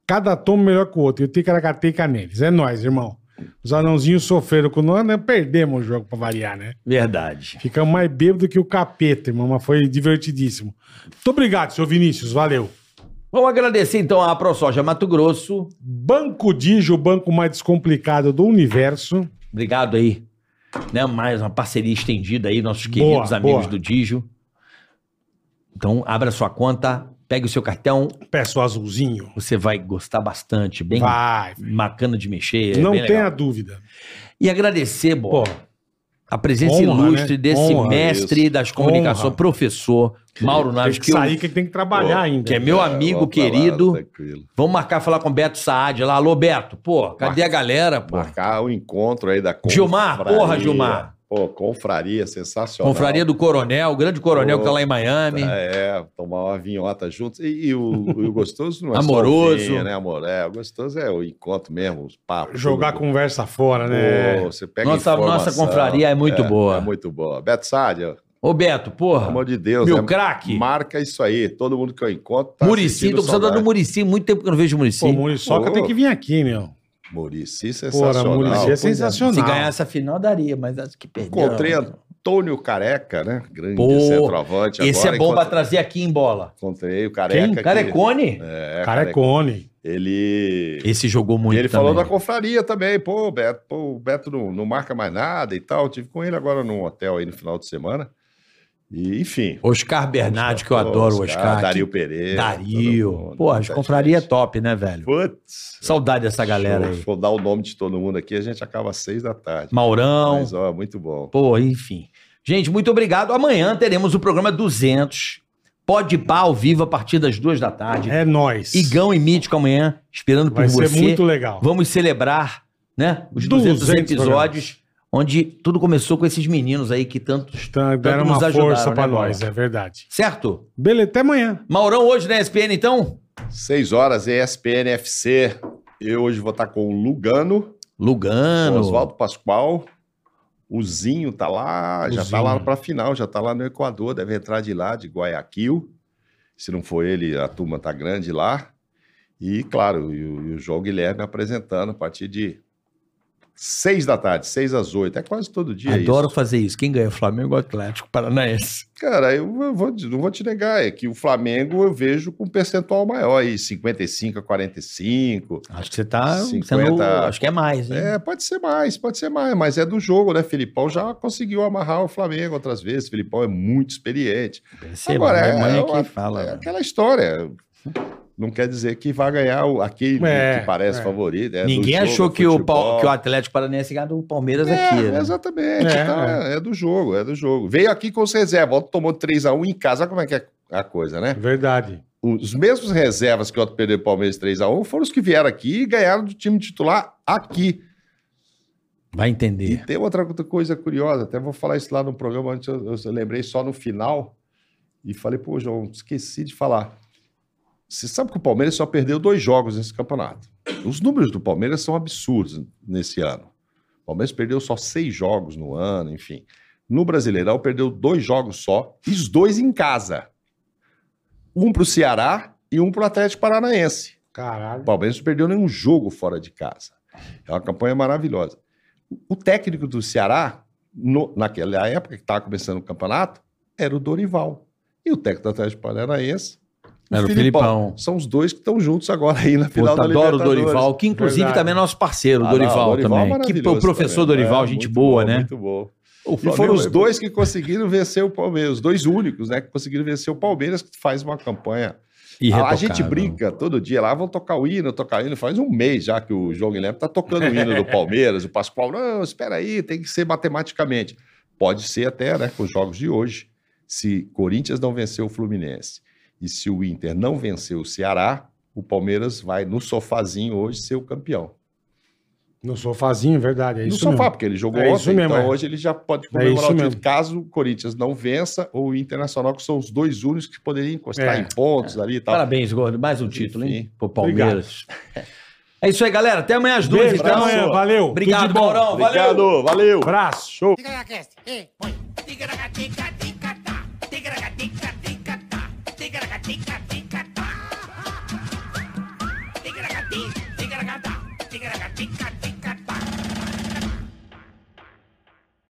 S3: Cada tom melhor que o outro. E o ticaracateca neles. É nóis, irmão. Os anãozinhos sofreram com nós, né? Perdemos o jogo pra variar, né?
S4: Verdade.
S3: Ficamos mais bêbado que o capeta, irmão. Mas foi divertidíssimo. Muito obrigado, seu Vinícius. Valeu.
S4: Vamos agradecer então à ProSoja Mato Grosso.
S3: Banco Digio, o banco mais descomplicado do universo.
S4: Obrigado aí. Né? Mais uma parceria estendida aí, nossos queridos
S3: Boa,
S4: amigos
S3: boa.
S4: do Digio. Então, abra sua conta, pegue o seu cartão,
S3: Peço azulzinho.
S4: você vai gostar bastante. Bem
S3: Vai.
S4: bacana de mexer. é
S3: não
S4: bem legal.
S3: tenha dúvida.
S4: E agradecer,
S3: Pô,
S4: Bola, a presença
S3: honra,
S4: ilustre
S3: né?
S4: desse
S3: Honra,
S4: mestre das comunicações,
S3: Honra.
S4: professor Mauro Naves,
S3: tem que
S4: que, eu-
S3: sair que ele tem que trabalhar
S6: Pô,
S3: ainda.
S4: que é meu amigo querido.
S6: tranquilo.
S4: Vamos marcar falar com o Beto Saad lá. Alô, Beto, pô, cadê a galera, pô?
S6: Marcar o encontro aí da
S4: Gilmar,
S6: confraria.
S4: porra, Gilmar.
S6: Pô, confraria, sensacional.
S4: Confraria do Coronel, o grande coronel que tá lá em Miami.
S6: É, tomar uma vinhota juntos. E, e o, e o gostoso não é só
S4: Amoroso.
S6: o vinho, né, amor? É, o gostoso é o encontro mesmo, os papos.
S3: Jogar
S6: tudo.
S3: conversa fora, né?
S6: Pô, você pega
S4: Nossa-
S6: informação.
S4: nossa confraria é muito boa.
S6: É muito boa. Beto Sade, ó, pelo
S4: Ô, Beto, porra.
S6: amor de Deus.
S4: Meu
S6: né?
S4: craque.
S6: Marca isso aí. Todo mundo que eu encontro tá
S4: Murici, tô
S6: sentindo
S4: precisando do
S6: saudade.
S4: Murici. Muito tempo que eu não vejo
S3: Pô,
S4: Murici.
S3: Muriçoca
S6: Pô.
S3: tem que vir aqui, meu.
S6: Murici,
S3: Porra,
S6: sensacional.
S3: Murici é
S4: Se
S3: sensacional.
S4: ganhar essa final, daria, mas acho que perdeu.
S6: Encontrei Antônio Careca, né? Grande
S4: Pô,
S6: centroavante
S4: Esse
S6: agora.
S4: é bom pra
S6: Encontrei-
S4: trazer aqui em bola.
S6: Encontrei o Careca. que-
S4: Carecone?
S6: É,
S3: Cara é cone.
S6: Ele...
S4: Esse jogou muito
S6: ele
S4: também.
S6: falou da confraria também, pô, o Beto, pô, o Beto não, não marca mais nada e tal. Eu tive com ele agora num hotel aí no final de semana. E, enfim.
S4: Oscar Bernardi, que eu adoro o Oscar.
S6: Dario Pereira. todo
S4: Dario.
S6: mundo,
S4: Pô, as
S6: muita
S4: confraria é
S6: gente.
S4: top, né, velho?
S6: Putz.
S4: Saudade dessa galera
S6: Se
S4: aí.
S6: for dar o nome de todo mundo aqui, a gente acaba às seis da tarde.
S4: Maurão.
S6: Mas, ó, muito bom.
S4: Pô, enfim. Gente, muito obrigado. Amanhã teremos o programa 200. Pode pá ao vivo a partir das duas da tarde.
S3: É nóis.
S4: Igão e Mítico amanhã, esperando por
S3: Vai
S4: você.
S3: ser muito legal.
S4: Vamos celebrar, né? Os 200,
S3: 200
S4: episódios, onde tudo começou com esses meninos aí que tantos.
S3: Então, deram
S4: nos
S3: uma
S4: ajudaram,
S3: força
S4: né,
S3: pra
S4: Bola?
S3: nós, é verdade.
S4: Certo?
S3: Beleza, até amanhã.
S4: Maurão hoje na SPN, então?
S6: Seis horas, ESPN FC. Eu hoje vou estar com o Lugano, com o
S4: Lugano.
S6: Oswaldo Pascoal. O Zinho tá lá, já tá
S3: Zinho.
S6: lá pra final, já tá lá no Equador, deve entrar de lá, de Guayaquil. Se não for ele, a turma tá grande lá. E, claro, e o, e o João Guilherme apresentando a partir de seis da tarde, seis às oito. É quase todo dia
S4: Adoro
S6: isso.
S4: fazer isso. Quem ganha? é Flamengo ou Atlético Paranaense.
S6: Cara, eu eu vou te- não vou te negar, é que o Flamengo eu vejo com um percentual maior aí, 55 a 45.
S4: Acho que você tá
S6: 50.
S4: sendo. Acho que é mais, hein?
S6: um É, pode ser mais, pode ser mais, mas é do jogo, né? Filipão já conseguiu amarrar o Flamengo outras vezes. Filipão é muito experiente.
S4: Sei
S6: Agora,
S4: lá, minha
S6: é-
S4: mãe
S6: é
S4: aqui
S6: uma-
S4: fala.
S6: É
S4: né?
S6: aquela história. Não quer dizer que vai ganhar o- aquele
S3: É,
S6: que parece
S3: é.
S6: favorito. é do
S4: Ninguém
S6: jogo,
S4: achou
S6: é
S4: que o,
S6: futebol.
S4: Pau- que o Atlético Paranaense ganhou do Palmeiras aqui.
S6: É,
S4: né?
S6: exatamente.
S3: É,
S6: então, É, é do jogo, é do jogo. Veio aqui com os reservas, outro tomou 3x1 em casa. Olha como é que é a coisa, né?
S3: Verdade.
S6: Os mesmos reservas que o Otto perdeu o Palmeiras 3x1 foram os que vieram aqui e ganharam do time titular aqui.
S4: Vai
S6: E
S4: entender.
S6: tem outra coisa curiosa, até vou falar isso lá no programa, antes eu, eu lembrei só no final e falei, pô, João, esqueci de falar. Você sabe que o Palmeiras só perdeu dois jogos nesse campeonato. Os números do Palmeiras são absurdos nesse ano. O Palmeiras perdeu só seis jogos no ano, enfim. No Brasileirão, perdeu dois jogos só, e os dois em casa. Um para o Ceará e um para o Atlético Paranaense.
S3: Caralho.
S6: O Palmeiras não perdeu nenhum jogo fora de casa. É uma campanha maravilhosa. O técnico do Ceará, no- naquela época que estava começando o campeonato, era o Dorival. E o técnico do Atlético Paranaense
S4: Era o Filipão.
S6: São os dois que estão juntos agora aí na final
S4: Puta,
S6: da
S4: adoro o
S6: Libertadores.
S4: Dorival, que inclusive
S3: Verdade.
S4: também é nosso parceiro, o
S6: Ah,
S4: Dorival,
S6: não,
S4: também. Que pô,
S6: maravilhoso
S4: o professor
S6: também.
S4: Dorival,
S6: É,
S4: gente
S6: muito
S4: boa,
S6: bom,
S4: né?
S6: Muito bom.
S4: O
S6: E
S4: Flamengo-
S6: foram os dois que conseguiram vencer o Palmeiras, os dois únicos, né, que conseguiram vencer o Palmeiras, que faz uma campanha. Ah, A, a gente
S4: irretocável.
S6: brinca todo dia lá, vão tocar o hino, tocar o hino. Faz um mês já que o João Guilherme tá tocando o hino do Palmeiras, o Pascoal, não, espera aí, tem que ser matematicamente. Pode ser até, né, com os jogos de hoje. Se Corinthians não vencer o Fluminense e se o Inter não vencer o Ceará, o Palmeiras vai no sofazinho hoje ser o campeão.
S3: No sofazinho, verdade. É
S6: no
S3: isso
S6: sofá,
S3: mesmo.
S6: porque ele jogou
S3: É isso
S6: ontem,
S3: mesmo,
S6: então
S3: é.
S6: hoje ele já pode comemorar
S3: isso
S6: o título.
S3: mesmo.
S6: Caso o Corinthians não vença, ou o Internacional, que são os dois únicos que poderiam encostar
S3: É.
S6: em pontos ali e tal.
S4: Parabéns, Gordo. Mais um título, hein?
S6: Enfim.
S4: Pro Palmeiras. É isso aí, galera. Até amanhã às duas,
S3: Beijo, até
S4: então.
S3: amanhã, valeu. Tudo de
S4: Obrigado,
S3: bom.
S4: Maurão. Valeu.
S6: Obrigado, valeu.
S3: Abraço.
S1: Ticaracast, eh, põe. Ticaracatica, ticatá. Ticaracatica, ticatá. Ticaracatica, ticatá. Ticaracati, ticaracatá. Ticaracatica,